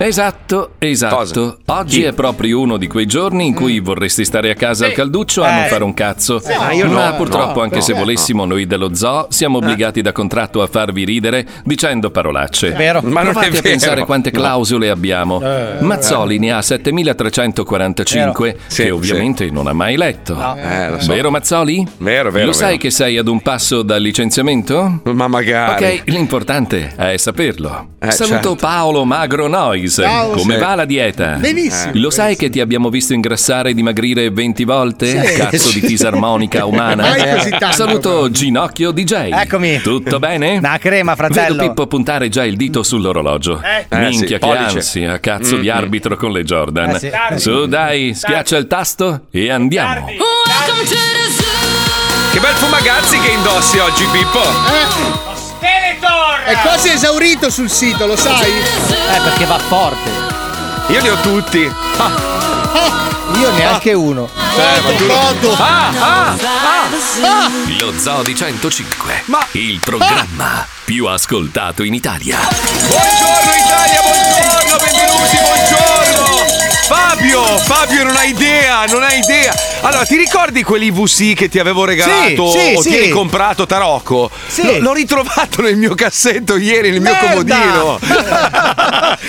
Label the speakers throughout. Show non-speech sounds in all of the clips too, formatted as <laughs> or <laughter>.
Speaker 1: Esatto, esatto. Oggi è proprio uno di quei giorni in
Speaker 2: Mm.
Speaker 1: cui vorresti stare a casa al calduccio a non
Speaker 2: Eh.
Speaker 1: fare un cazzo.
Speaker 3: ma io no.
Speaker 1: Ma purtroppo,
Speaker 3: No,
Speaker 1: anche
Speaker 3: no,
Speaker 1: se
Speaker 3: no.
Speaker 1: volessimo noi dello zoo,
Speaker 2: Eh.
Speaker 1: siamo obbligati da contratto a farvi ridere dicendo parolacce.
Speaker 2: Vero. Ma non è
Speaker 1: Provate a
Speaker 2: vero.
Speaker 1: pensare quante
Speaker 2: No.
Speaker 1: clausole abbiamo.
Speaker 2: Eh,
Speaker 1: Mazzoli ne ha 7345,
Speaker 2: Vero.
Speaker 1: che
Speaker 2: Sì,
Speaker 1: ovviamente non ha mai letto.
Speaker 2: Eh, lo so.
Speaker 1: Vero Mazzoli?
Speaker 2: Vero, vero.
Speaker 1: Lo sai
Speaker 2: vero.
Speaker 1: che sei ad un passo dal licenziamento?
Speaker 2: Ma magari.
Speaker 1: Ok, l'importante è saperlo.
Speaker 2: Eh,
Speaker 1: Saluto
Speaker 2: certo.
Speaker 1: Paolo Magro Nois.
Speaker 2: Ciao.
Speaker 1: Come
Speaker 2: Sì.
Speaker 1: va la dieta?
Speaker 2: Benissimo.
Speaker 1: Lo sai che ti abbiamo visto ingrassare e dimagrire 20 volte?
Speaker 2: Sì.
Speaker 1: Cazzo
Speaker 2: <laughs> Sì.
Speaker 1: di fisarmonica umana.
Speaker 2: Mai così tanto,
Speaker 1: Saluto Ginocchio DJ.
Speaker 4: Eccomi.
Speaker 1: Tutto bene? Da crema,
Speaker 4: fratello.
Speaker 1: Vedo Pippo puntare già il dito sull'orologio.
Speaker 4: Eh.
Speaker 2: Eh, sì,
Speaker 1: Minchia che
Speaker 2: pollice.
Speaker 1: ansia, cazzo di
Speaker 2: Mm.
Speaker 1: arbitro con le Jordan.
Speaker 2: Eh, sì. Tardi.
Speaker 1: Su dai, schiaccia il tasto e andiamo.
Speaker 2: Che bel fumagazzi che indossi oggi, Pippo.
Speaker 5: È quasi esaurito sul sito, lo sai?
Speaker 4: Eh, perché va forte.
Speaker 2: Io li ho tutti.
Speaker 3: Ah,
Speaker 4: Io neanche uno.
Speaker 2: Eh,
Speaker 5: Pronto?
Speaker 2: Ah, ah,
Speaker 5: ah.
Speaker 1: Lo Zoo di 105, il programma più ascoltato in Italia.
Speaker 2: Buongiorno Italia, buongiorno, benvenuti, buongiorno. Fabio, Fabio non hai idea, non hai idea. Allora, ti ricordi quell'IVC che ti avevo regalato
Speaker 3: Sì, sì,
Speaker 2: o
Speaker 3: sì.
Speaker 2: ti hai comprato Tarocco?
Speaker 3: Sì.
Speaker 2: L'ho- l'ho ritrovato nel mio cassetto ieri, nel
Speaker 3: Merda!
Speaker 2: mio comodino.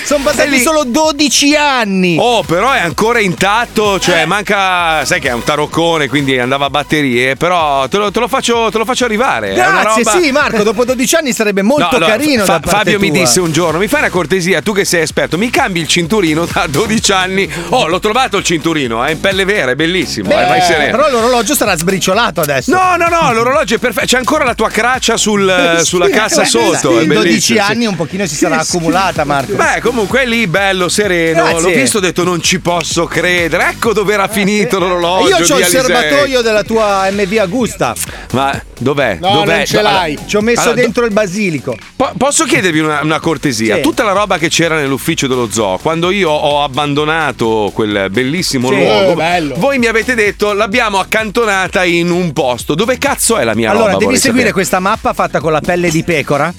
Speaker 4: Sono
Speaker 2: passati
Speaker 4: solo 12 anni.
Speaker 2: Oh, però è ancora intatto, cioè manca, sai che è un taroccone, quindi andava a batterie, però te lo, te lo faccio, te lo faccio arrivare. è una
Speaker 4: Grazie,
Speaker 2: roba-
Speaker 4: sì, Marco. Dopo 12 anni sarebbe molto
Speaker 2: No, allora,
Speaker 4: carino.
Speaker 2: Fa-
Speaker 4: da parte
Speaker 2: Fabio mi
Speaker 4: tua.
Speaker 2: disse un giorno: Mi fai una cortesia, tu che sei esperto, mi cambi il cinturino da 12 anni. Oh, l'ho trovato il cinturino, è in pelle vera, è bellissimo. eh,
Speaker 4: Beh,
Speaker 2: vai sereno.
Speaker 4: però l'orologio sarà sbriciolato adesso.
Speaker 2: No, no, no,
Speaker 4: <laughs>
Speaker 2: l'orologio è perfetto. C'è ancora la tua craccia sul-
Speaker 4: Sì,
Speaker 2: sulla cassa
Speaker 4: eh,
Speaker 2: sotto.
Speaker 4: sì,
Speaker 2: è
Speaker 4: in 12
Speaker 2: bellissimo, sì.
Speaker 4: anni un pochino si sarà accumulata, Marco.
Speaker 2: Beh, comunque è lì bello, sereno.
Speaker 4: Grazie.
Speaker 2: L'ho visto, ho detto non ci posso credere. Ecco dove era finito l'orologio.
Speaker 4: Eh, Io ho il
Speaker 2: di Alisei.
Speaker 4: serbatoio della tua MV Agusta.
Speaker 2: Ma dov'è? dov'è? Allora-
Speaker 4: Ci ho messo
Speaker 2: allora, do-
Speaker 4: dentro il basilico.
Speaker 2: Po- posso chiedervi una, una cortesia?
Speaker 4: Sì.
Speaker 2: Tutta la roba che c'era nell'ufficio dello zoo, quando io ho abbandonato quel bellissimo
Speaker 4: Sì.
Speaker 2: luogo,
Speaker 4: Eh, bello.
Speaker 2: voi mi avete detto l'abbiamo accantonata in un posto. Dove cazzo è la mia
Speaker 4: Allora,
Speaker 2: roba?
Speaker 4: devi
Speaker 2: vorrei
Speaker 4: seguire
Speaker 2: sapere?
Speaker 4: questa mappa fatta con la pelle di pecora.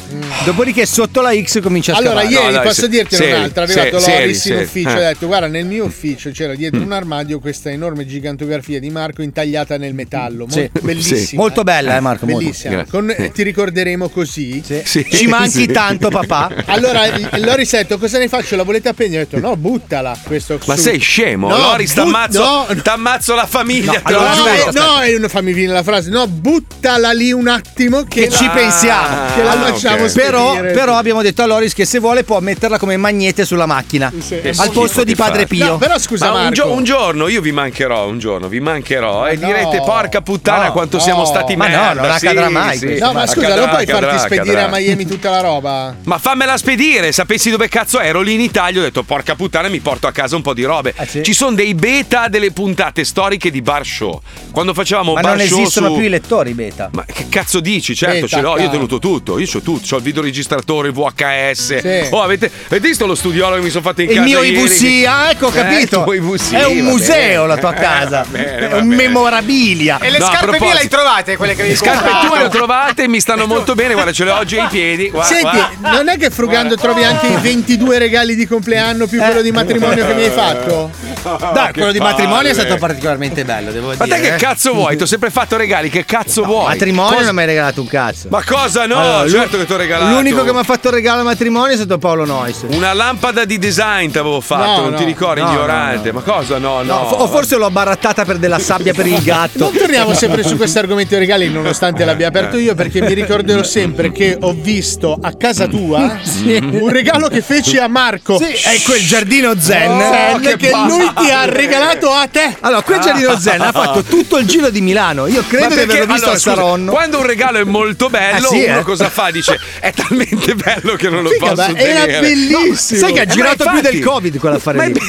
Speaker 4: Dopodiché sotto la X comincia a
Speaker 5: Allora,
Speaker 4: scavare.
Speaker 5: ieri
Speaker 2: No, dai,
Speaker 5: posso
Speaker 2: se-
Speaker 5: dirti
Speaker 2: seri,
Speaker 5: un'altra, è
Speaker 2: seri,
Speaker 5: arrivato
Speaker 2: seri,
Speaker 5: Loris in
Speaker 2: seri.
Speaker 5: ufficio
Speaker 2: Eh. Mm.
Speaker 5: e ha detto guarda nel mio ufficio c'era dietro un armadio questa enorme gigantografia di Marco intagliata nel metallo,
Speaker 4: Sì.
Speaker 5: molto bellissima.
Speaker 4: Sì. Molto bella, eh, Marco, molto.
Speaker 5: Bellissima.
Speaker 4: Grazie.
Speaker 5: Con-
Speaker 4: Sì.
Speaker 5: Ti ricorderemo così.
Speaker 4: Sì. Ci manchi Sì. tanto, papà.
Speaker 5: Allora il- Loris ha detto cosa ne faccio? La volete appendere? Ho detto no, buttala. Questo
Speaker 2: Ma
Speaker 5: su-
Speaker 2: sei scemo?
Speaker 5: No,
Speaker 2: Loris,
Speaker 5: but-
Speaker 2: t'ammazzo,
Speaker 5: no,
Speaker 2: t'ammazzo la famiglia, te
Speaker 5: no,
Speaker 2: lo giuro.
Speaker 5: eh, no, eh, fammi finire la frase. No, buttala lì un attimo
Speaker 4: Che
Speaker 5: che,
Speaker 4: ci
Speaker 5: la- Ah,
Speaker 4: pensiamo.
Speaker 5: Che la lasciamo
Speaker 4: però,
Speaker 5: sparire.
Speaker 4: però abbiamo detto a Loris che se vuole può metterla come magnete sulla macchina. Al posto di padre Pio.
Speaker 2: Ma un, gio- un giorno io vi mancherò, un giorno vi mancherò e
Speaker 5: no.
Speaker 2: direte porca puttana
Speaker 4: No,
Speaker 2: quanto
Speaker 4: no.
Speaker 2: siamo stati
Speaker 4: Ma no,
Speaker 2: merda.
Speaker 4: non
Speaker 2: Sì,
Speaker 4: accadrà mai
Speaker 2: sì.
Speaker 4: questo.
Speaker 5: No, ma scusa,
Speaker 2: accadrà,
Speaker 5: non puoi farti
Speaker 2: accadrà,
Speaker 5: spedire a
Speaker 2: accadrà.
Speaker 5: Miami tutta la roba?
Speaker 2: Ma fammela spedire, sapessi dove cazzo ero lì in Italia, ho detto porca puttana mi porto a casa un po' di robe.
Speaker 4: Ah,
Speaker 2: Ci sono dei beta delle puntate storiche di Bar Show. Quando facevamo
Speaker 4: Ma
Speaker 2: Bar
Speaker 4: non
Speaker 2: Show
Speaker 4: esistono
Speaker 2: su-
Speaker 4: più i lettori beta.
Speaker 2: Ma che cazzo dici? Certo,
Speaker 4: Beta,
Speaker 2: ce l'ho, io ho
Speaker 4: cavolo.
Speaker 2: tenuto tutto, io ho tutto, ho il videoregistratore, il VHS.
Speaker 4: Sì.
Speaker 2: Oh, avete, avete visto lo studiolo che mi sono fatto in
Speaker 4: il
Speaker 2: casa
Speaker 4: mio
Speaker 2: ieri?
Speaker 4: IVC, ah, ecco, ho
Speaker 2: Eh,
Speaker 4: capito.
Speaker 2: tuo IVC,
Speaker 4: è
Speaker 2: va
Speaker 4: un
Speaker 2: bene.
Speaker 4: museo la tua casa.
Speaker 2: bene,
Speaker 4: è
Speaker 2: va
Speaker 4: un
Speaker 2: bene.
Speaker 4: memorabilia.
Speaker 6: E le
Speaker 2: No, a
Speaker 6: scarpe mie
Speaker 2: proposito-
Speaker 6: le hai trovate, quelle che
Speaker 2: Le
Speaker 6: vi
Speaker 2: scarpe tue le ho trovate, mi stanno molto bene, guarda, ce le ho oggi ai piedi. guarda,
Speaker 5: Senti,
Speaker 2: guarda.
Speaker 5: non è che frugando trovi anche i 22 regali di compleanno
Speaker 2: Eh.
Speaker 5: più quello di matrimonio che mi hai fatto?
Speaker 4: Dai,
Speaker 2: che
Speaker 4: quello di matrimonio
Speaker 2: palle.
Speaker 4: è stato particolarmente bello, devo
Speaker 2: Ma te
Speaker 4: dire.
Speaker 2: che cazzo vuoi? Ti ho sempre fatto regali, che cazzo vuoi?
Speaker 4: Eh. <laughs> Matrimonio
Speaker 2: Cosa-
Speaker 4: non mi hai regalato un cazzo.
Speaker 2: Ma cosa no?
Speaker 4: Allora, l'u-
Speaker 2: certo che ti ho regalato.
Speaker 4: L'unico che mi ha fatto il regalo al matrimonio è stato Paolo Nois.
Speaker 2: Una lampada di design t'avevo fatto,
Speaker 4: No,
Speaker 2: non
Speaker 4: no.
Speaker 2: ti ricordi,
Speaker 4: No,
Speaker 2: ignorante. Ma cosa no, no? eh.
Speaker 4: No, fo- o forse l'ho barattata per della
Speaker 2: <laughs>
Speaker 4: sabbia per il gatto.
Speaker 5: Non torniamo sempre su questo argomento dei regali, nonostante l'abbia aperto io, perché mi ricorderò sempre che ho visto a casa tua un regalo che feci a Marco.
Speaker 4: Sì, è quel giardino zen,
Speaker 5: Oh, che
Speaker 4: che
Speaker 5: palle.
Speaker 4: lui ti ha regalato a te. Allora, quel giardino zen ha fatto tutto il giro di Milano. Io credo
Speaker 2: Ma
Speaker 4: di
Speaker 2: perché-
Speaker 4: averlo visto
Speaker 2: allora,
Speaker 4: a
Speaker 2: scusa,
Speaker 4: Saronno.
Speaker 2: Quando un regalo è molto bello,
Speaker 4: Eh sì,
Speaker 2: uno
Speaker 4: eh.
Speaker 2: cosa fa? Dice è talmente bello che non lo
Speaker 4: Figa,
Speaker 2: posso
Speaker 4: ma era
Speaker 2: tenere.
Speaker 4: bellissimo.
Speaker 2: No,
Speaker 4: Sai che ha
Speaker 2: eh, ma
Speaker 4: girato più
Speaker 2: infatti-
Speaker 4: del Covid quell'affare lì.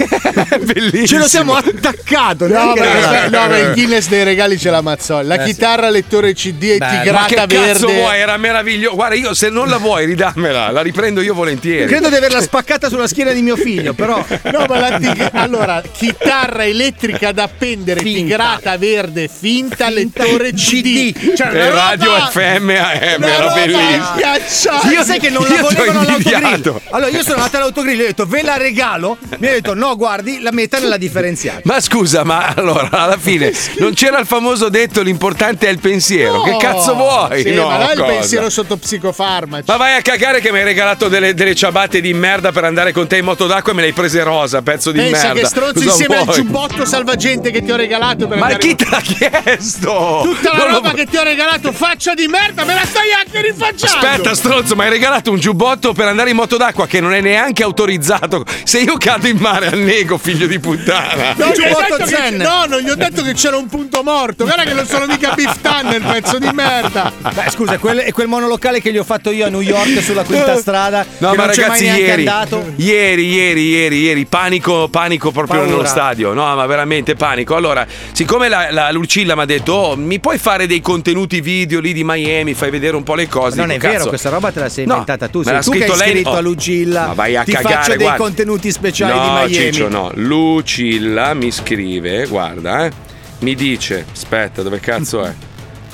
Speaker 2: È bellissimo.
Speaker 4: Ce lo siamo attaccato.
Speaker 5: No,
Speaker 4: neanche
Speaker 5: ma,
Speaker 4: regalato. Eh,
Speaker 5: no, ma il Guinness dei regali ce l'ha Mazzoli. La chitarra, lettore CD e
Speaker 2: Ma
Speaker 5: tigrata
Speaker 2: che
Speaker 5: verde.
Speaker 2: cazzo vuoi? Era meraviglioso. Guarda, io se non la vuoi, ridammela, la riprendo io volentieri.
Speaker 4: Credo di averla spaccata sulla schiena di mio figlio, però.
Speaker 5: No, ma la tig- allora, chitarra elettrica da appendere, tigrata verde, finta, lettore CD. Cioè,
Speaker 2: E
Speaker 5: una
Speaker 2: Eh, radio
Speaker 5: roba-
Speaker 2: FM AM,
Speaker 5: una
Speaker 2: era
Speaker 5: roba
Speaker 2: bellissimo.
Speaker 5: schiacciata.
Speaker 4: Io sai che non
Speaker 2: io
Speaker 4: la
Speaker 2: t'ho
Speaker 4: volevano all'autogrill.
Speaker 2: invidiato.
Speaker 4: Allora, io sono chiamata all'autogrill e ho detto ve la regalo. Mi ha detto no, guardi, la metta nella differenziale.
Speaker 2: Ma scusa, ma allora alla
Speaker 5: <laughs>
Speaker 2: fine non c'era il famoso detto l'importante è il pensiero.
Speaker 5: No.
Speaker 2: Che cazzo vuoi?
Speaker 5: Sì,
Speaker 2: no,
Speaker 5: ma là il
Speaker 2: cosa?
Speaker 5: pensiero sotto psicofarmaci.
Speaker 2: Ma vai a cagare che mi hai regalato delle, delle ciabatte di merda per andare con te in moto d'acqua e me le hai prese rosa, pezzo di
Speaker 5: Pensa
Speaker 2: merda.
Speaker 5: che stronzo
Speaker 2: Cosa
Speaker 5: insieme al
Speaker 2: vuoi?
Speaker 5: giubbotto salvagente che ti ho regalato per
Speaker 2: Ma
Speaker 5: andare-
Speaker 2: chi te l'ha chiesto?
Speaker 5: Tutta
Speaker 2: <laughs>
Speaker 5: la
Speaker 2: Non lo-
Speaker 5: roba che ti ho regalato, faccia di merda, me la stai anche rifacciando!
Speaker 2: Aspetta, stronzo, mi hai regalato un giubbotto per andare in moto d'acqua che non è neanche autorizzato. Se io cado in mare annego, figlio di puttana.
Speaker 5: No, gli ho
Speaker 2: certo
Speaker 5: detto che- no, non gli ho detto che c'era un punto morto. Guarda che non sono mica Biff Tanner, pezzo di merda.
Speaker 4: Beh, scusa, quel, è quel monolocale che gli ho fatto io a New York sulla
Speaker 2: <laughs>
Speaker 4: quinta strada.
Speaker 2: No,
Speaker 4: che
Speaker 2: ma
Speaker 4: non c'è
Speaker 2: ragazzi,
Speaker 4: mai neanche
Speaker 2: ieri,
Speaker 4: andato.
Speaker 2: ieri, ieri, ieri, ieri, panico, panico proprio
Speaker 4: Paura.
Speaker 2: nello stadio. No, ma veramente panico. Allora, siccome la, la Lucilla mi ha detto, oh, mi puoi fare dei contenuti video lì di Miami, fai vedere un po' le cose.
Speaker 4: Non è
Speaker 2: Dico,
Speaker 4: vero,
Speaker 2: cazzo,
Speaker 4: questa roba te la sei
Speaker 2: No,
Speaker 4: inventata tu.
Speaker 2: me
Speaker 4: Sei
Speaker 2: l'ha
Speaker 4: tu che hai
Speaker 2: scritto lei-
Speaker 4: scritto
Speaker 2: oh,
Speaker 4: a Lucilla.
Speaker 2: ma vai a
Speaker 4: ti
Speaker 2: cagare,
Speaker 4: faccio dei
Speaker 2: guarda."
Speaker 4: contenuti speciali
Speaker 2: no,
Speaker 4: di Miami.
Speaker 2: Ciccio, no. Lucilla mi scrive, guarda, eh, mi dice, aspetta, dove cazzo è?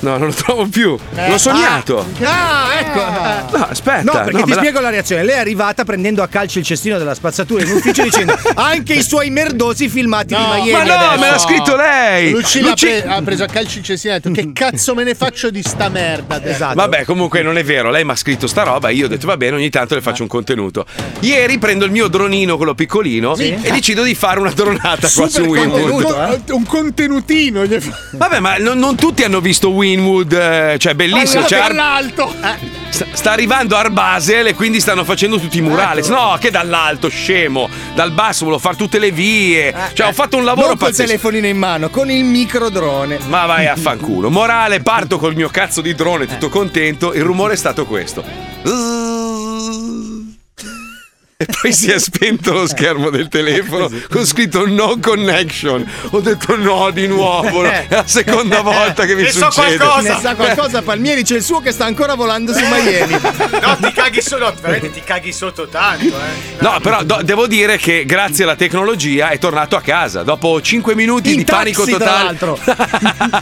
Speaker 2: No, non lo trovo più. L'ho sognato.
Speaker 4: Eh. Ah, ecco.
Speaker 2: No, aspetta.
Speaker 4: No, perché
Speaker 2: no,
Speaker 4: ti
Speaker 2: me la-
Speaker 4: spiego la reazione. Lei è arrivata prendendo a calcio il cestino della spazzatura in
Speaker 2: <laughs>
Speaker 4: ufficio dicendo anche i suoi merdosi filmati di Miami.
Speaker 2: ma no,
Speaker 4: adesso."
Speaker 2: me l'ha scritto lei.
Speaker 5: Lucilla ha
Speaker 2: Luci-
Speaker 5: pre- ha preso a calcio il cestino e ha detto che cazzo me ne faccio di sta merda adesso?"
Speaker 4: Esatto.
Speaker 2: Eh, Vabbè, comunque non è vero, lei mi ha scritto sta roba, io ho detto va bene, ogni tanto le faccio un contenuto. Ieri prendo il mio dronino, quello piccolino, e decido di fare una dronata qua su
Speaker 5: Super contenuto,
Speaker 2: Winwood.
Speaker 5: eh. un contenutino gli fa-
Speaker 2: Vabbè, ma non, non tutti hanno visto Winwood, eh, cioè bellissimo,
Speaker 5: Allora,
Speaker 2: cioè, Ar-
Speaker 5: dall'alto.
Speaker 2: sta, sta arrivando Arbasel e quindi stanno facendo tutti i
Speaker 5: Ecco.
Speaker 2: murales. No, che dall'alto, scemo, dal basso volevo fare tutte le
Speaker 5: Eh,
Speaker 2: vie. Cioè ho fatto un lavoro
Speaker 4: non col
Speaker 2: pazzesco.
Speaker 4: telefonino in mano, con il microdrone.
Speaker 2: Ma vai a fanculo. Morale, parto col mio cazzo di drone, tutto contento. Il rumore è stato questo. E poi si è spento lo schermo del telefono con scritto no connection. Ho detto no di nuovo. È la seconda volta che mi
Speaker 3: <laughs> Ne so
Speaker 2: succede.
Speaker 3: qualcosa.
Speaker 4: Ne sa qualcosa Palmieri, c'è il suo che sta ancora volando su Miami.
Speaker 3: <laughs> No, ti caghi sotto, no, veramente ti caghi sotto tanto, eh.
Speaker 2: No, però do- devo dire che grazie alla tecnologia è tornato a casa. Dopo 5 minuti di
Speaker 4: In taxi,
Speaker 2: panico
Speaker 4: tra
Speaker 2: totale
Speaker 4: l'altro.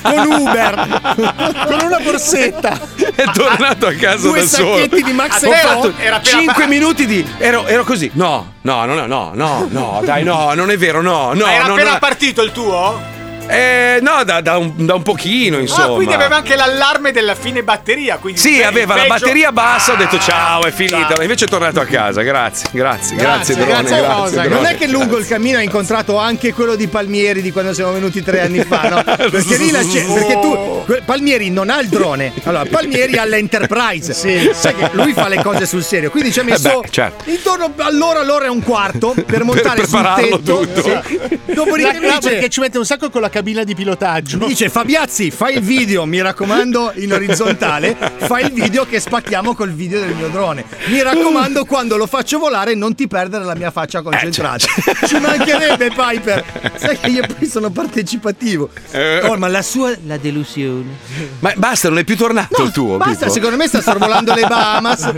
Speaker 4: con Uber. con una borsetta.
Speaker 2: è tornato a casa
Speaker 4: Due
Speaker 2: da solo.
Speaker 4: sacchetti di Max
Speaker 2: Ho
Speaker 4: e
Speaker 2: fatto
Speaker 3: era appena-
Speaker 2: 5 minuti di. Ero, ero così. No, no, no, no, no, no, no, dai, no, non è vero, no, no.
Speaker 3: Ma era
Speaker 2: no,
Speaker 3: appena
Speaker 2: no.
Speaker 3: partito il tuo?
Speaker 2: Eh, no, da, da un, da un pochino, insomma.
Speaker 3: Ah, quindi aveva anche l'allarme della fine batteria. Quindi cioè,
Speaker 2: Sì,
Speaker 3: il-
Speaker 2: aveva la
Speaker 3: il peggio-
Speaker 2: batteria bassa, ho detto ciao, è finita.
Speaker 3: Ciao.
Speaker 2: Ma invece è tornato a casa. Grazie, grazie, grazie, drone,
Speaker 5: grazie,
Speaker 2: grazie,
Speaker 5: cosa,
Speaker 2: drone.
Speaker 4: Non è che lungo il cammino hai incontrato anche quello di Palmieri di quando siamo venuti tre anni fa,
Speaker 2: <laughs>
Speaker 4: no? Perché lì la sce- perché
Speaker 2: Oh.
Speaker 4: tu que- Palmieri non ha
Speaker 2: <laughs>
Speaker 4: il drone. Allora, Palmieri ha l'Enterprise. Sai che lui fa le cose sul serio. Quindi ci ha messo
Speaker 2: beh, certo.
Speaker 4: intorno all'ora, all'ora e un
Speaker 2: <laughs>
Speaker 4: quarto per montare sul
Speaker 2: prepararlo
Speaker 4: tetto.
Speaker 2: tutto.
Speaker 4: Sì. Dopodiché
Speaker 5: Perché,
Speaker 4: mi
Speaker 5: perché
Speaker 4: dice,
Speaker 5: ci mette un sacco con la cabina di pilotaggio.
Speaker 4: mi dice, Fabiazzi, fai il video, mi raccomando, in orizzontale, fai il video che spacchiamo col video del mio drone. Mi raccomando, quando lo faccio volare, non ti perdere la mia
Speaker 2: Eh,
Speaker 4: faccia concentrata.
Speaker 2: certo.
Speaker 4: Ci mancherebbe,
Speaker 2: <laughs>
Speaker 4: Piper. Sai che io poi sono partecipativo.
Speaker 2: Eh.
Speaker 4: Oh, ma la sua. La delusione.
Speaker 2: Ma basta, non è più tornato il tuo.
Speaker 4: Basta,
Speaker 2: Pippo?
Speaker 4: secondo me sta sorvolando le
Speaker 2: <laughs>
Speaker 4: Bahamas.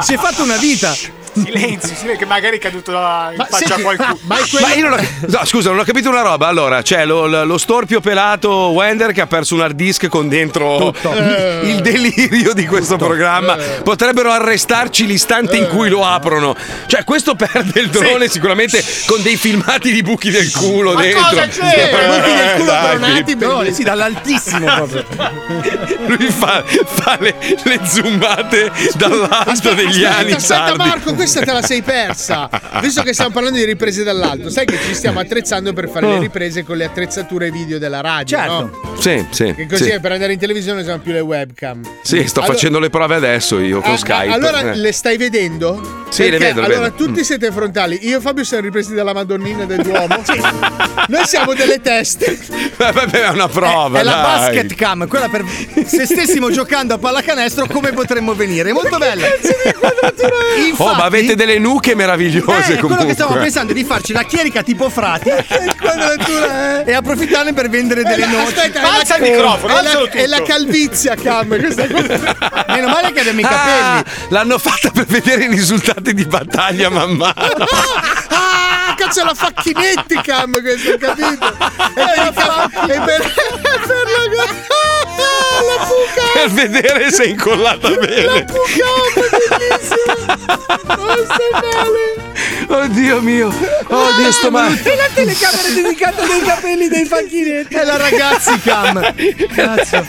Speaker 4: Si è fatto una vita.
Speaker 3: Silenzio, silenzio, che magari è caduto la- in faccia a
Speaker 4: Ah,
Speaker 3: qualcuno.
Speaker 5: ma è quello
Speaker 2: Ma io non ho- no, scusa, non ho capito una roba. Allora, c'è lo, lo- lo storpio pelato Wender che ha perso un hard disk con dentro <laughs> il delirio di questo programma. Potrebbero arrestarci l'istante in cui lo aprono. Cioè, questo perde il drone sicuramente con dei filmati di buchi del culo
Speaker 3: Ma
Speaker 2: dentro.
Speaker 3: cosa c'è?
Speaker 2: Eh,
Speaker 4: Buchi del culo
Speaker 2: dai,
Speaker 4: tronati, però, sì, dall'altissimo proprio.
Speaker 2: Lui fa, fa le, le zoomate dall'alto degli
Speaker 5: aspetta,
Speaker 2: anni
Speaker 5: aspetta,
Speaker 2: sardi.
Speaker 5: Marco, questa te la sei persa. Visto che
Speaker 2: <laughs>
Speaker 5: stiamo parlando di riprese dall'alto, sai che ci stiamo attrezzando per fare
Speaker 2: Oh.
Speaker 5: le riprese con le attrezzature video della radio,
Speaker 4: Certo.
Speaker 5: no?
Speaker 2: Sì, sì.
Speaker 5: Che così
Speaker 2: sì.
Speaker 5: per andare in televisione usiamo più le webcam.
Speaker 2: Sì, sto
Speaker 5: Allora-
Speaker 2: facendo le prove adesso io con
Speaker 5: Ah,
Speaker 2: Skype.
Speaker 5: ah, allora
Speaker 2: Eh.
Speaker 5: le stai vedendo?
Speaker 2: Sì, le
Speaker 5: Perché,
Speaker 2: vedo, le
Speaker 5: allora
Speaker 2: vedo. Mm.
Speaker 5: tutti siete frontali. Io e Fabio siamo ripresi dalla Madonnina del Duomo. <laughs> Noi siamo delle teste.
Speaker 2: Vabbè, è una prova.
Speaker 4: è la
Speaker 2: dai.
Speaker 4: basket cam, quella per se stessimo giocando a pallacanestro come potremmo venire. È molto bella. Infatti,
Speaker 2: Oh, ma avete delle nuche
Speaker 4: eh,
Speaker 2: meravigliose
Speaker 4: quello
Speaker 2: comunque.
Speaker 4: che stavo pensando è di farci la chierica tipo frati e approfittarne per vendere delle noci.
Speaker 5: Eh, Aspetta, è
Speaker 3: Alza il
Speaker 5: è
Speaker 3: microfono,
Speaker 5: la,
Speaker 3: alzalo
Speaker 5: è la
Speaker 3: tutto.
Speaker 5: calvizia, Cam. Questa cosa.
Speaker 4: <laughs> Meno male che abbiamo i
Speaker 2: Ah,
Speaker 4: capelli.
Speaker 2: l'hanno fatta per vedere i risultati di battaglia man
Speaker 4: <laughs>
Speaker 2: mano.
Speaker 5: Ah, cazzo, è la facchinetti, Cam. Questo, hai capito?
Speaker 3: Eh,
Speaker 5: È per, i cap- è per, è per la. Ah, la buca.
Speaker 2: per vedere se è incollata bene.
Speaker 5: Pucca, bellissimo. Non sta male.
Speaker 2: Oddio mio. Oddio sto male.
Speaker 3: E la telecamera dedicata dei capelli dei facchinetti.
Speaker 4: È la ragazzi cam.
Speaker 3: Cazzo.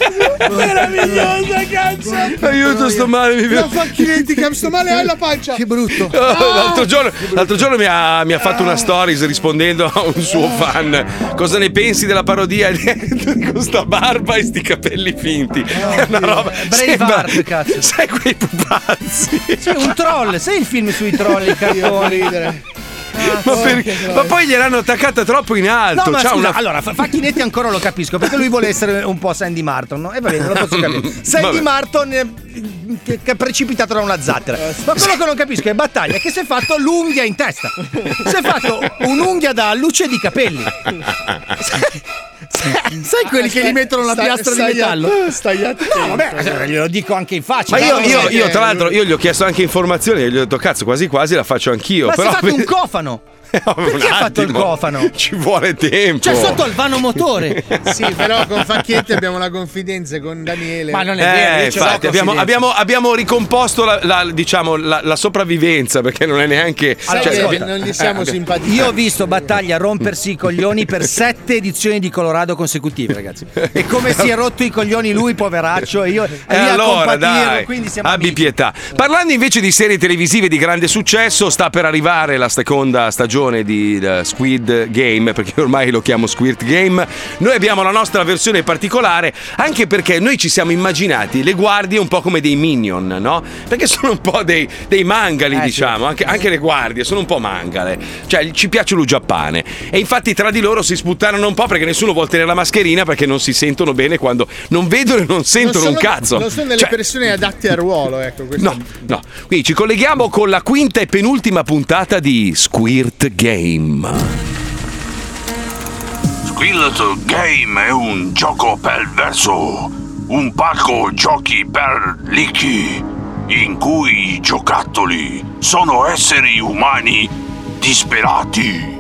Speaker 3: Meravigliosa, cazzo.
Speaker 2: Aiuto sto male, mi
Speaker 5: La facchinetti che sto male hai la pancia. Ah, Che
Speaker 4: brutto.
Speaker 2: Oh, l'altro giorno, l'altro giorno mi, ha, mi ha fatto una stories rispondendo a un suo fan. Cosa ne pensi della parodia di <laughs> questa barba e sti capelli finti? È una roba. sembra-
Speaker 3: Braveheart, cazzo.
Speaker 2: Sai quei pupazzi.
Speaker 3: Sì, un troll. Sai il film
Speaker 4: <laughs>
Speaker 3: sui troll, i cartoni?
Speaker 2: ma, per- ma poi gliel'hanno attaccata troppo in alto.
Speaker 4: No, ma
Speaker 2: C'ha
Speaker 4: scusa,
Speaker 2: una-
Speaker 4: allora, Fa- Facchinetti ancora lo capisco, perché lui vuole essere un po' Sandy Martin, no? E va bene, lo posso capire. Sandy
Speaker 2: <laughs> Vabbè.
Speaker 4: Martin eh, che, che è precipitato da una zattera. Ma quello che non capisco è Battaglia che si è fatto l'unghia in testa. Si
Speaker 2: <laughs>
Speaker 4: è fatto un'unghia da luce di capelli.
Speaker 5: Ah,
Speaker 4: Sai quelli che gli mettono la piastra di metallo?
Speaker 5: Stai
Speaker 4: No, vabbè, Eh, glielo dico anche in faccia. eh.
Speaker 2: Ma io,
Speaker 4: tanto
Speaker 2: io-
Speaker 4: sai
Speaker 2: io,
Speaker 4: che-
Speaker 2: tra l'altro, io gli ho chiesto anche informazioni e gli ho detto, cazzo, quasi quasi la faccio anch'io.
Speaker 4: Ma si è
Speaker 2: però <laughs>
Speaker 4: fatto un cofano. Perché ha fatto il cofano?
Speaker 2: Ci vuole tempo.
Speaker 3: Cioè, sotto al vano
Speaker 2: <laughs>
Speaker 3: motore.
Speaker 5: Sì, però con Facchietti abbiamo la confidenza con Daniele.
Speaker 3: Ma non è vero.
Speaker 2: Eh,
Speaker 3: io ce l'ho
Speaker 2: infatti, abbiamo,
Speaker 3: confidenza.
Speaker 2: abbiamo- abbiamo ricomposto la, la- diciamo, la- la sopravvivenza perché non è neanche.
Speaker 5: Sai
Speaker 2: cioè,
Speaker 5: che
Speaker 2: abbiamo-
Speaker 5: non gli siamo simpatici.
Speaker 3: Io ho visto Battaglia rompersi i coglioni per sette edizioni di Colorado consecutive, ragazzi.
Speaker 4: E come si è rotto i coglioni lui, poveraccio, e io e
Speaker 2: E
Speaker 4: lì a
Speaker 2: Eh, allora
Speaker 4: compatirlo,
Speaker 2: dai,
Speaker 4: quindi siamo
Speaker 2: abbi
Speaker 4: amici.
Speaker 2: pietà. Parlando invece di serie televisive di grande successo, sta per arrivare la seconda stagione di eh, Squid Game, perché <laughs> ormai lo chiamo Squid Game. Noi abbiamo la nostra versione particolare, anche perché noi ci siamo immaginati le guardie un po' come dei minion, no? Perché sono un po' dei, dei
Speaker 5: Eh,
Speaker 2: mangali, diciamo, anche, anche le guardie sono un po' mangale. Cioè, ci piace lo Giappone. E infatti tra di loro si sputtarono un po' perché nessuno vuol tenere la mascherina perché non si sentono bene quando non vedono e non
Speaker 5: Non
Speaker 2: sentono un
Speaker 5: sono-
Speaker 2: cazzo.
Speaker 5: Non sono delle
Speaker 2: Cioè,
Speaker 5: persone adatte al ruolo, ecco. Questo.
Speaker 2: No, no. Quindi ci colleghiamo con la quinta e penultima puntata di Squirt Game.
Speaker 7: Squid Game è un gioco perverso, un parco giochi per licchi, in cui i giocattoli sono esseri umani disperati.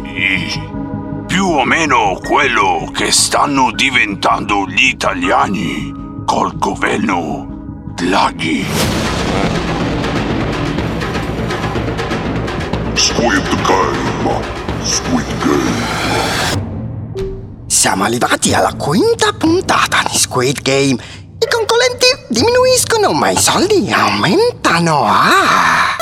Speaker 7: Più o meno quello che stanno diventando gli italiani col governo Draghi.
Speaker 8: Squid Game. Squid Game.
Speaker 9: Siamo arrivati alla quinta puntata di Squid Game. I concorrenti diminuiscono, ma i soldi aumentano. Ah!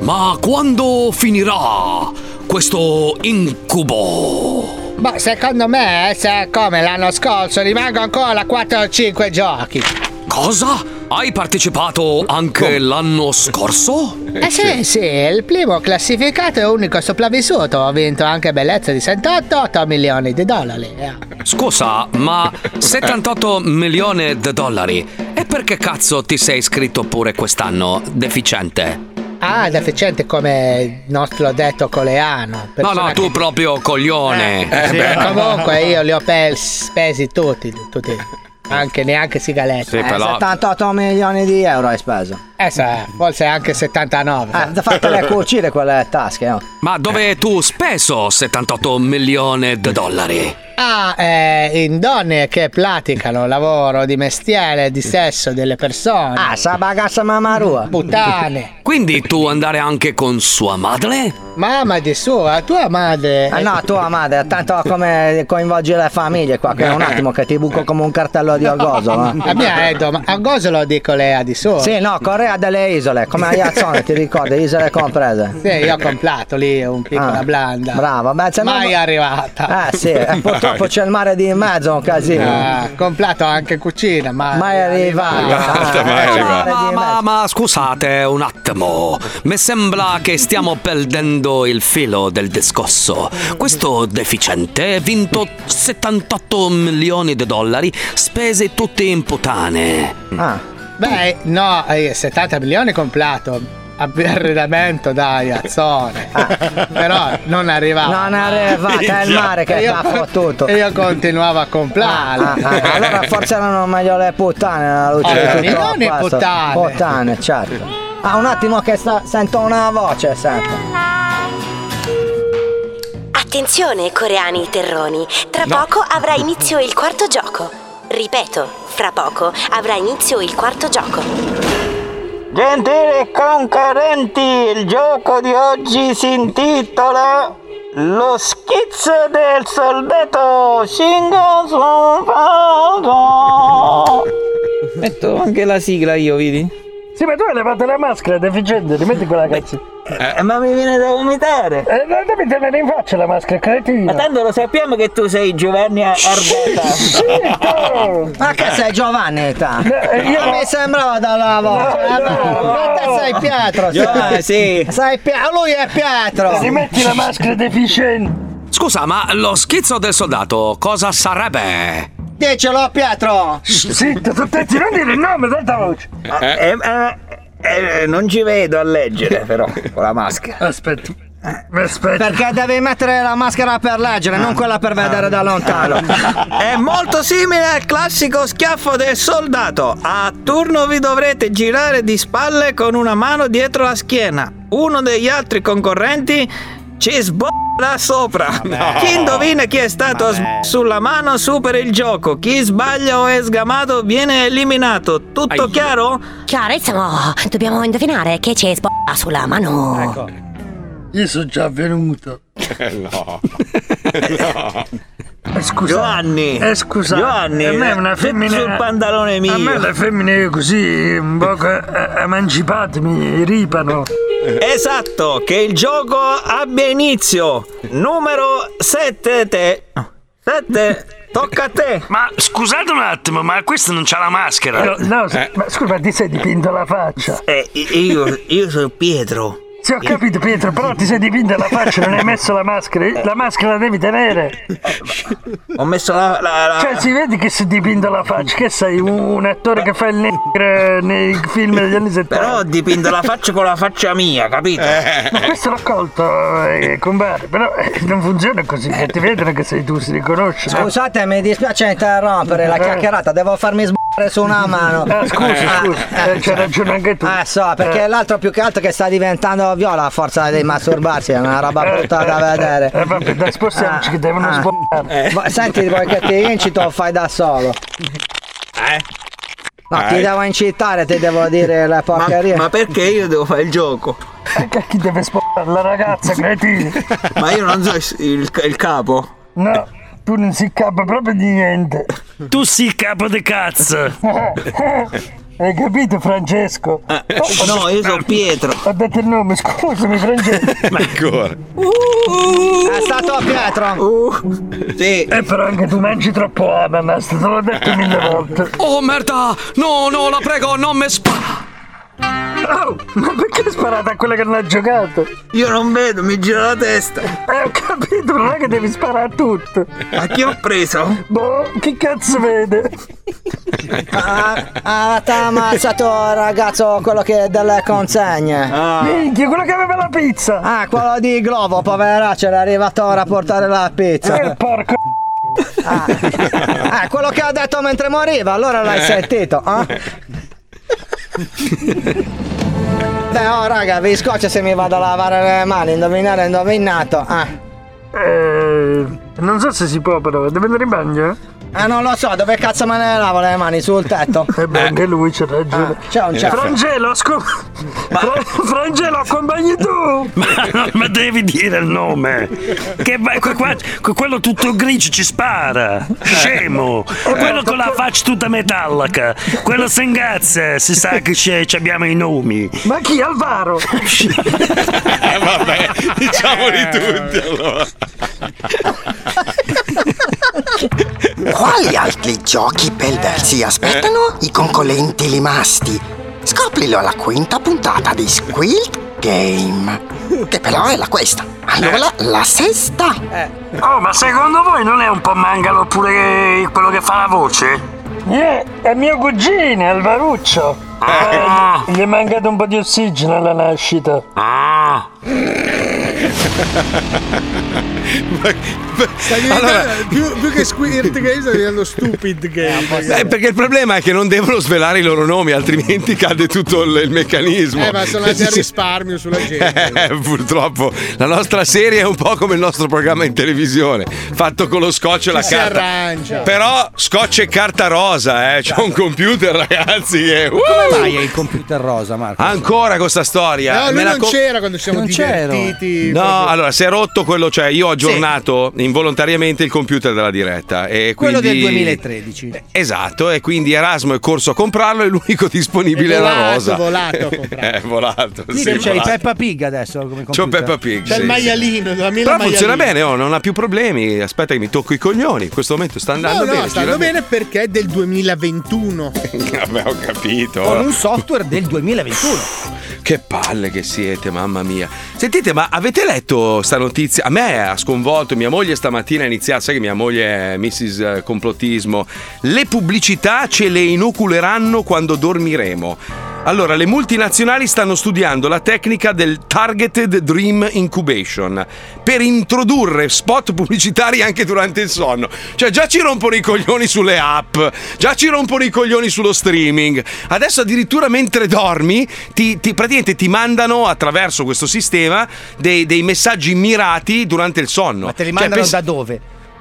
Speaker 10: Ma quando finirà questo incubo?
Speaker 11: Boh, secondo me, se come l'anno scorso, rimango ancora 4 o 5 giochi.
Speaker 10: Eh, Cosa? Hai partecipato
Speaker 11: Boh.
Speaker 10: anche l'anno scorso?
Speaker 11: Eh sì, sì, il primo classificato e unico sopravvissuto. Ho vinto anche bellezza di 78 milioni di dollari. Eh.
Speaker 10: Scusa, ma 78 milioni di dollari. E perché cazzo ti sei iscritto pure quest'anno, deficiente?
Speaker 11: Ah, deficiente come il nostro detto coleano.
Speaker 10: No, no, Eh,
Speaker 11: persona
Speaker 10: tu proprio coglione.
Speaker 11: che- Comunque io li ho pers- spesi tutti, tutti. Anche neanche sigarette.
Speaker 10: Sì, però-
Speaker 9: 78 milioni di euro hai speso.
Speaker 11: Eh, sa, forse anche 79.
Speaker 9: Eh,
Speaker 10: <laughs>
Speaker 9: da fatele cucire quelle tasche, no?
Speaker 10: Ma dove tu speso 78 milioni di dollari?
Speaker 11: Ah, eh, in donne che praticano lavoro di mestiere, di sesso delle persone.
Speaker 9: Ah, sa bagassa mamarua.
Speaker 11: puttane.
Speaker 10: Quindi tu andare anche con sua madre?
Speaker 11: Mamma di sua, tua madre.
Speaker 9: Ah no, tua madre, tanto come coinvolgere le famiglie qua, che è un attimo che ti buco come un cartello <laughs> di
Speaker 11: <laughs>
Speaker 9: orgoso.
Speaker 11: La
Speaker 9: eh.
Speaker 11: mia è dom- a Gosolo dico lei di sua.
Speaker 9: Sì, no, Corea delle
Speaker 11: <laughs>
Speaker 9: isole, come a Iazzone, ti ricordi, isole comprese.
Speaker 11: Sì, io ho comprato lì un piccola
Speaker 9: Ah,
Speaker 11: blanda.
Speaker 9: bravo, beh, se no-
Speaker 11: Mai arrivata.
Speaker 9: Eh sì,
Speaker 11: <laughs>
Speaker 9: eh, purtroppo c'è il mare di mezzo, un casino.
Speaker 11: Ah, comprato anche cucina, ma.
Speaker 9: Mai arrivato.
Speaker 2: Guarda, mai
Speaker 9: Ah,
Speaker 2: arrivato.
Speaker 9: il mare
Speaker 10: Ma,
Speaker 9: di
Speaker 10: ma-
Speaker 9: mezzo.
Speaker 10: ma scusate un attimo, mi sembra che stiamo perdendo il filo del discorso. Questo deficiente ha vinto 78 milioni di dollari spese tutte in putane.
Speaker 9: Ah,
Speaker 11: Beh, no, eh, 70 milioni comprato. Ab- Arredamento da Iazzone. Però non arrivava.
Speaker 9: Ah. non
Speaker 11: <laughs>
Speaker 9: arrivate, è il mare che
Speaker 11: E
Speaker 9: ti ha fottuto.
Speaker 11: e io continuavo a
Speaker 9: Ah, ah,
Speaker 11: comprarlo.
Speaker 9: ah, allora forse erano meglio le puttane nella luce
Speaker 11: Eh,
Speaker 9: di tutto
Speaker 11: non le
Speaker 9: questo.
Speaker 11: puttane.
Speaker 9: Puttane, certo. Ah, un attimo che sta- sento una voce, sento.
Speaker 12: Attenzione coreani terroni, tra poco avrà inizio il quarto gioco. Ripeto, fra poco avrà inizio il quarto gioco.
Speaker 13: Gentili concorrenti, il gioco di oggi si intitola Lo schizzo del soldato Shingo Sunfaldo.
Speaker 14: Metto anche la sigla io, vedi?
Speaker 13: Sì, ma tu hai levato la maschera, deficiente, rimetti quella cazzo.
Speaker 14: Eh,
Speaker 13: ma mi viene da vomitare. Eh, non devi tenere in faccia la maschera, cretino.
Speaker 14: Ma tanto lo sappiamo che tu sei Giovanni Ardetta.
Speaker 9: Ma che sei Giovanetta?
Speaker 14: eh, io-
Speaker 9: Non Ah, mi sembrava dalla voce. Ma te sei Eh, Pietro?
Speaker 14: Io-
Speaker 9: sei.
Speaker 14: eh, sì.
Speaker 9: Sei Pietro, oh, lui è Pietro.
Speaker 13: Rimetti la maschera deficiente.
Speaker 10: Scusa, ma lo schizzo del soldato cosa sarebbe?
Speaker 9: Dicelo Pietro.
Speaker 13: Zitto, zitto, non dire il nome, tanta voce.
Speaker 14: Eh, eh, eh, non ci vedo a <laughs> leggere però con la maschera.
Speaker 13: Aspetta. Aspetta.
Speaker 9: Eh. Perché devi mettere la maschera per leggere, non quella per vedere da lontano.
Speaker 14: <laughs> È molto simile al classico schiaffo del soldato. A turno vi dovrete girare di spalle con una mano dietro la schiena. Uno degli altri concorrenti ci sbocca sopra. Chi indovina chi è stato s- sulla mano supera il gioco. Chi sbaglia o è sgamato viene eliminato. Tutto chiaro?
Speaker 12: Chiarissimo, dobbiamo indovinare che c'è sbocca sulla mano.
Speaker 13: Ecco. Io sono già venuto. <laughs>
Speaker 3: no.
Speaker 13: Eh, Scusa.
Speaker 14: Giovanni.
Speaker 13: Eh, scusa.
Speaker 14: Giovanni,
Speaker 13: A me una
Speaker 14: eh,
Speaker 13: femmina.
Speaker 14: sul pantalone
Speaker 13: A
Speaker 14: mio.
Speaker 13: me le femmine così, un po' eh, emancipate, mi ripano.
Speaker 14: Esatto, che il gioco abbia inizio. Numero 7 te. 7 tocca a te.
Speaker 15: Ma scusate un attimo, ma questo non c'ha la maschera.
Speaker 13: No, no, ma scusa, ma ti sei dipinto la faccia?
Speaker 14: Eh, io, io sono Pietro.
Speaker 13: Sì, ho capito Pietro, però ti sei dipinta la faccia, non hai messo la maschera. La maschera la devi tenere.
Speaker 14: Ho messo la. la, la...
Speaker 13: Cioè, si vede che si è dipinto la faccia. Che sei un, un attore che fa il negro nei film degli anni 70.
Speaker 14: Però ho dipinto la faccia con la faccia mia, capito?
Speaker 13: Ma questo l'ho colto, eh, compare, però eh, non funziona così, che ti vedono che sei tu, si riconosce. no?
Speaker 9: Scusate, mi dispiace interrompere la chiacchierata, devo farmi sbattere su una mano.
Speaker 13: Ah, scusa, scusa, eh, c'hai ragione anche tu.
Speaker 9: Eh, so, perché
Speaker 13: Eh.
Speaker 9: l'altro più che altro che sta diventando viola a forza di masturbarsi, è una roba brutta da vedere. Ah,
Speaker 13: Eh, vabbè, dai, spostiamoci che devono
Speaker 14: Eh.
Speaker 13: sbagliare.
Speaker 9: Ma Senti, vuoi che ti incito o fai da solo? No, ti
Speaker 14: Eh.
Speaker 9: devo incitare, ti devo dire la porcheria.
Speaker 14: Ma perché io devo fare il gioco?
Speaker 13: Perché chi deve sbagliare la ragazza, cretini?
Speaker 14: Ma io non so il, il- il capo.
Speaker 13: No, tu non si capa proprio di niente.
Speaker 15: Tu sei capo di
Speaker 14: <laughs>
Speaker 15: cazzo.
Speaker 13: Hai capito Francesco?
Speaker 14: Eh. no, io sono Pietro.
Speaker 13: Ho detto il nome, scusami Francesco.
Speaker 3: Ancora.
Speaker 9: È stato Pietro.
Speaker 13: Uh,
Speaker 14: sì.
Speaker 13: Eh però anche tu mangi troppo ananas, te l'ho detto mille volte.
Speaker 10: Oh merda! No, no, la prego, non me spa.
Speaker 13: Oh, ma perché hai sparato a quella che non ha giocato?
Speaker 14: Io non vedo, mi gira la testa.
Speaker 13: Eh, ho capito, non è che devi sparare a tutto.
Speaker 14: Ma chi ho preso?
Speaker 13: Boh, che cazzo vede?
Speaker 9: Ah, ah, t'ha ammazzato ragazzo quello che è delle consegne.
Speaker 13: Minchia, quello che aveva la pizza.
Speaker 9: Ah, quello di Globo, poveraccio, era arrivato ora a portare la pizza.
Speaker 13: Eh, porco.
Speaker 9: Ah, quello che ha detto mentre moriva, allora l'hai
Speaker 13: Eh.
Speaker 9: sentito, ah? Beh, oh raga, vi scoccia se mi vado a lavare le mani, indovinare, indovinato. Ah.
Speaker 13: Eh, non so se si può però, deve andare in bagno? eh?
Speaker 9: Ah, non lo so, dove cazzo me ne lavo le mani? Sul tetto.
Speaker 13: <laughs>
Speaker 9: Ah,
Speaker 13: Eh beh, anche lui c'ha ragione.
Speaker 9: ciao, ciao.
Speaker 13: Cioè, Frangelo, scu- Fra- Frangelo, accompagni tu!
Speaker 15: Ma, non- ma devi dire il nome. Che va- que- qua- que- quello tutto grigio ci spara. Scemo.
Speaker 13: Eh.
Speaker 15: Quello con la faccia tutta metallica. Quello si ingazza. Si sa che c'è- ci abbiamo i nomi.
Speaker 13: Ma chi? Alvaro?
Speaker 3: Eh, vabbè,
Speaker 13: Eh.
Speaker 3: diciamoli tutti allora.
Speaker 8: Quali altri giochi
Speaker 3: Eh.
Speaker 8: perversi aspettano i concorrenti rimasti? Scoprilo alla quinta puntata di Squid Game. Che però è la questa.
Speaker 15: Eh,
Speaker 8: Allora, la sesta.
Speaker 4: Eh.
Speaker 13: Oh, ma secondo voi non è un po' mangalo oppure quello che fa la voce? è mio Ah. cugino, Alvaruccio. Eh, gli è mancato un po' di ossigeno alla nascita.
Speaker 15: Ah,
Speaker 3: No!
Speaker 5: Sta diventando più, più che Squid Game sta diventando Stupid Game.
Speaker 2: Eh, perché il problema è che non devono svelare i loro nomi, altrimenti cade tutto il, il meccanismo.
Speaker 5: Eh, ma sono andati a risparmio sulla gente.
Speaker 2: <laughs> Eh, purtroppo la nostra serie è un po' come il nostro programma in televisione, fatto con lo scotch e la
Speaker 5: si
Speaker 2: carta.
Speaker 5: arrangia.
Speaker 2: Però scotch e carta rosa, eh. C'è un computer, <laughs> ragazzi. Che...
Speaker 4: Come mai hai il computer rosa, Marco?
Speaker 2: Ancora questa storia.
Speaker 5: No, lui
Speaker 2: eh, Me la
Speaker 5: non
Speaker 2: com-
Speaker 5: c'era quando ci siamo
Speaker 4: Non c'ero.
Speaker 5: divertiti.
Speaker 2: No,
Speaker 5: proprio.
Speaker 2: allora si è rotto quello, cioè io ho aggiornato involontariamente il computer della diretta. E
Speaker 4: Quello
Speaker 2: quindi...
Speaker 4: del 2013.
Speaker 2: Esatto, e quindi Erasmo è corso a comprarlo, è l'unico <laughs> disponibile
Speaker 4: È
Speaker 2: alla rosa. <laughs>
Speaker 4: volato, volato a
Speaker 2: È volato.
Speaker 4: Lì
Speaker 2: sì,
Speaker 4: c'è il
Speaker 2: volato.
Speaker 4: Peppa Pig adesso come
Speaker 2: C'ho
Speaker 4: computer.
Speaker 2: Peppa Pig.
Speaker 5: C'è il
Speaker 2: sì,
Speaker 5: maialino, la
Speaker 2: sì.
Speaker 5: mela
Speaker 2: Però funziona
Speaker 5: maialino.
Speaker 2: bene, oh, non ha più problemi. Aspetta che mi tocco i cognoni. In questo momento sta andando
Speaker 5: No, no,
Speaker 2: bene.
Speaker 5: sta andando
Speaker 2: gira
Speaker 5: bene perché è del 2021.
Speaker 2: <laughs> Vabbè, ho capito.
Speaker 5: Con un
Speaker 4: software del 2021.
Speaker 2: Che palle che siete, mamma mia. Sentite, ma avete letto sta notizia? A me ha sconvolto, mia moglie stamattina ha iniziato, sai che mia moglie è Mrs. eh, Complottismo. Le pubblicità ce le inoculeranno quando dormiremo. Allora, le multinazionali stanno studiando la tecnica del Targeted Dream Incubation per introdurre spot pubblicitari anche durante il sonno. Cioè, già ci rompono i coglioni sulle app, già ci rompono i coglioni sullo streaming. Adesso addirittura mentre dormi, ti, ti- praticamente ti mandano attraverso questo sistema dei, dei messaggi mirati durante il sonno. Cioè, Ma
Speaker 4: Te li mandano da dove?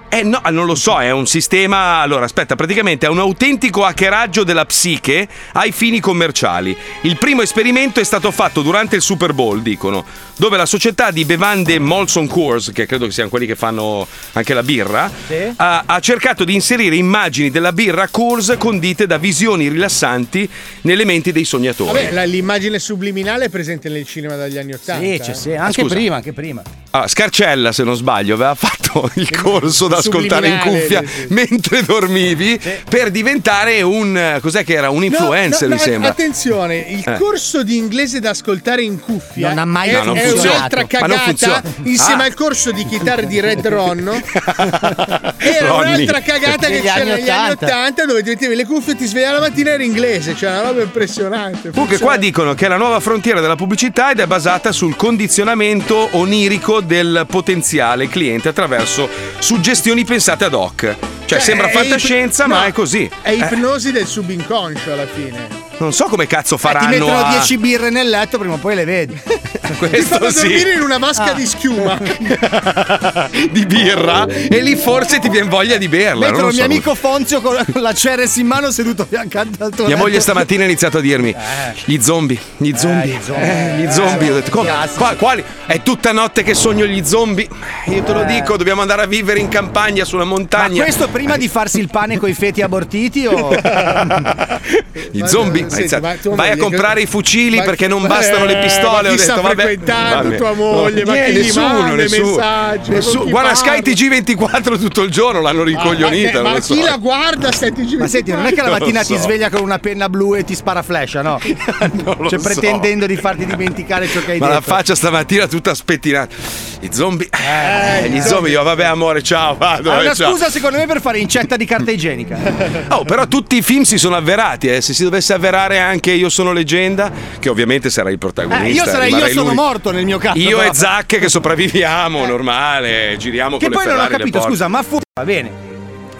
Speaker 2: eh no, non lo so, è un sistema. Allora, aspetta, praticamente è un autentico hackeraggio della psiche ai fini commerciali. Il primo esperimento è stato fatto durante il Super Bowl, dicono, dove la società di bevande Molson Coors, che credo che siano quelli che fanno anche la birra, ha, ha cercato di inserire immagini della birra Coors condite da visioni rilassanti nelle menti dei sognatori.
Speaker 5: Vabbè, la- l'immagine subliminale è presente nel cinema dagli anni Ottanta.
Speaker 4: Sì, c'è,
Speaker 5: eh.
Speaker 4: sì, anche
Speaker 2: scusa.
Speaker 4: prima, anche prima.
Speaker 2: Ah, Scarcella, se non sbaglio, aveva fatto <laughs> il corso da ascoltare in cuffia
Speaker 4: Subliminale, sì,
Speaker 2: mentre dormivi per diventare un. eh, Cos'è che era? Un influencer,
Speaker 5: No, no,
Speaker 2: mi
Speaker 5: no,
Speaker 2: sembra.
Speaker 5: Attenzione, il
Speaker 2: Eh.
Speaker 5: corso di inglese da ascoltare in cuffia
Speaker 2: Non ha mai
Speaker 5: è,
Speaker 2: No, non
Speaker 5: è
Speaker 2: funziona.
Speaker 5: un'altra
Speaker 2: Ma non funziona.
Speaker 5: cagata insieme
Speaker 2: Ah.
Speaker 5: al corso di chitarra di
Speaker 2: <laughs>
Speaker 5: Red Ronno. era
Speaker 2: Ronny.
Speaker 5: un'altra cagata che
Speaker 2: Degli
Speaker 5: c'era
Speaker 2: anni
Speaker 5: negli anni
Speaker 2: 80.
Speaker 5: 80 dove ti mettevi le cuffie e ti svegliavi la mattina era inglese, cioè una roba impressionante.
Speaker 2: Comunque, qua dicono che è la nuova frontiera della pubblicità ed è basata sul condizionamento onirico del potenziale cliente attraverso suggestioni pensate ad hoc. Cioè,
Speaker 5: Cioè,
Speaker 2: sembra
Speaker 5: è
Speaker 2: fantascienza,
Speaker 5: ip-
Speaker 2: ma
Speaker 5: no,
Speaker 2: è così.
Speaker 5: È
Speaker 2: Eh,
Speaker 5: ipnosi del subinconscio alla fine.
Speaker 2: non so come
Speaker 5: Eh,
Speaker 2: cazzo faranno.
Speaker 7: Ti mettono
Speaker 2: a...
Speaker 7: 10 birre nel letto, prima o poi le vedi.
Speaker 5: Ti
Speaker 2: <laughs> Questo
Speaker 5: fanno
Speaker 2: sì.
Speaker 5: dormire in una vasca di schiuma.
Speaker 4: <laughs>
Speaker 2: di birra e lì forse ti viene voglia di berla. non
Speaker 7: Mentre
Speaker 2: lo
Speaker 7: il
Speaker 2: so.
Speaker 7: mio amico Fonzio con la, con la Ceres in mano seduto fianco al tuo
Speaker 2: Mia
Speaker 7: letto.
Speaker 2: moglie stamattina ha iniziato a dirmi: Gli zombie, gli zombie, eh, gli zombie. Io ho detto: "Come? Qua- quali? È tutta notte che sogno gli zombie. Eh, Io te lo dico, dobbiamo andare a vivere in campagna, sulla
Speaker 7: Ma
Speaker 2: montagna.
Speaker 7: questo prima di farsi il pane con i feti abortiti
Speaker 2: <laughs>
Speaker 7: o...
Speaker 2: Eh, Gli zombie, ha
Speaker 7: senti,
Speaker 2: iniziato,
Speaker 7: ma tua
Speaker 2: vai a
Speaker 7: moglie
Speaker 2: comprare
Speaker 7: cosa-
Speaker 2: i fucili
Speaker 7: ma-
Speaker 2: perché non bastano le
Speaker 7: Eh,
Speaker 2: pistole.
Speaker 7: ma
Speaker 2: Ho
Speaker 7: chi sta
Speaker 2: detto, vabbè,
Speaker 7: frequentando
Speaker 2: vabbè.
Speaker 7: tua moglie?
Speaker 5: Ma
Speaker 2: Niente,
Speaker 5: chi gli manda
Speaker 2: nessuno,
Speaker 5: i
Speaker 2: nessuno.
Speaker 5: messaggi?
Speaker 2: Nessuno.
Speaker 5: Con chi
Speaker 2: Guarda,
Speaker 5: parla?
Speaker 2: Sky TG24 tutto il giorno l'hanno rincoglionita.
Speaker 4: eh,
Speaker 5: Ah,
Speaker 2: non
Speaker 5: ma
Speaker 2: lo so.
Speaker 5: chi la guarda senti giri?
Speaker 7: Ma senti, non è che la
Speaker 2: Non lo
Speaker 7: mattina ti
Speaker 2: so.
Speaker 7: sveglia con una penna blu e ti spara
Speaker 2: <laughs>
Speaker 7: flash, no?
Speaker 2: lo
Speaker 7: cioè,
Speaker 2: so.
Speaker 7: pretendendo di farti dimenticare ciò che hai
Speaker 2: Ma la
Speaker 7: detto.
Speaker 2: faccia stamattina tutta spettinata. I zombie. Eh, gli
Speaker 7: i
Speaker 2: zombie, io, vabbè, amore, ciao, vado.
Speaker 7: Hai
Speaker 2: eh,
Speaker 7: una
Speaker 2: ciao.
Speaker 7: scusa, secondo me, per fare incetta di
Speaker 2: <laughs>
Speaker 7: carta igienica.
Speaker 2: Oh, però tutti i film si sono avverati, eh. se si dovesse avverare anche Io sono leggenda, che ovviamente sarà il protagonista.
Speaker 7: Eh, io sarei io
Speaker 2: rimarrei
Speaker 7: sono
Speaker 2: lui.
Speaker 7: morto nel mio caso.
Speaker 2: Io
Speaker 7: però.
Speaker 2: e Zac che sopravviviamo, normale, giriamo
Speaker 7: Che
Speaker 2: con
Speaker 7: poi
Speaker 2: le
Speaker 7: non ho
Speaker 2: Ferrari, le
Speaker 7: capito,
Speaker 2: Porsche.
Speaker 7: scusa, ma fu... Va bene.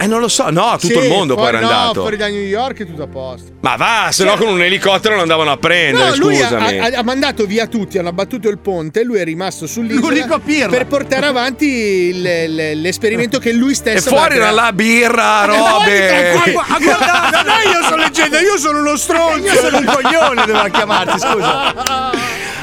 Speaker 2: Eh, non lo so, no, tutto
Speaker 5: Sì,
Speaker 2: il mondo poi
Speaker 5: fuori-
Speaker 2: era
Speaker 5: no,
Speaker 2: andato.
Speaker 5: fuori da New York è tutto a posto.
Speaker 2: Ma va, se no
Speaker 7: Cioè-
Speaker 2: con un elicottero lo andavano a prendere,
Speaker 5: No, lui
Speaker 2: Eh,
Speaker 5: ha,
Speaker 2: scusami.
Speaker 5: ha- ha mandato via tutti, hanno abbattuto il ponte, lui è rimasto sull'isola
Speaker 7: L'unico pirla.
Speaker 5: per portare avanti il- il- l'esperimento che lui stesso
Speaker 2: e fuori era la
Speaker 5: Eh,
Speaker 2: birra,
Speaker 7: Eh,
Speaker 2: robe. <laughs>
Speaker 7: Ah, guardate, no, io sono leggenda, io sono uno stronzo. Io sono un coglione, doveva chiamarsi, scusa.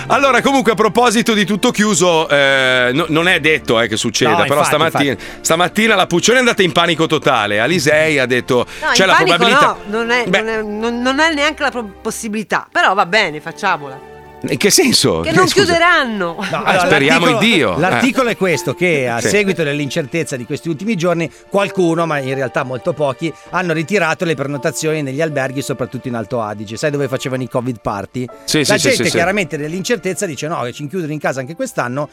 Speaker 2: Allora, comunque, a proposito di tutto chiuso, eh, no- non è detto eh, che succeda,
Speaker 16: No,
Speaker 2: però
Speaker 16: infatti,
Speaker 2: stamattina, stamattina la Puccione è andata in panico totale. Alisei ha detto:
Speaker 17: No,
Speaker 2: c'è
Speaker 17: in
Speaker 2: Cioè, la
Speaker 17: panico
Speaker 2: probabilità.
Speaker 17: no, non è, non, è, non- non è neanche la pro- possibilità, però va bene, facciamola.
Speaker 2: In che senso?
Speaker 17: Che non
Speaker 2: Oh, Scusa.
Speaker 17: chiuderanno. <laughs>
Speaker 2: Ah, speriamo in Dio.
Speaker 4: L'articolo è questo: che a
Speaker 2: Sì.
Speaker 4: seguito dell'incertezza di questi ultimi giorni, qualcuno, ma in realtà molto pochi, hanno ritirato le prenotazioni negli alberghi, soprattutto in Alto Adige. Sai dove facevano i Covid party?
Speaker 2: Sì,
Speaker 4: La
Speaker 2: sì, sì,
Speaker 4: gente
Speaker 2: sì, sì.
Speaker 4: chiaramente nell'incertezza dice: no, ci inchiudono in casa anche quest'anno.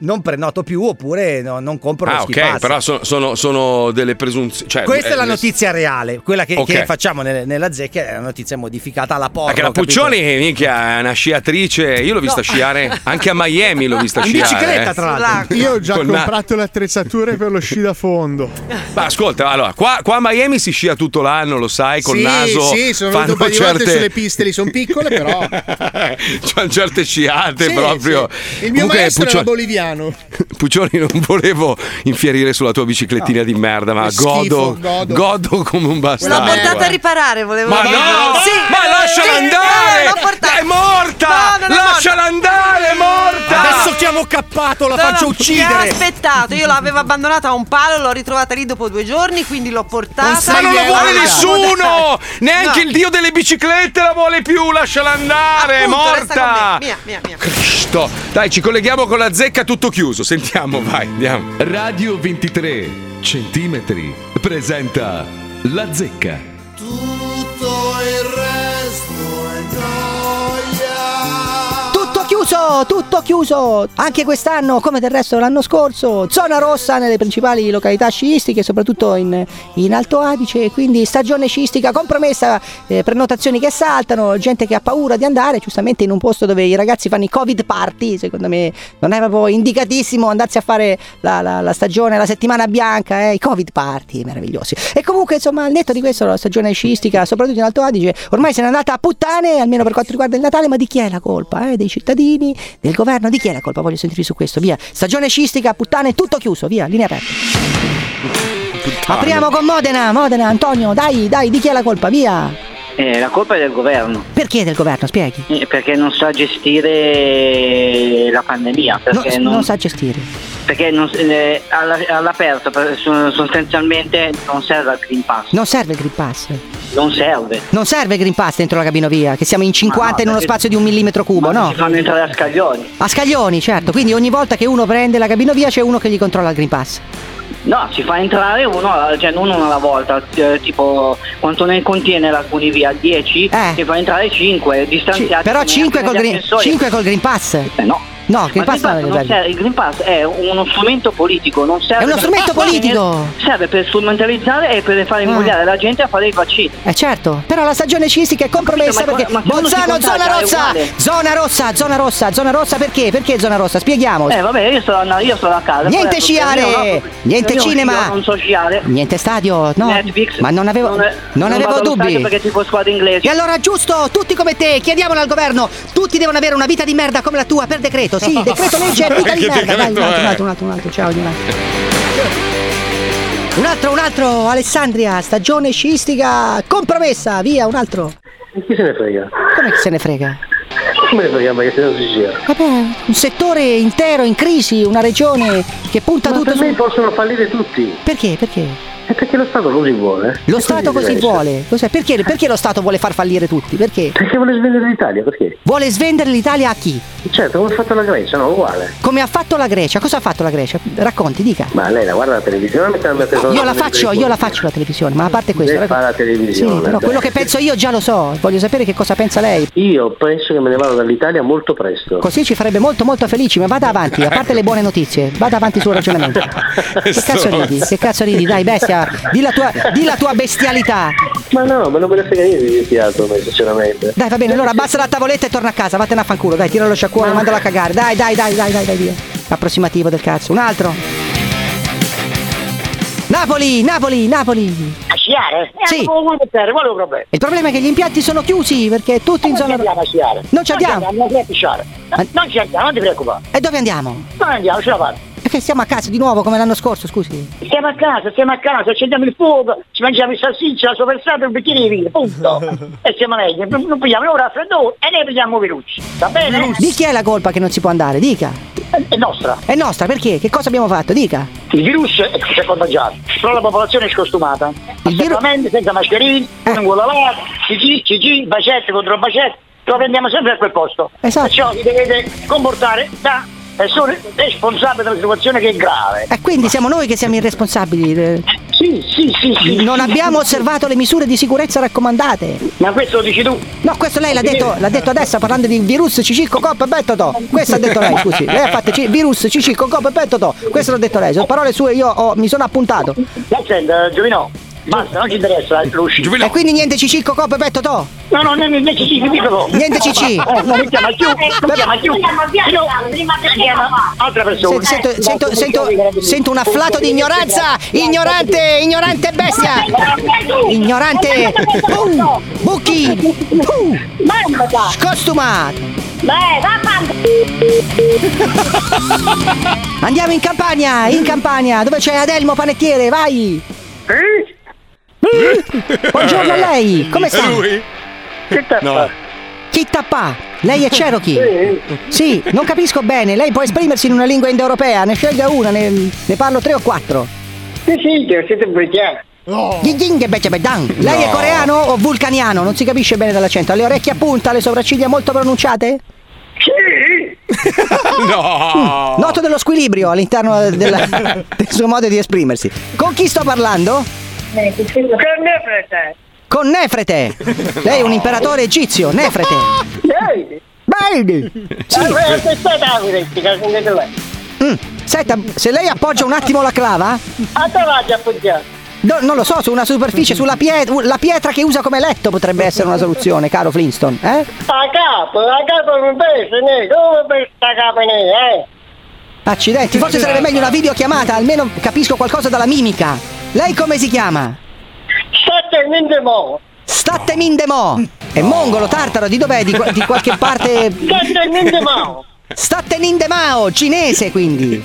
Speaker 4: non prenoto più oppure no- non compro
Speaker 2: Ah,
Speaker 4: lo
Speaker 2: ok,
Speaker 4: ski pass.
Speaker 2: però so- sono, sono delle presunzioni. Cioè,
Speaker 4: Questa è la
Speaker 2: eh,
Speaker 4: notizia reale, quella che,
Speaker 2: Ok.
Speaker 4: che facciamo nel- nella zecca è la notizia modificata alla porta.
Speaker 2: Perché la Puccioni, minchia, è una sciatrice. Io l'ho vista
Speaker 4: No.
Speaker 2: sciare, anche a Miami l'ho
Speaker 5: <laughs>
Speaker 2: vista
Speaker 4: In
Speaker 2: sciare.
Speaker 4: bicicletta,
Speaker 2: eh.
Speaker 5: Io ho già
Speaker 2: Col na-
Speaker 5: comprato le attrezzature per lo sci da fondo.
Speaker 2: Ma ascolta, allora, qua, qua a Miami si scia tutto l'anno, lo sai, col
Speaker 5: sì,
Speaker 2: naso.
Speaker 5: Sì, sono
Speaker 2: fanno
Speaker 5: venuto un paio di volte
Speaker 2: certe-
Speaker 5: sulle piste lì, sono piccole,
Speaker 2: <laughs>
Speaker 5: però.
Speaker 2: C'hanno certe sciate
Speaker 5: Sì,
Speaker 2: proprio.
Speaker 5: sì. Il mio
Speaker 2: Comunque,
Speaker 5: maestro era
Speaker 2: Puccioni,
Speaker 5: boliviano.
Speaker 2: Puccioni, non volevo infierire sulla tua biciclettina di merda, ma
Speaker 5: È schifo,
Speaker 2: godo,
Speaker 5: godo. Eh,
Speaker 2: godo come un
Speaker 17: Me l'ho
Speaker 2: bastardo.
Speaker 17: portata a
Speaker 2: guarda.
Speaker 17: riparare, volevo
Speaker 2: Ma
Speaker 17: dire.
Speaker 2: no!
Speaker 17: Sì,
Speaker 2: Ma lasciala
Speaker 17: sì,
Speaker 2: andare!
Speaker 17: no, l'ho portata.
Speaker 2: È morta!
Speaker 17: No, non è
Speaker 2: Lasciala andare, è morta!
Speaker 7: Adesso chiamo Cappato, la
Speaker 17: No,
Speaker 7: faccio
Speaker 17: no, Mi ha
Speaker 7: uccidere!
Speaker 17: aspettato, io l'avevo abbandonata a un palo, l'ho ritrovata lì dopo due giorni, quindi l'ho portata.
Speaker 2: Ma non lo
Speaker 5: eh,
Speaker 2: vuole nessuno! Neanche
Speaker 17: No.
Speaker 2: il dio delle biciclette la vuole più, lasciala andare, è
Speaker 17: Appunto, resta con
Speaker 2: morta!
Speaker 17: me. Mia, mia, mia.
Speaker 2: Cristo. Dai, ci colleghiamo con la zecca tutto chiuso, sentiamo, vai, andiamo.
Speaker 16: Radio 23 centimetri presenta La zecca.
Speaker 18: Tutto il resto è noia.
Speaker 19: Tutto chiuso, tutto chiuso! Anche quest'anno, come del resto l'anno scorso, zona rossa nelle principali località sciistiche, soprattutto in, in Alto Adige, quindi stagione sciistica compromessa, eh, prenotazioni che saltano, gente che ha paura di andare, giustamente in un posto dove i ragazzi fanno i covid party, secondo me non è proprio indicatissimo andarsi a fare la, la- la stagione, la settimana bianca, eh, i covid party, meravigliosi. E comunque, insomma, al netto di questo, la stagione sciistica, soprattutto in Alto Adige, ormai se n'è andata a puttane, almeno per quanto riguarda il Natale, ma di chi è la colpa? eh? Dei cittadini, del governo, di chi è la colpa? Voglio sentire su questo, via. Stagione sciistica, puttane, tutto chiuso, via, linea aperta. Apriamo con Modena, Modena, Antonio, dai, dai, di chi è la colpa? Via.
Speaker 9: Eh, la colpa è del governo,
Speaker 19: Perché del governo? Spieghi.
Speaker 9: eh, perché non sa gestire la pandemia, perché
Speaker 19: Non,
Speaker 9: non,
Speaker 19: non sa gestire.
Speaker 9: perché non- eh, alla- all'aperto per- su- sostanzialmente non serve il Green Pass,
Speaker 19: Non serve il Green Pass.
Speaker 9: non serve.
Speaker 19: Non serve il Green Pass dentro la cabinovia, che siamo in 50 in uno
Speaker 9: Ah, perché-
Speaker 19: spazio di un millimetro cubo, no?
Speaker 9: Ti fanno entrare a scaglioni.
Speaker 19: A scaglioni, certo. Quindi ogni volta che uno prende la cabinovia c'è uno che gli controlla il Green Pass.
Speaker 9: No, si fa entrare uno, cioè non uno alla volta, eh, tipo quanto ne contiene la via 10, si fa entrare 5,
Speaker 19: Ci-
Speaker 9: distanziati.
Speaker 19: Eh. però
Speaker 9: negli
Speaker 19: 5 col,
Speaker 9: ascensori. Eh,
Speaker 19: green, 5 col Green Pass. no. No, il Green
Speaker 9: Ma
Speaker 19: Pass non è
Speaker 9: non
Speaker 19: bello.
Speaker 9: serve- il Green Pass è uno strumento politico, non serve
Speaker 19: È uno
Speaker 9: per-
Speaker 19: strumento politico! Ah.
Speaker 9: Serve per strumentalizzare e per far invogliare la gente a fare i vaccini.
Speaker 19: Eh certo, però la stagione sciistica è compromessa
Speaker 9: Ma co-
Speaker 19: perché
Speaker 9: ma se uno
Speaker 19: Bolzano
Speaker 9: si contagia,
Speaker 19: zona
Speaker 9: è
Speaker 19: rossa,
Speaker 9: uguale.
Speaker 19: zona rossa, zona rossa, zona rossa perché? Perché zona rossa? Spieghiamo.
Speaker 9: Eh vabbè, io sono, no, io sono a casa.
Speaker 19: Niente
Speaker 9: adesso,
Speaker 19: sciare,
Speaker 9: io non ho-
Speaker 19: niente
Speaker 9: io non-
Speaker 19: cinema.
Speaker 9: io non so sciare.
Speaker 19: Niente stadio, no.
Speaker 9: Netflix.
Speaker 19: Ma non avevo,
Speaker 9: Non è-
Speaker 19: non
Speaker 9: non
Speaker 19: avevo
Speaker 9: vado allo
Speaker 19: dubbi.
Speaker 9: stadio perché tipo squadra inglese.
Speaker 19: E allora giusto, tutti come te, chiediamolo al governo, tutti devono avere una vita di merda come la tua per decreto. Sì, decreto
Speaker 9: <laughs>
Speaker 19: legge è vita di
Speaker 18: Che
Speaker 19: merda. Dai, un
Speaker 18: decreto
Speaker 9: eh.
Speaker 19: altro,
Speaker 18: è?
Speaker 19: un altro, un altro, un altro, ciao, un altro. Un altro, un altro, Alessandria, stagione sciistica compromessa, via, un altro.
Speaker 20: Chi se ne frega?
Speaker 19: Come chi se ne frega?
Speaker 20: Come ne frega perché se non si gira?
Speaker 19: Vabbè, un settore intero in crisi, una regione che punta tutto
Speaker 20: Per me
Speaker 19: su...
Speaker 20: possono fallire tutti.
Speaker 19: Perché? Perché?
Speaker 20: È perché lo Stato così vuole.
Speaker 19: Lo Stato così
Speaker 20: riesce.
Speaker 19: vuole. Cos'è? Perché, perché lo Stato vuole far fallire tutti? Perché?
Speaker 20: Perché vuole svendere l'Italia? Perché?
Speaker 19: Vuole svendere l'Italia a chi?
Speaker 20: Certo, come ha fatto la Grecia, no? Uguale.
Speaker 19: Come ha fatto la Grecia? Cosa ha fatto la Grecia? Racconti, dica.
Speaker 20: Ma lei la guarda la televisione mette la mia testa
Speaker 19: Io la
Speaker 20: davanti
Speaker 19: faccio,
Speaker 20: alle
Speaker 19: io la faccio la televisione, ma a parte questo.
Speaker 20: Lei fa la televisione.
Speaker 19: Sì, però quello che penso io già lo so. Voglio sapere che cosa pensa lei.
Speaker 20: Io penso che me ne vado dall'Italia molto presto.
Speaker 19: Così ci farebbe molto molto felici, ma vada avanti, a parte le buone notizie, vada avanti sul ragionamento. Che cazzo ridi? Che cazzo ridi? Dai bestia, di la tua, di la tua bestialità.
Speaker 20: Ma no, ma non me ne frega niente di teatro, me, sinceramente.
Speaker 19: Dai, va bene, allora abbassa la tavoletta e torna a casa, vattene a fanculo, dai, tira lo sciacquone, mandalo a cagare. Dai, dai, dai, dai, dai, dai, via. Approssimativo del cazzo. Un altro. Napoli, Napoli, Napoli.
Speaker 18: A sciare? Eh,
Speaker 19: Sì.
Speaker 18: non vuole mettere, qual è il problema?
Speaker 19: Il problema è che gli impianti sono chiusi perché tutti in
Speaker 18: Non ci
Speaker 19: zona
Speaker 18: andiamo a sciare.
Speaker 19: Non ci andiamo.
Speaker 18: Non ci andiamo, non ci andiamo, non ci andiamo, non ti preoccupare.
Speaker 19: E dove andiamo?
Speaker 18: Non andiamo, ce la fanno.
Speaker 19: Perché siamo a casa di nuovo come l'anno scorso, scusi.
Speaker 18: Stiamo a casa, stiamo a casa, accendiamo il fuoco, ci mangiamo il salsiccia, la soprassata e un bicchiere di vino,
Speaker 19: <laughs>
Speaker 18: punto. e siamo meglio, non non pigliamo né un raffreddore e ne prendiamo Virucci, va bene?
Speaker 19: Eh, Di chi è la colpa che non si può andare? Dica.
Speaker 18: È nostra.
Speaker 19: È nostra, perché? Che cosa abbiamo fatto? Dica.
Speaker 18: Il virus è si è contagiato, però la popolazione è scostumata. Assolutamente, senza mascherine,
Speaker 19: Eh.
Speaker 18: non vuole lavare, CG, CG, bacette contro bacette, lo prendiamo sempre a quel posto.
Speaker 19: Esatto.
Speaker 18: Perciò vi dovete comportare da
Speaker 3: e sono responsabile della situazione che è grave.
Speaker 19: E quindi siamo noi che siamo irresponsabili. eh.
Speaker 3: Sì, sì, sì, sì.
Speaker 19: Non
Speaker 3: sì,
Speaker 19: abbiamo
Speaker 3: sì, sì.
Speaker 19: osservato le misure di sicurezza raccomandate.
Speaker 3: Ma questo lo dici tu?
Speaker 19: No, questo lei l'ha detto, l'ha detto adesso parlando di virus Cicicco Cop e Bettoto. Questo ha detto lei, scusi. Lei ha fatto ci- virus Cicicco Cop e Bettoto. Questo l'ha detto lei. Sono parole sue, io ho- mi sono appuntato.
Speaker 3: Dai, senta, Giovino, basta, non ci interessa l'uscita.
Speaker 19: E quindi niente Cicicco Cop e Bettoto.
Speaker 3: No, no, niente niente CC, mi dico.
Speaker 19: Niente CC.
Speaker 3: Eh, Non mi chiama più, non mi chiama più. No, Altra persona.
Speaker 19: Sento, sento- sento- sento- sento un afflato di ignoranza! Ignorante, ignorante bestia! Ignorante! Pum! Bucchi! Pum! Scostumato! Andiamo in Campania, in Campania, dove c'è Adelmo Panettiere, vai! Eh? Buongiorno a lei, come sta?
Speaker 3: Che tappa?
Speaker 19: Chi tappa? Lei è Cherokee? Sì, non capisco bene, lei può esprimersi in una lingua indoeuropea, ne scelga una, ne, ne parlo tre o quattro.
Speaker 3: Sì, sì, che siete brigati.
Speaker 19: Gli ying e bece bedang. Lei è
Speaker 3: No.
Speaker 19: coreano o vulcaniano? Non si capisce bene dall'accento. Ha le orecchie a punta, le sopracciglia molto pronunciate?
Speaker 2: No!
Speaker 19: Noto dello squilibrio all'interno della- del suo modo di esprimersi. Con chi sto parlando?
Speaker 3: Che ne frate?
Speaker 19: Con Nefrete. Lei è un imperatore egizio, Nefrete. Baby! Sì. Mm. Senta, se lei appoggia un attimo la clava, do- non lo so, su una superficie, sulla pietra, la pietra che usa come letto potrebbe essere una soluzione, caro Flintstone, eh?
Speaker 3: A capo, a capo non pensi, né? Come per sta capo, né? Eh?
Speaker 19: Accidenti, forse sarebbe meglio una videochiamata, almeno capisco qualcosa dalla mimica. Lei come si chiama?
Speaker 3: Sette niente mo.
Speaker 19: State Mindemo! È mongolo, tartaro, di dov'è? Di, qua- di qualche parte.
Speaker 3: State Mindemao!
Speaker 19: State Mindemao, cinese quindi!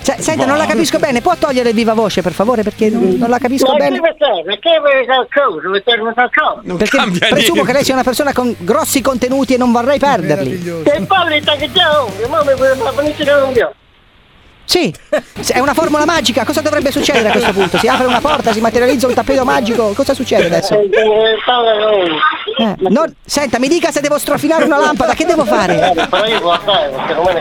Speaker 19: Se- senta, non la capisco bene, può togliere il viva voce per favore perché non, non la capisco
Speaker 3: Ma
Speaker 19: bene?
Speaker 3: che perché? Perché per qualcosa? Per qualcosa?
Speaker 19: Perché presumo che lei sia una persona con grossi contenuti e non vorrei perderli.
Speaker 3: Che palle sta che già ho, ma mi vuole far venire da un dio.
Speaker 19: Sì, se- è una formula magica, cosa dovrebbe succedere a questo punto? Si apre una porta, si materializza un tappeto magico, cosa succede adesso? Eh, no, senta, mi dica se devo strofinare una lampada, che devo fare?
Speaker 3: Però io lo sai, perché non me ne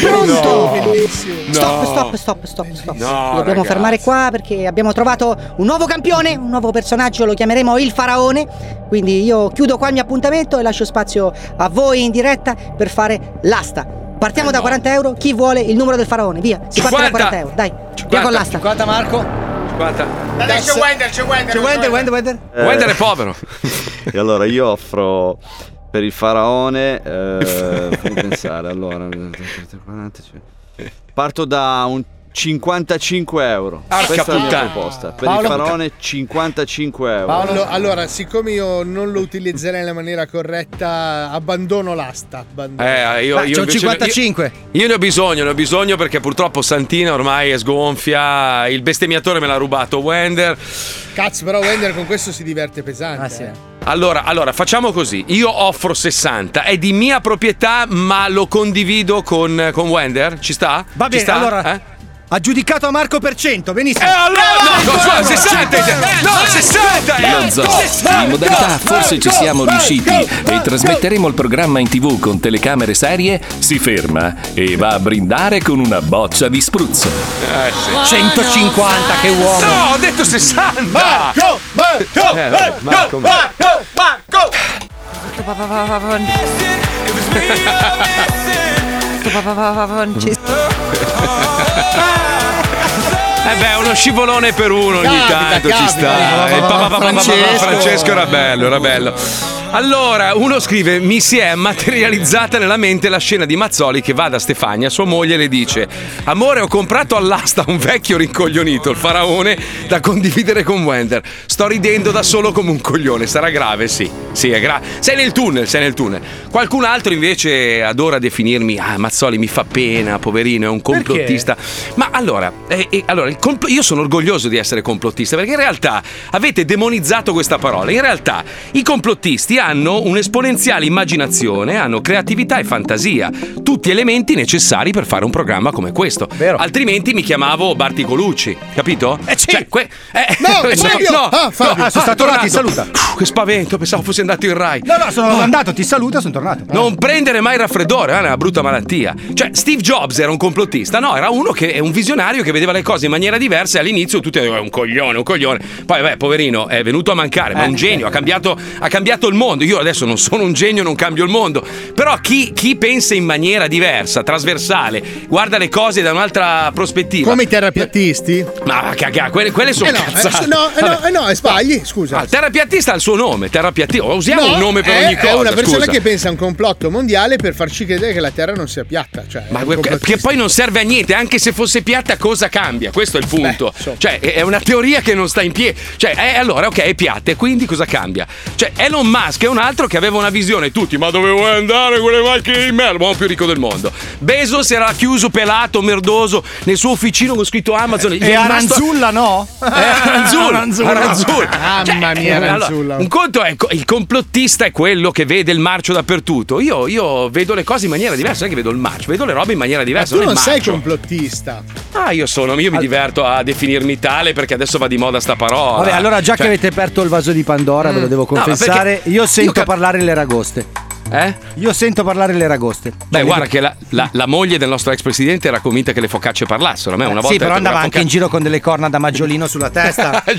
Speaker 19: Pronto?
Speaker 3: No.
Speaker 19: Stop, stop, stop, stop,
Speaker 3: No,
Speaker 19: stop. Lo dobbiamo
Speaker 3: ragazzi.
Speaker 19: fermare qua perché abbiamo trovato un nuovo campione, un nuovo personaggio, lo chiameremo il faraone. Quindi io chiudo qua il mio appuntamento e lascio spazio a voi in diretta per fare l'asta. Partiamo
Speaker 17: Eh
Speaker 19: da 40 euro, chi vuole il numero del faraone? Via, si parte da
Speaker 2: 50.
Speaker 19: 40 euro, dai, via con l'asta. 50 Marco.
Speaker 2: Guarda.
Speaker 11: Dai, c'è Wender, c'è Wender.
Speaker 21: C'è Wender, Wender,
Speaker 19: Wender.
Speaker 4: Eh.
Speaker 2: Wender è povero.
Speaker 4: <laughs> E allora io offro per il faraone. eh, fammi <laughs> pensare. Allora, 40, cioè. parto da un 55 euro.
Speaker 5: Arca
Speaker 4: Questa è la mia
Speaker 5: puttana.
Speaker 4: proposta. Per
Speaker 5: Paolo-
Speaker 4: il faraone, 55 euro. Eh.
Speaker 5: Paolo, allora, siccome io non lo utilizzerei nella maniera corretta, abbandono l'asta. abbandono.
Speaker 2: Eh, io,
Speaker 5: Dai,
Speaker 2: io
Speaker 5: c'ho
Speaker 2: invece-
Speaker 5: 55.
Speaker 2: Io, io ne ho bisogno, ne ho bisogno perché purtroppo Santina ormai è sgonfia. Il bestemmiatore me l'ha rubato Wender.
Speaker 5: Cazzo, però Wender con questo si diverte pesante. Ah, sì.
Speaker 2: Allora, allora, facciamo così. Io offro 60, è di mia proprietà, ma lo condivido con, con Wender. Ci sta?
Speaker 21: Va bene,
Speaker 2: Ci sta?
Speaker 21: allora.
Speaker 2: Eh?
Speaker 21: Aggiudicato a Marco per 100, benissimo.
Speaker 2: E allora, no, scusa, 60, no, 60,
Speaker 21: Non
Speaker 1: Non so, in modalità forse ci siamo riusciti e trasmetteremo il programma in tv con telecamere serie, si ferma e va a brindare con una boccia di spruzzo.
Speaker 21: 150 che uomo.
Speaker 2: Eh. No, ho detto 60.
Speaker 1: <laughs>
Speaker 21: Marco, Marco,
Speaker 2: Eh, vabbè,
Speaker 21: Marco,
Speaker 2: Marco,
Speaker 21: Marco, Marco.
Speaker 2: Eh beh, uno scivolone per uno ogni
Speaker 22: Capita,
Speaker 2: tanto ci
Speaker 22: capita.
Speaker 2: sta. Eh, pa- pa- pa- pa- pa- pa-
Speaker 22: Francesco.
Speaker 2: Francesco era bello, era bello. Allora, uno scrive: Mi si è materializzata nella mente la scena di Mazzoli che va da Stefania, sua moglie, e le dice: Amore, ho comprato all'asta un vecchio rincoglionito, il faraone, da condividere con Wender. Sto ridendo da solo come un coglione. Sarà grave, sì. Sì, è grave. Sei nel tunnel, sei nel tunnel. Qualcun altro invece adora definirmi: Ah, Mazzoli mi fa pena, poverino, è un complottista. Ma allora, eh, eh, allora, il compl- io sono orgoglioso di essere complottista perché in realtà avete demonizzato questa parola. In realtà i complottisti Quindi hanno un'esponenziale immaginazione, hanno creatività e fantasia, tutti elementi necessari per fare un programma come questo. Altrimenti mi chiamavo Barti Colucci, capito? Eh sì. Cioè, que- eh, <laughs>
Speaker 5: No,
Speaker 2: insomma,
Speaker 5: Fabio! Ah, Fabio. Ah, sono
Speaker 2: è tornato.
Speaker 5: tornati, saluta.
Speaker 2: Uff, Che
Speaker 4: Eh,
Speaker 2: spavento, pensavo fosse andato in Rai.
Speaker 7: No, no, sono
Speaker 2: Ah.
Speaker 7: andato, ti saluto, sono tornato.
Speaker 2: Non prendere mai il raffreddore, eh, è una brutta malattia. Cioè, Steve Jobs era un complottista, no, era uno che è un visionario che vedeva le cose in maniera diversa e all'inizio tutti dicevano "È un coglione, un coglione. Poi, beh, poverino, è venuto a mancare, ma è un
Speaker 5: Eh.
Speaker 2: genio, ha cambiato, ha cambiato il mondo. Io adesso non sono un genio, non cambio il mondo. Però chi, chi pensa in maniera diversa, trasversale, guarda le cose da un'altra prospettiva.
Speaker 5: Come i terrapiattisti?
Speaker 2: Ma cagà, quelle, quelle sono
Speaker 5: Eh no,
Speaker 2: cazzate.
Speaker 5: eh, no, eh,
Speaker 2: Vabbè.
Speaker 5: no, eh, no, eh, sbagli, scusa.
Speaker 2: Ah, il terrapiattista ha il suo nome, terrapiattista. Usiamo
Speaker 5: No, eh,
Speaker 2: un nome per
Speaker 5: è-
Speaker 2: ogni cosa.
Speaker 5: È una persona
Speaker 2: scusa.
Speaker 5: che pensa a un complotto mondiale per farci credere che la Terra non sia piatta. Cioè, è
Speaker 2: Ma
Speaker 5: un
Speaker 2: que-
Speaker 5: complotto-
Speaker 2: che poi non serve a niente, anche se fosse piatta, cosa cambia? Questo è il punto. cioè, è è una teoria che non sta in piedi. Cioè, è- allora, ok, è piatta, e quindi cosa cambia? Cioè, Elon Musk è un altro che aveva una visione, tutti, ma dove vuoi andare con le macchine di merda? L'uomo più ricco del mondo. Bezos era chiuso, pelato, merdoso, nel suo officino con scritto
Speaker 5: Eh,
Speaker 2: Amazon. Gli è
Speaker 7: E
Speaker 2: rimasto-
Speaker 7: Aranzulla no?
Speaker 2: Eh, <laughs> Aranzulla,
Speaker 7: Aranzulla.
Speaker 2: Aranzulla.
Speaker 4: Cioè,
Speaker 5: Mamma
Speaker 4: eh,
Speaker 5: mia,
Speaker 2: eh, allora,
Speaker 5: Aranzulla.
Speaker 2: un conto è co- il complottista è quello che vede il marcio dappertutto. Io, io vedo le cose in maniera diversa, non è che vedo il marcio, vedo le robe in maniera
Speaker 5: Ma
Speaker 2: diversa.
Speaker 5: tu
Speaker 2: non è
Speaker 5: non
Speaker 2: il
Speaker 5: sei
Speaker 2: marcio.
Speaker 5: complottista.
Speaker 2: Ah, io sono, io mi diverto a definirmi tale perché adesso va di moda sta parola.
Speaker 4: Vabbè, allora già
Speaker 2: Cioè, Mm.
Speaker 4: che avete aperto il vaso di Pandora, ve lo devo
Speaker 2: No, ma
Speaker 4: confessare,
Speaker 2: perché-
Speaker 4: io sento parlare le ragoste.
Speaker 2: Eh?
Speaker 4: Io sento parlare le ragoste. Cioè,
Speaker 2: Beh, guarda che la, la- la moglie del nostro ex presidente era convinta che le focacce parlassero. A me una volta
Speaker 4: sì,
Speaker 2: ha
Speaker 4: però
Speaker 2: detto che
Speaker 4: andava
Speaker 2: la
Speaker 4: anche in giro con delle corna da maggiolino sulla
Speaker 2: <laughs>
Speaker 4: testa.
Speaker 2: Ah,
Speaker 5: e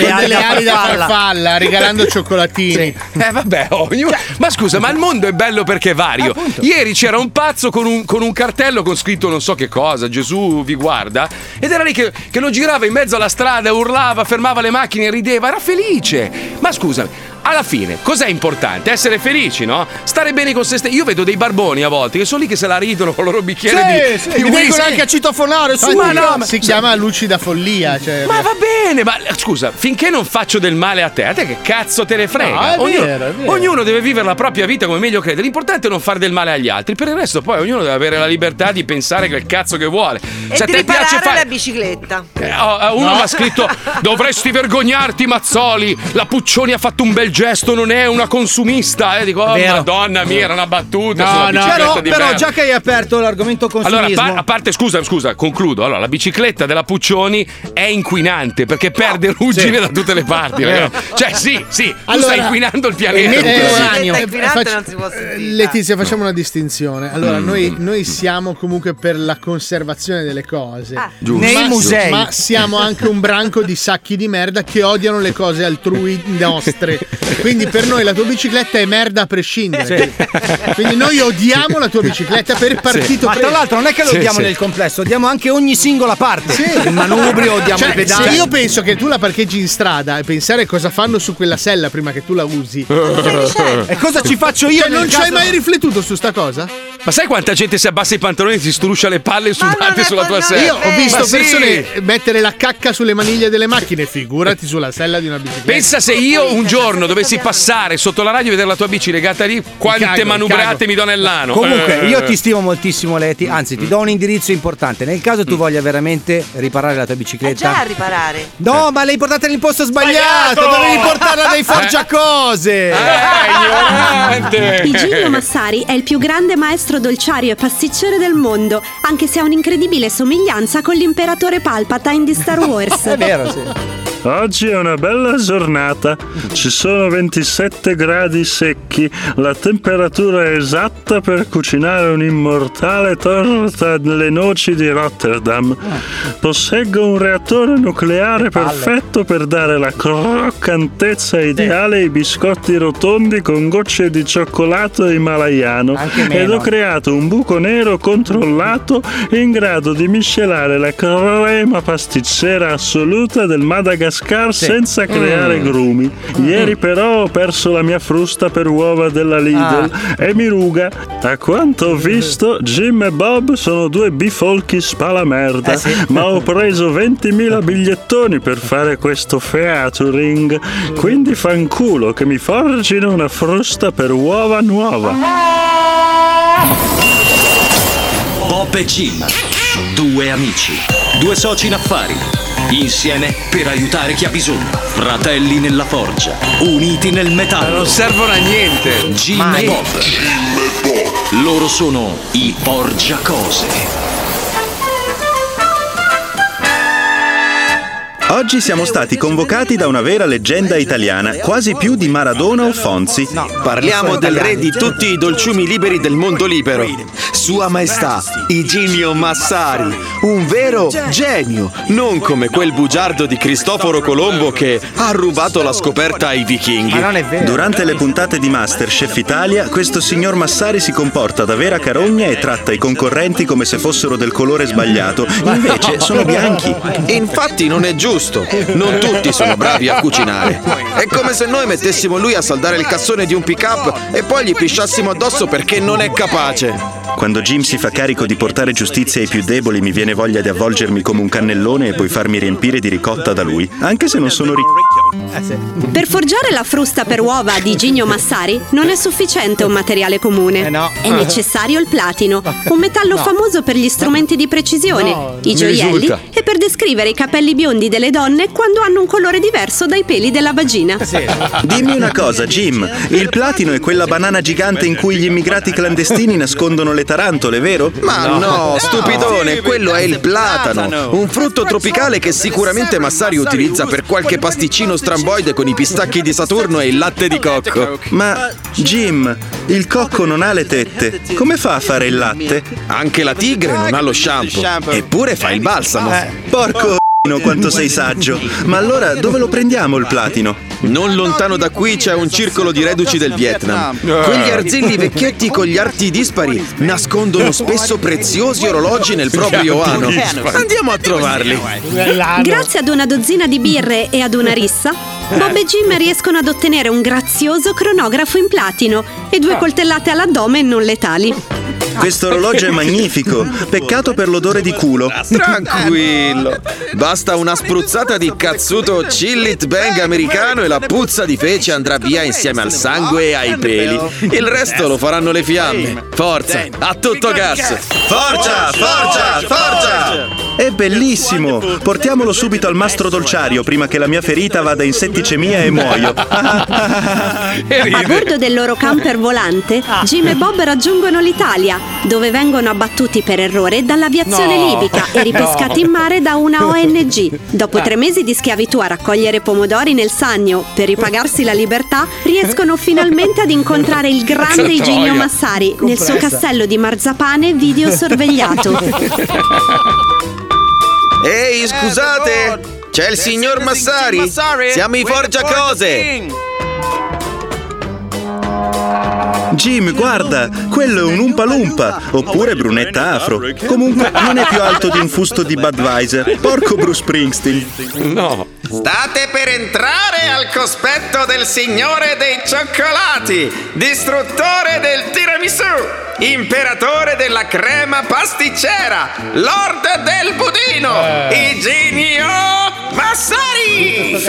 Speaker 5: con delle ali da farfalla, regalando Cioè,
Speaker 2: cioccolatini. Eh vabbè, ognuno- ma scusa, ma il mondo è bello perché è vario. Ieri c'era un pazzo con un, con un cartello con scritto non so che cosa, Gesù vi guarda, ed era lì che, che lo girava in mezzo alla strada, urlava, fermava le macchine, rideva, era felice. Ma scusami. Alla fine, cos'è importante? Essere felici, no? Stare bene con se stessi. Io vedo dei barboni a volte che sono lì che se la ridono con il loro bicchiere
Speaker 5: Sì,
Speaker 2: di,
Speaker 5: sì,
Speaker 2: di
Speaker 5: mi
Speaker 2: whisky.
Speaker 5: vengono anche a citofonare.
Speaker 2: Ma
Speaker 5: su,
Speaker 2: no, ma-
Speaker 5: si chiama lucida follia. Cioè,
Speaker 2: Ma va bene, ma scusa, finché non faccio del male a te, a te che cazzo te ne frega?
Speaker 5: No, è vero, è vero.
Speaker 2: ognuno deve vivere la propria vita come meglio crede. L'importante è non fare del male agli altri. Per il resto, poi ognuno deve avere la libertà di pensare quel cazzo che vuole.
Speaker 17: E
Speaker 2: Se a
Speaker 17: di
Speaker 2: te
Speaker 17: riparare
Speaker 2: Cioè, piace
Speaker 17: la
Speaker 2: fare.
Speaker 17: bicicletta.
Speaker 2: Eh, oh, eh, uno
Speaker 17: No.
Speaker 2: mi ha scritto: Dovresti vergognarti, Mazzoli. La Puccioni ha fatto un bel gesto, non è una consumista. E dico: oh,
Speaker 4: Vero.
Speaker 2: Madonna mia, era una battuta.
Speaker 4: No,
Speaker 2: sulla
Speaker 4: no,
Speaker 2: bicicletta
Speaker 4: però,
Speaker 2: di
Speaker 4: però
Speaker 2: merda.
Speaker 4: già che hai aperto l'argomento
Speaker 2: Allora, a
Speaker 4: consumismo,
Speaker 2: par- a parte, scusa, scusa, concludo. Allora, la bicicletta della Puccioni è inquinante perché
Speaker 5: Ah,
Speaker 2: perde ruggine da tutte le parti,
Speaker 5: Vero.
Speaker 2: ragazzi. Cioè, sì, sì, tu
Speaker 5: Eh. Allora,
Speaker 2: stai inquinando il
Speaker 5: eh,
Speaker 2: pianeta.
Speaker 5: metti
Speaker 2: Eh,
Speaker 5: uranio.
Speaker 2: sì.
Speaker 17: Inquinante
Speaker 5: faccio-
Speaker 17: non si può sentire.
Speaker 5: Letizia, facciamo una distinzione. Allora,
Speaker 2: Mm.
Speaker 5: noi, noi siamo comunque per la conservazione delle cose.
Speaker 9: Ah.
Speaker 2: Giusto. Nei
Speaker 5: Ma-
Speaker 2: musei.
Speaker 5: Ma siamo anche un branco di sacchi di merda che odiano le cose altrui nostre. Quindi per noi la tua bicicletta è merda a prescindere. Quindi noi odiamo la tua bicicletta per partito
Speaker 4: Ma tra
Speaker 5: preso.
Speaker 4: l'altro non è che lo
Speaker 5: Sì,
Speaker 4: odiamo
Speaker 5: sì.
Speaker 4: nel complesso, odiamo anche ogni singola parte. Il manubrio, odiamo
Speaker 5: Cioè,
Speaker 4: i pedali.
Speaker 5: Se io penso che tu la parcheggi in strada e pensare cosa fanno su quella sella prima che tu
Speaker 4: <laughs>
Speaker 5: la usi.
Speaker 4: E cosa ci faccio io
Speaker 5: Cioè,
Speaker 4: nel
Speaker 5: non ci hai
Speaker 4: caso-
Speaker 5: mai riflettuto su sta cosa?
Speaker 2: Ma sai quanta gente si abbassa i pantaloni e si struscia le palle sudate sulla tua sella?
Speaker 5: Io ho visto
Speaker 2: Ma sì.
Speaker 5: persone mettere la cacca sulle maniglie delle macchine, figurati sulla sella di una bicicletta.
Speaker 2: Pensa se io un
Speaker 17: cioè,
Speaker 2: giorno dovessi passare sotto la radio e vedere la tua bici legata lì, quante
Speaker 4: cago,
Speaker 2: manubrate
Speaker 4: cago.
Speaker 2: mi do nell'ano.
Speaker 4: Comunque,
Speaker 2: Eh. Mm.
Speaker 4: io ti stimo moltissimo, Leti. Anzi, ti do un indirizzo importante. Nel caso tu voglia veramente riparare la tua
Speaker 19: Eh,
Speaker 4: bicicletta.
Speaker 17: Già a riparare.
Speaker 2: Eh.
Speaker 4: No, ma l'hai portata nel posto sbagliato!
Speaker 17: Sbagliato!
Speaker 4: Dovevi portarla dai
Speaker 17: Eh,
Speaker 2: Eh.
Speaker 4: forgiacose!
Speaker 2: ignorante!
Speaker 23: Igilio Massari è il più grande maestro dolciario e pasticcere del mondo, anche se ha un'incredibile somiglianza con l'imperatore Palpatine
Speaker 4: <laughs>
Speaker 23: di Star Wars.
Speaker 4: È vero, sì.
Speaker 24: Oggi è una bella giornata, ci sono 27 gradi secchi, la temperatura è esatta per cucinare un'immortale torta alle noci di Rotterdam.
Speaker 4: Ah.
Speaker 24: Posseggo un reattore nucleare perfetto per dare la croccantezza ideale ai biscotti rotondi con gocce di cioccolato himalayano ed
Speaker 25: meno.
Speaker 24: ho creato un buco nero controllato in grado di miscelare la crema pasticcera assoluta del Madagascar
Speaker 25: Sì.
Speaker 24: senza creare
Speaker 25: Mm.
Speaker 24: grumi. Ieri però ho perso la mia frusta per uova della Lidl e mi ruga. A quanto ho visto, Jim e Bob sono due bifolchi spalamerda, ma ho preso 20.000 bigliettoni per fare questo featuring, quindi fanculo che mi forgino una frusta per uova nuova.
Speaker 26: Pop e Cim.
Speaker 11: Due amici. Due soci in affari. Insieme per aiutare chi ha bisogno. Fratelli nella forgia. Uniti nel metallo. Non servono a niente. Jim
Speaker 2: Mai.
Speaker 11: e Bob. Loro sono i Forgiacose.
Speaker 27: Oggi siamo stati convocati da una vera leggenda italiana, quasi più di Maradona o Fonzi.
Speaker 25: Parliamo del re di tutti i dolciumi liberi del mondo libero. Sua Maestà, Iginio Massari, un vero genio, non come quel bugiardo di Cristoforo Colombo che ha rubato la scoperta ai vichinghi.
Speaker 27: Durante le puntate di Masterchef Italia, questo signor Massari si comporta da vera carogna e tratta i concorrenti come se fossero del colore sbagliato. Invece sono bianchi.
Speaker 25: <laughs> Infatti non è giusto, non tutti sono bravi a cucinare. È come se noi mettessimo lui a saldare il cassone di un pick-up e poi gli pisciassimo addosso perché non è capace.
Speaker 27: Quando Jim si fa carico di portare giustizia ai più deboli, mi viene voglia di avvolgermi come un cannellone e poi farmi riempire di ricotta da lui, anche se non sono ricco.
Speaker 9: Eh,
Speaker 23: Per forgiare la frusta per uova di Ginio Massari non è sufficiente un materiale comune. È necessario il platino, un metallo
Speaker 26: Eh <laughs> No.
Speaker 23: famoso per gli strumenti di precisione, i
Speaker 26: mi
Speaker 23: gioielli
Speaker 26: risulta.
Speaker 23: e per descrivere i capelli biondi delle donne quando hanno un colore diverso dai peli della
Speaker 26: Eh
Speaker 23: vagina.
Speaker 26: Ah,
Speaker 27: Dimmi una cosa, Jim. Il platino è quella banana gigante in cui gli immigrati clandestini nascondono le tarantole, vero?
Speaker 25: Ma no, stupidone, quello è il platano,
Speaker 27: platano.
Speaker 25: un frutto tropicale che sicuramente Massari utilizza per qualche pasticcino stramboide con i pistacchi di Saturno e il latte di cocco.
Speaker 27: Ma Jim, il cocco non ha le tette. Come fa a fare il latte?
Speaker 25: Anche la tigre non ha lo shampoo, eppure fa il balsamo.
Speaker 27: Porco <laughs> c***o, quanto sei saggio. Ma allora dove lo prendiamo il platino?
Speaker 25: Non lontano da qui c'è un circolo di reduci del Vietnam.
Speaker 27: Eh.
Speaker 25: Quegli arzilli vecchietti con gli arti dispari nascondono spesso preziosi orologi nel proprio
Speaker 27: Gli arti
Speaker 25: ano.
Speaker 27: dispari.
Speaker 25: Andiamo a trovarli.
Speaker 23: Grazie ad una dozzina di birre e ad una rissa,
Speaker 26: Eh.
Speaker 23: Bob e Jim riescono ad ottenere un grazioso cronografo in platino e
Speaker 26: Ah.
Speaker 23: due coltellate all'addome non letali.
Speaker 27: Questo orologio è magnifico. Peccato per l'odore di culo.
Speaker 25: Tranquillo. Basta una spruzzata di cazzuto Chillit Bang americano e la puzza di fece andrà via insieme al sangue e ai peli. Il resto lo faranno le fiamme. Forza, a tutto gas.
Speaker 27: Forza, forza, forza! È bellissimo! Portiamolo subito al mastro dolciario prima che la mia ferita vada in setticemia e muoio. <laughs>
Speaker 23: A bordo del loro camper volante,
Speaker 12: Ah.
Speaker 23: Jim e Bob raggiungono l'Italia, dove vengono abbattuti per errore dall'aviazione
Speaker 12: No.
Speaker 23: libica e ripescati
Speaker 12: No.
Speaker 23: in mare da una ONG. Dopo
Speaker 12: Ah.
Speaker 23: tre mesi di schiavitù a raccogliere pomodori nel Sannio per ripagarsi la libertà, riescono finalmente ad incontrare il grande
Speaker 12: Cazzo, troia.
Speaker 23: Iginio Massari nel suo
Speaker 25: Compresa.
Speaker 23: castello di marzapane videosorvegliato.
Speaker 12: <laughs>
Speaker 25: Ehi, scusate! C'è il signor Massari! Siamo i Forgia Cose!
Speaker 27: Jim, guarda, quello è un Umpa Lumpa, oppure brunetta afro. Comunque non è più alto di un fusto di Budweiser. Porco Bruce Springsteen. No.
Speaker 28: State per entrare al cospetto del signore dei cioccolati, distruttore del tiramisù, imperatore della crema pasticcera, lord del budino,
Speaker 12: Eh.
Speaker 28: Iginio Massari!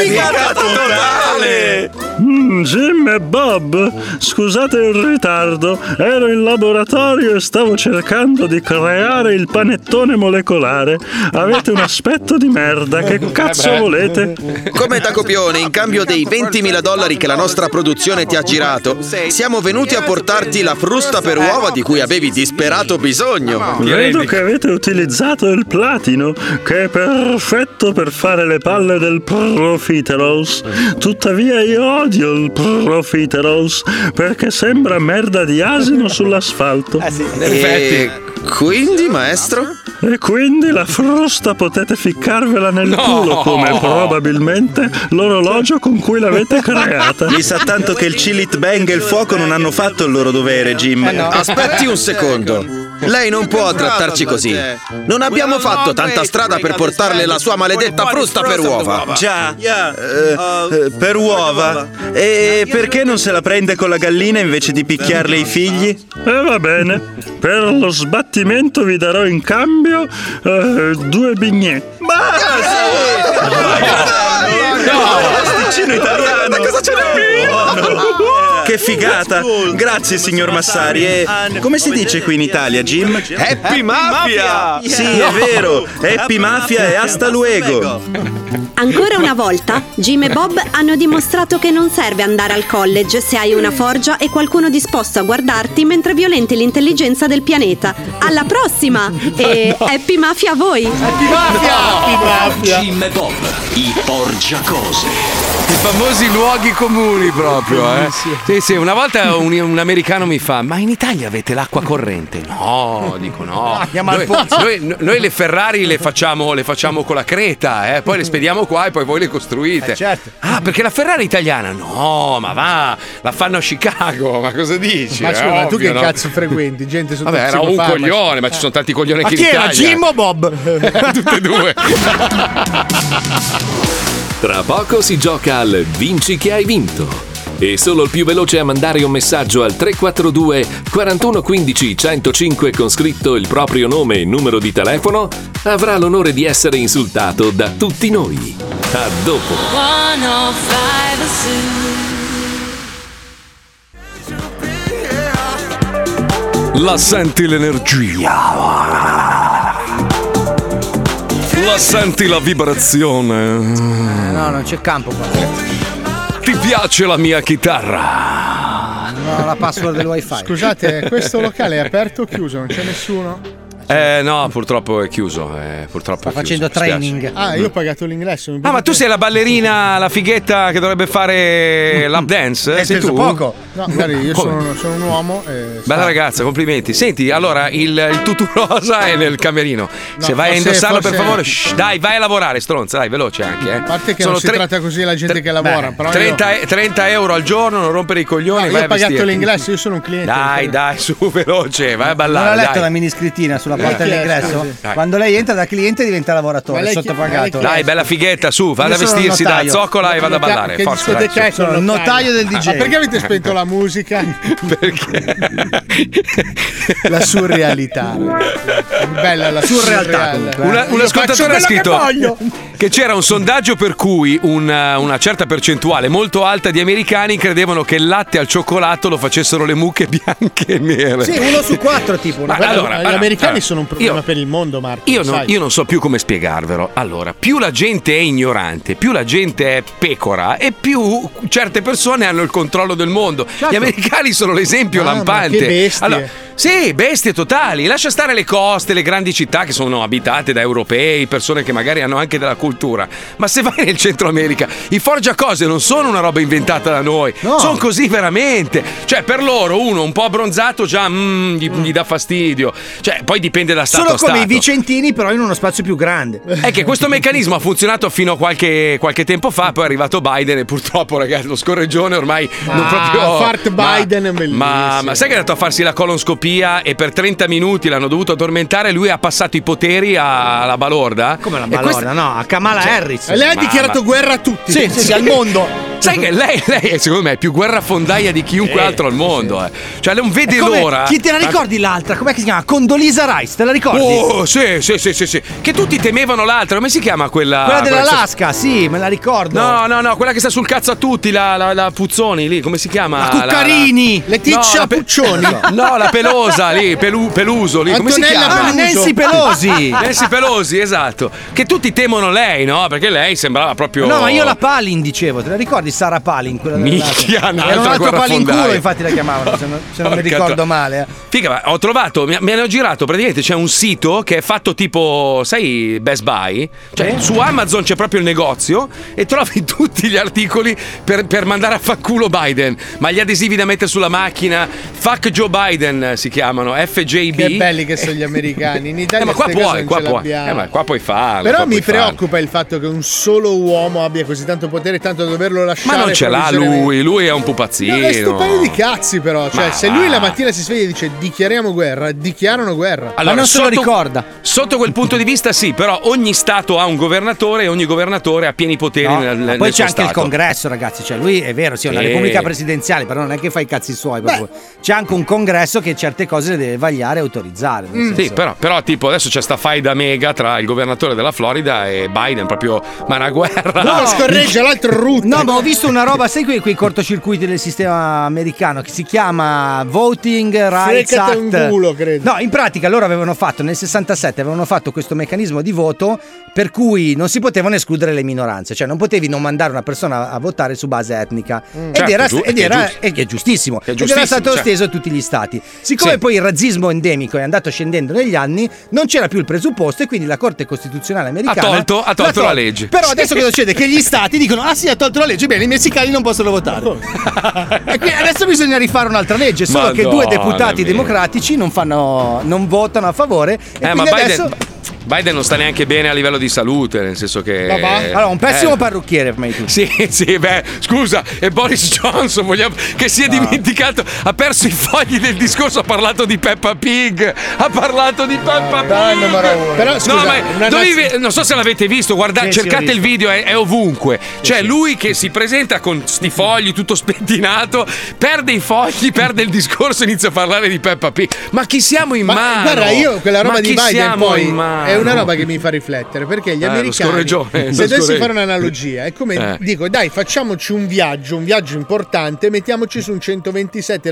Speaker 24: Mm, Jim e Bob, scusate il ritardo, ero in laboratorio e stavo cercando di creare il panettone molecolare. Avete un aspetto di merda,
Speaker 25: Eh
Speaker 24: che
Speaker 4: Eh
Speaker 24: cazzo volete?
Speaker 25: Come da copione, in cambio dei 20.000 dollari che la nostra produzione ti ha girato, siamo venuti a portarti la frusta per uova di cui avevi disperato bisogno.
Speaker 24: Vedo che avete utilizzato il platino, che è perfetto per fare le palle del Profiterols. Tuttavia io odio il Profiterols, perché sembra merda di asino sull'asfalto.
Speaker 25: E quindi, maestro?
Speaker 24: E quindi la frusta potete ficcarvela nel
Speaker 25: No!
Speaker 24: culo, come probabilmente l'orologio con cui
Speaker 25: <laughs>
Speaker 24: l'avete creata.
Speaker 27: Mi sa tanto che il Chillit Bang e il fuoco non hanno fatto il loro dovere, Jim.
Speaker 25: Aspetti un secondo. Lei non può trattarci così. Non abbiamo fatto tanta strada per portarle la sua maledetta frusta per uova.
Speaker 27: Già, eh, eh, per uova. E perché non se la prende con la gallina invece di picchiarle i figli?
Speaker 24: E Eh, va bene, per lo sbattimento vi darò in cambio eh, due bignè.
Speaker 28: Pasticcino italiano, cosa c'è
Speaker 27: Che figata! Grazie signor Massari. E come si dice qui in Italia, Jim?
Speaker 2: Happy Mafia!
Speaker 27: Sì, è vero! Happy Mafia e hasta luego!
Speaker 23: Ancora una volta, Jim e Bob hanno dimostrato che non serve andare al college se hai una forgia e qualcuno disposto a guardarti mentre violenti l'intelligenza del pianeta. Alla prossima! E happy mafia a voi! Happy
Speaker 11: Jim e Bob, i Porgiacose.
Speaker 2: I famosi luoghi comuni proprio, eh. Sì, sì, una volta un, un americano mi fa: Ma in Italia avete l'acqua corrente? No, dico no.
Speaker 7: Ah, chiama
Speaker 2: Noi,
Speaker 7: il pozzo.
Speaker 2: noi- noi le Ferrari le facciamo, le facciamo con la creta, eh, poi le spediamo qua e poi voi le costruite.
Speaker 7: Eh, certo.
Speaker 2: Ah, perché la Ferrari è italiana? No, ma va, la fanno a Chicago, ma cosa dici?
Speaker 5: Ma
Speaker 2: È
Speaker 5: scusa, tu
Speaker 2: eh, ovvio,
Speaker 5: che
Speaker 2: no?
Speaker 5: cazzo frequenti? Gente sotto
Speaker 2: Vabbè, era un
Speaker 5: psicofarmaci.
Speaker 2: coglione, ma ci sono tanti coglioni
Speaker 7: Ma
Speaker 2: anche
Speaker 7: chi
Speaker 2: in
Speaker 7: era,
Speaker 2: Italia.
Speaker 7: Jim o
Speaker 2: <laughs>
Speaker 7: Bob?
Speaker 2: Tutte e due.
Speaker 1: Tra poco si gioca al Vinci che hai vinto. E solo il più veloce a mandare un messaggio al 342 4115 105 con scritto il proprio nome e numero di telefono avrà l'onore di essere insultato da tutti noi. A dopo.
Speaker 8: 105 Zoo.
Speaker 16: La senti l'energia. La senti la vibrazione.
Speaker 4: No, non c'è campo qua.
Speaker 16: Ti piace la mia chitarra?
Speaker 4: No, la password del wifi.
Speaker 5: Scusate, questo locale è aperto o chiuso? Non c'è nessuno?
Speaker 2: Eh no, purtroppo è chiuso. eh, purtroppo Sta
Speaker 5: Ah, io ho pagato l'ingresso. mi
Speaker 2: Ah, ma tu sei la ballerina, la fighetta che dovrebbe
Speaker 5: <laughs>
Speaker 2: fare lap dance?
Speaker 5: Hai
Speaker 2: sei
Speaker 5: preso
Speaker 2: tu?
Speaker 5: poco. No, magari io
Speaker 2: Come?
Speaker 5: sono, sono un uomo eh, e...
Speaker 2: Bella ragazza, complimenti. Senti, allora il, il tutù rosa è nel camerino. Se vai a
Speaker 5: forse-
Speaker 2: indossarlo, per
Speaker 5: forse-
Speaker 2: favore, shh, dai, vai a lavorare, stronza, dai, veloce anche. Eh.
Speaker 5: A parte che
Speaker 2: Sono
Speaker 5: non si
Speaker 2: tre-
Speaker 5: tratta così la gente che lavora, però io-
Speaker 2: 30, e- 30 euro al giorno, non rompere i coglioni.
Speaker 5: io,
Speaker 2: vai
Speaker 5: ho
Speaker 2: a
Speaker 5: pagato
Speaker 2: vestirti.
Speaker 5: l'ingresso, io sono un cliente.
Speaker 2: Dai, dai, <laughs> su, veloce, vai a
Speaker 4: Non
Speaker 2: ballare.
Speaker 4: ho letto
Speaker 2: dai.
Speaker 4: la miniscrittina sulla
Speaker 2: Eh.
Speaker 4: porta
Speaker 2: Chi è,
Speaker 4: dell'ingresso?
Speaker 2: scusi? Dai.
Speaker 4: Quando lei entra da cliente diventa lavoratore,
Speaker 2: Ma lei chi-
Speaker 4: sottopagato.
Speaker 2: Dai, bella fighetta, su, vada a
Speaker 4: Io sono
Speaker 2: vestirsi da
Speaker 4: notaio.
Speaker 2: zoccola e vada a
Speaker 4: Notaio,
Speaker 2: ballare.
Speaker 4: che
Speaker 2: forza, dai,
Speaker 4: discoteca è
Speaker 2: su.
Speaker 4: quello? Sono notaio del DJ.
Speaker 5: Ma Ah, perché avete spento la musica?
Speaker 2: <laughs> Perché?
Speaker 5: La surrealità. Bella la surrealità.
Speaker 2: Una- un ascoltatore ha scritto
Speaker 5: Che voglio.
Speaker 2: che c'era un sondaggio per cui una, una certa percentuale molto alta di americani credevano che il latte al cioccolato lo facessero le mucche bianche e nere.
Speaker 5: Sì,
Speaker 2: <laughs>
Speaker 5: uno su
Speaker 4: quattro tipo.
Speaker 2: Ma
Speaker 5: Guarda,
Speaker 2: allora,
Speaker 5: gli
Speaker 2: allora,
Speaker 5: americani
Speaker 2: allora,
Speaker 5: sono un problema
Speaker 2: io-
Speaker 5: per il mondo, Marco.
Speaker 2: Io
Speaker 5: lo
Speaker 2: non,
Speaker 5: sai.
Speaker 2: io non so più come spiegarvelo. Allora, più la gente è ignorante, più la gente è pecora e più certe persone hanno il controllo del mondo. Gli americani sono l'esempio
Speaker 5: Mamma,
Speaker 2: lampante.
Speaker 5: che bestie.
Speaker 2: sì, bestie totali. Lascia stare le coste, le grandi città che sono abitate da europei, persone che magari hanno anche della cultura. Ma se vai nel Centro America, i forgiacose non sono una roba inventata da noi. Sono così veramente. Cioè, per loro uno un po' abbronzato già mm, gli, gli dà fastidio. Cioè, poi dipende da stato
Speaker 4: Solo
Speaker 2: a
Speaker 4: come i
Speaker 2: stato. Eh,
Speaker 4: vicentini, però in uno spazio più grande.
Speaker 2: È che questo meccanismo ha funzionato fino a qualche, qualche tempo fa, poi è arrivato Biden e purtroppo, ragazzi, lo scorreggione ormai non
Speaker 5: Ah,
Speaker 2: proprio.
Speaker 5: Fart
Speaker 2: ma-
Speaker 5: Biden è bellissimo.
Speaker 2: Ma, ma sai che è andato a farsi la colonscopia e per 30 minuti l'hanno dovuto addormentare? Lui ha passato i poteri a- alla balorda? Come
Speaker 4: la balorda? No, a Kamala Harris.
Speaker 5: E lei ha dichiarato guerra a tutti.
Speaker 2: Sì,
Speaker 5: sì,
Speaker 2: sì.
Speaker 5: al mondo.
Speaker 2: Sai che lei, lei è, secondo me, è più guerrafondaia di chiunque altro al mondo. eh. Cioè, non vede
Speaker 4: È come-
Speaker 2: l'ora.
Speaker 4: Chi te la ricordi l'altra? Com'è che si chiama? Condolisa Rice, te la ricordi?
Speaker 2: Oh, sì, sì, sì, sì, sì. Che tutti temevano l'altra. Come si chiama quella?
Speaker 4: Quella dell'Alaska, sì, me la ricordo.
Speaker 2: ah, No, no, no, quella che sta sul cazzo a tutti, la, la- la Puzzoni lì, come si chiama? La
Speaker 4: Cuccarini.
Speaker 2: Letizia
Speaker 4: Puccioni.
Speaker 2: <laughs> No, la pelosa lì, Pelu- Peluso lì, come si
Speaker 4: Antonella
Speaker 2: chiama?
Speaker 4: Peluso. Ah, Nancy <laughs> Pelosi.
Speaker 2: Nancy Pelosi, esatto. Che tutti temono lei, no? Perché lei sembrava proprio.
Speaker 4: No, ma io la Palin dicevo, te la ricordi Sara Palin? Quella della-
Speaker 2: Minchia, un'altra
Speaker 4: Era un altro
Speaker 2: guerra
Speaker 4: palinculo,
Speaker 2: fondaia.
Speaker 4: infatti la chiamavano, se non, se non mi
Speaker 2: Porca
Speaker 4: ricordo
Speaker 2: tro-
Speaker 4: male. eh.
Speaker 2: Figa, ma ho trovato, mi, mi hanno girato praticamente c'è un sito che è fatto tipo, sai, Best Buy? Cioè, su Amazon c'è proprio il negozio e trovi <laughs> tutti gli articoli per, per mandare a culo Biden. Ma gli adesivi da mettere sulla macchina, fuck Joe Biden eh, si chiamano, FJB.
Speaker 5: Che belli che sono gli americani. In Italia
Speaker 2: Eh, ma qua
Speaker 5: queste
Speaker 2: puoi,
Speaker 5: cose non
Speaker 2: qua
Speaker 5: ce
Speaker 2: puoi.
Speaker 5: l'abbiamo.
Speaker 2: Eh, ma qua puoi farlo.
Speaker 5: Però
Speaker 2: qua
Speaker 5: mi
Speaker 2: puoi farlo.
Speaker 5: preoccupa il fatto che un solo uomo abbia così tanto potere, tanto da doverlo
Speaker 2: Ma
Speaker 5: lasciare.
Speaker 2: non ce l'ha
Speaker 5: provvisoriamente.
Speaker 2: lui, lui è un
Speaker 5: No, è sto
Speaker 2: pupazzino.
Speaker 5: paio di cazzi, però. Cioè,
Speaker 2: Ma
Speaker 5: se lui
Speaker 2: va.
Speaker 5: la mattina si sveglia e dice dichiariamo guerra, dichiarano guerra.
Speaker 2: Sotto quel punto di vista, sì, però ogni stato ha un governatore e ogni governatore ha pieni poteri
Speaker 4: No?
Speaker 2: nel,
Speaker 4: Ma
Speaker 2: nel
Speaker 4: poi
Speaker 2: suo
Speaker 4: c'è anche il
Speaker 2: stato.
Speaker 4: congresso, ragazzi. Cioè, lui è vero, sì, è una
Speaker 2: Sì.
Speaker 4: repubblica presidenziale, però non è che fa i cazzi suoi. proprio. C'è anche un congresso che certe cose le deve vagliare e autorizzare. nel senso-
Speaker 2: Sì, però, però, tipo adesso c'è sta faida mega tra il governatore della Florida e Biden, proprio ma è una guerra. <laughs>
Speaker 5: l'altro root.
Speaker 4: No, ma ho visto una roba, sai quei, quei cortocircuiti del sistema americano che si chiama Voting Rights
Speaker 5: Frecate
Speaker 4: Act.
Speaker 5: un culo, credo.
Speaker 4: No, in pratica loro avevano fatto nel 67 avevano fatto questo meccanismo di voto per cui non si potevano escludere le minoranze, cioè non potevi non mandare una persona a votare su base etnica.
Speaker 5: Mm.
Speaker 4: Ed
Speaker 2: Certo,
Speaker 4: era,
Speaker 2: giu-
Speaker 4: ed
Speaker 2: che è
Speaker 4: era-
Speaker 2: giusto.
Speaker 4: e- che è giustissimo.
Speaker 2: Che è
Speaker 4: ed era
Speaker 2: giustissimo,
Speaker 4: stato
Speaker 2: certo.
Speaker 4: esteso a tutti gli stati. Siccome
Speaker 2: Sì.
Speaker 4: poi il razzismo endemico è andato scendendo negli anni, non c'era più il presupposto e quindi la Corte Costituzionale americana
Speaker 2: tolto- ha
Speaker 4: l'ha
Speaker 2: tolto la legge.
Speaker 10: Però adesso cosa succede? Che gli stati dicono: Ah, sì, ha tolto la legge, bene, i messicani non possono
Speaker 2: <laughs>
Speaker 10: votare. e qui adesso bisogna rifare un'altra legge.
Speaker 4: C'è solo
Speaker 10: Solo
Speaker 4: che due
Speaker 2: Madonna
Speaker 4: deputati
Speaker 2: mia.
Speaker 4: democratici non, fanno, non votano a favore. E
Speaker 2: Eh, ma
Speaker 4: quindi
Speaker 2: Biden,
Speaker 4: adesso.
Speaker 2: Biden non sta neanche bene a livello di salute, nel senso che.
Speaker 4: Ma va. Allora, un pessimo
Speaker 2: Eh.
Speaker 4: parrucchiere per me. tu.
Speaker 2: Sì, <laughs> sì, beh, scusa, e Boris Johnson vogliamo- che si è
Speaker 5: Ah.
Speaker 2: dimenticato, ha perso i fogli del discorso, ha parlato di Peppa Pig, ha parlato di Peppa Pig.
Speaker 5: Però, scusa,
Speaker 2: no, ma
Speaker 5: una
Speaker 2: dovevi-
Speaker 5: nazio-
Speaker 2: non so se l'avete visto, guardate,
Speaker 5: Sì, sì,
Speaker 2: cercate
Speaker 5: ho
Speaker 2: il
Speaker 5: visto.
Speaker 2: video, è, è ovunque. Cioè, lui che si presenta con sti fogli tutto spettinato, perde i fogli, perde il discorso, inizia a parlare di Peppa Pig. Ma chi siamo in
Speaker 5: Ma
Speaker 2: mano?
Speaker 5: guarda, io quella roba
Speaker 2: Ma
Speaker 5: di
Speaker 2: chi
Speaker 5: Biden
Speaker 2: siamo
Speaker 5: poi
Speaker 2: in mano?
Speaker 5: è una roba che mi fa riflettere perché gli
Speaker 2: Eh, lo
Speaker 5: americani,
Speaker 2: scorreggione, lo
Speaker 5: se dovessi
Speaker 2: scorreggione.
Speaker 5: fare un'analogia, è come
Speaker 2: Eh.
Speaker 5: dico, dai, facciamoci un viaggio, un viaggio importante, mettiamoci su un 127 e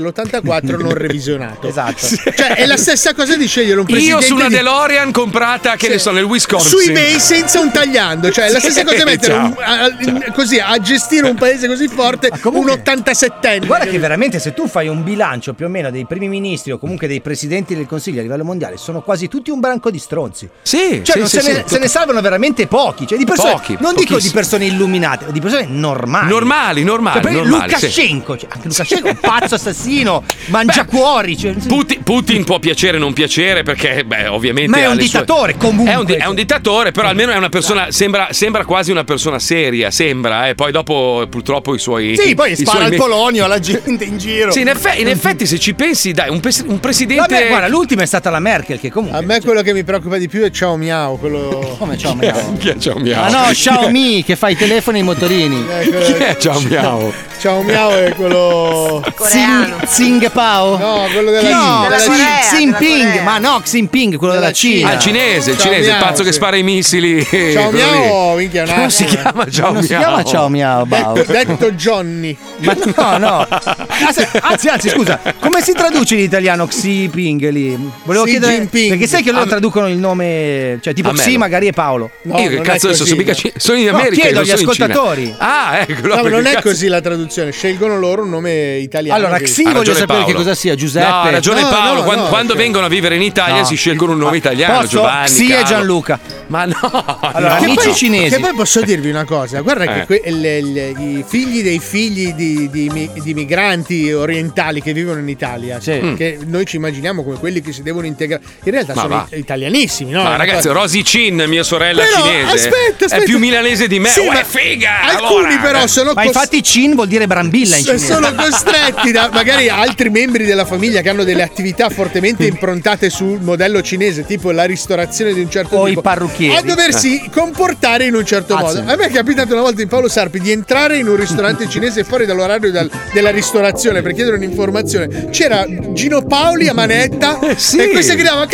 Speaker 2: <laughs>
Speaker 5: l'84 non revisionato.
Speaker 4: Esatto.
Speaker 5: Cioè, è la stessa cosa di scegliere un
Speaker 2: Io
Speaker 5: presidente
Speaker 2: su una
Speaker 5: di-
Speaker 2: DeLorean comprata, che ne so, nel Wisconsin.
Speaker 5: su eBay senza un tagliando, cioè è la stessa
Speaker 2: Sì,
Speaker 5: cosa mettere
Speaker 2: ciao.
Speaker 5: un- a- a- in- così a
Speaker 2: <laughs>
Speaker 5: gestire un paese così forte un 87enne.
Speaker 4: Guarda che veramente se tu fai un bilancio più o meno dei primi ministri o comunque dei presidenti del consiglio a livello mondiale sono quasi tutti un branco di stronzi.
Speaker 2: Sì,
Speaker 4: cioè
Speaker 2: sì,
Speaker 4: non
Speaker 2: sì,
Speaker 4: se,
Speaker 2: sì.
Speaker 4: ne, se ne salvano veramente pochi, cioè di persone
Speaker 2: Pochi,
Speaker 4: non dico di
Speaker 2: pochissimi.
Speaker 4: persone illuminate, ma di persone normali.
Speaker 2: Normali, normali,
Speaker 4: Cioè, per esempio
Speaker 2: normali, sì.
Speaker 4: Lukashenko, cioè, anche Lukashenko è un pazzo assassino, mangiacuori, cioè,
Speaker 2: Putin, Putin può piacere o non piacere perché, beh, ovviamente.
Speaker 4: Ma è
Speaker 2: ha
Speaker 4: un
Speaker 2: le sue-
Speaker 4: dittatore, comunque.
Speaker 2: È un, di- è un dittatore, però almeno è una persona. Sembra, sembra quasi una persona seria, sembra, eh. Poi dopo, purtroppo, i suoi.
Speaker 10: Sì,
Speaker 2: i
Speaker 10: poi spara
Speaker 2: suoi
Speaker 10: al
Speaker 2: me-
Speaker 10: Polonio, alla gente in giro.
Speaker 2: Sì, in, effe- in effetti, se ci pensi, dai, un, pres- un presidente.
Speaker 5: Vabbè, guarda,
Speaker 4: l'ultima è stata la Merkel che comunque
Speaker 5: A me quello che mi preoccupa di più è Ciao Miao, quello
Speaker 4: Come Ciao
Speaker 5: Miao?
Speaker 2: <laughs> Chi è Ciao Miao?
Speaker 10: Ma no, Xiaomi che fa i telefoni ai motorini.
Speaker 4: Ecco.
Speaker 5: Chi è
Speaker 2: Ciao Miao?
Speaker 5: Ciao Miao è quello
Speaker 10: Zing, Zing Pao.
Speaker 5: No, quello della
Speaker 10: no,
Speaker 5: Cina.
Speaker 10: Xi-
Speaker 5: Della Cina.
Speaker 10: Xi Jinping, ma no, Xi Jinping, quello della Cina.
Speaker 2: Ah, il cinese, il cinese, il pazzo che spara i missili.
Speaker 5: Ciao
Speaker 2: Eh, quello lì.
Speaker 5: Miao, minchia, no,
Speaker 2: Come si
Speaker 5: no.
Speaker 2: chiama Ciao
Speaker 5: Non si
Speaker 2: Miao?
Speaker 5: chiama Ciao
Speaker 4: Miao, Bau.
Speaker 5: Detto, detto Johnny.
Speaker 4: Ma no,
Speaker 5: <laughs>
Speaker 4: no. Anzi, Ah, anzi, anzi, scusa, come si traduce in italiano Xi Ping lì? Volevo
Speaker 5: Xi
Speaker 4: chiedere
Speaker 5: Jinping. Ah,
Speaker 4: perché sai che loro
Speaker 5: Am-
Speaker 4: traducono il nome, cioè tipo
Speaker 2: Ammelo.
Speaker 4: Xi magari è Paolo.
Speaker 5: No,
Speaker 2: Io che
Speaker 5: non
Speaker 2: cazzo
Speaker 5: è
Speaker 2: adesso
Speaker 5: così,
Speaker 2: sono, mica
Speaker 5: no.
Speaker 2: ci- sono in
Speaker 4: No,
Speaker 2: America.
Speaker 4: chiedo
Speaker 2: non
Speaker 4: agli
Speaker 2: sono in Cina.
Speaker 4: ascoltatori.
Speaker 2: Ah, ecco.
Speaker 5: No, ma
Speaker 2: perché
Speaker 5: non è
Speaker 2: cazzo-
Speaker 5: così la traduzione, scelgono loro un nome italiano.
Speaker 10: Allora,
Speaker 5: così.
Speaker 10: Xi voglio sapere che cosa sia, Giuseppe.
Speaker 2: No, ha ragione
Speaker 10: No,
Speaker 2: Paolo.
Speaker 10: no,
Speaker 2: quando
Speaker 10: no,
Speaker 2: quando
Speaker 10: ok.
Speaker 2: vengono a vivere in Italia
Speaker 10: No.
Speaker 2: si scelgono un nome italiano.
Speaker 10: posso?
Speaker 2: Giovanni.
Speaker 10: Sì, e
Speaker 2: Carlo.
Speaker 10: Gianluca.
Speaker 2: Ma no,
Speaker 5: Allora,
Speaker 2: no.
Speaker 5: che poi- Che poi posso dirvi una cosa: guarda che
Speaker 2: Eh.
Speaker 5: que- le- le- i figli dei figli di, di mi- di migranti orientali che vivono in Italia,
Speaker 2: Sì. Mm.
Speaker 5: che noi ci immaginiamo come quelli che si devono integrare, in realtà
Speaker 2: Ma
Speaker 5: sono
Speaker 2: va.
Speaker 5: i- italianissimi, no?
Speaker 2: ma ragazzi,
Speaker 5: Però-
Speaker 2: Rosy Chin, mia sorella
Speaker 5: Però,
Speaker 2: cinese,
Speaker 5: aspetta, aspetta.
Speaker 2: è più milanese di me.
Speaker 5: Sì,
Speaker 2: Uè,
Speaker 5: ma
Speaker 2: figa!
Speaker 5: Alcuni
Speaker 2: allora.
Speaker 5: però sono
Speaker 4: Ma
Speaker 5: cos-
Speaker 4: infatti Cin vuol dire brambilla in
Speaker 5: se
Speaker 4: cinese.
Speaker 5: sono
Speaker 2: <laughs>
Speaker 5: costretti da magari altri membri della famiglia che hanno delle attività fortemente improntate sul modello cinese, tipo la ristorazione di un certo
Speaker 4: O i
Speaker 5: tipo,
Speaker 4: parrucchieri. Eh.
Speaker 5: a doversi comportare in un certo
Speaker 4: Ah,
Speaker 5: modo.
Speaker 4: sì.
Speaker 5: A me è capitato una volta in Paolo Sarpi di entrare in
Speaker 4: <laughs>
Speaker 5: un ristorante cinese fuori dall'orario dal- della ristorazione per chiedere un'informazione. C'era Gino Paoli a manetta
Speaker 4: Eh,
Speaker 5: e questo gridava: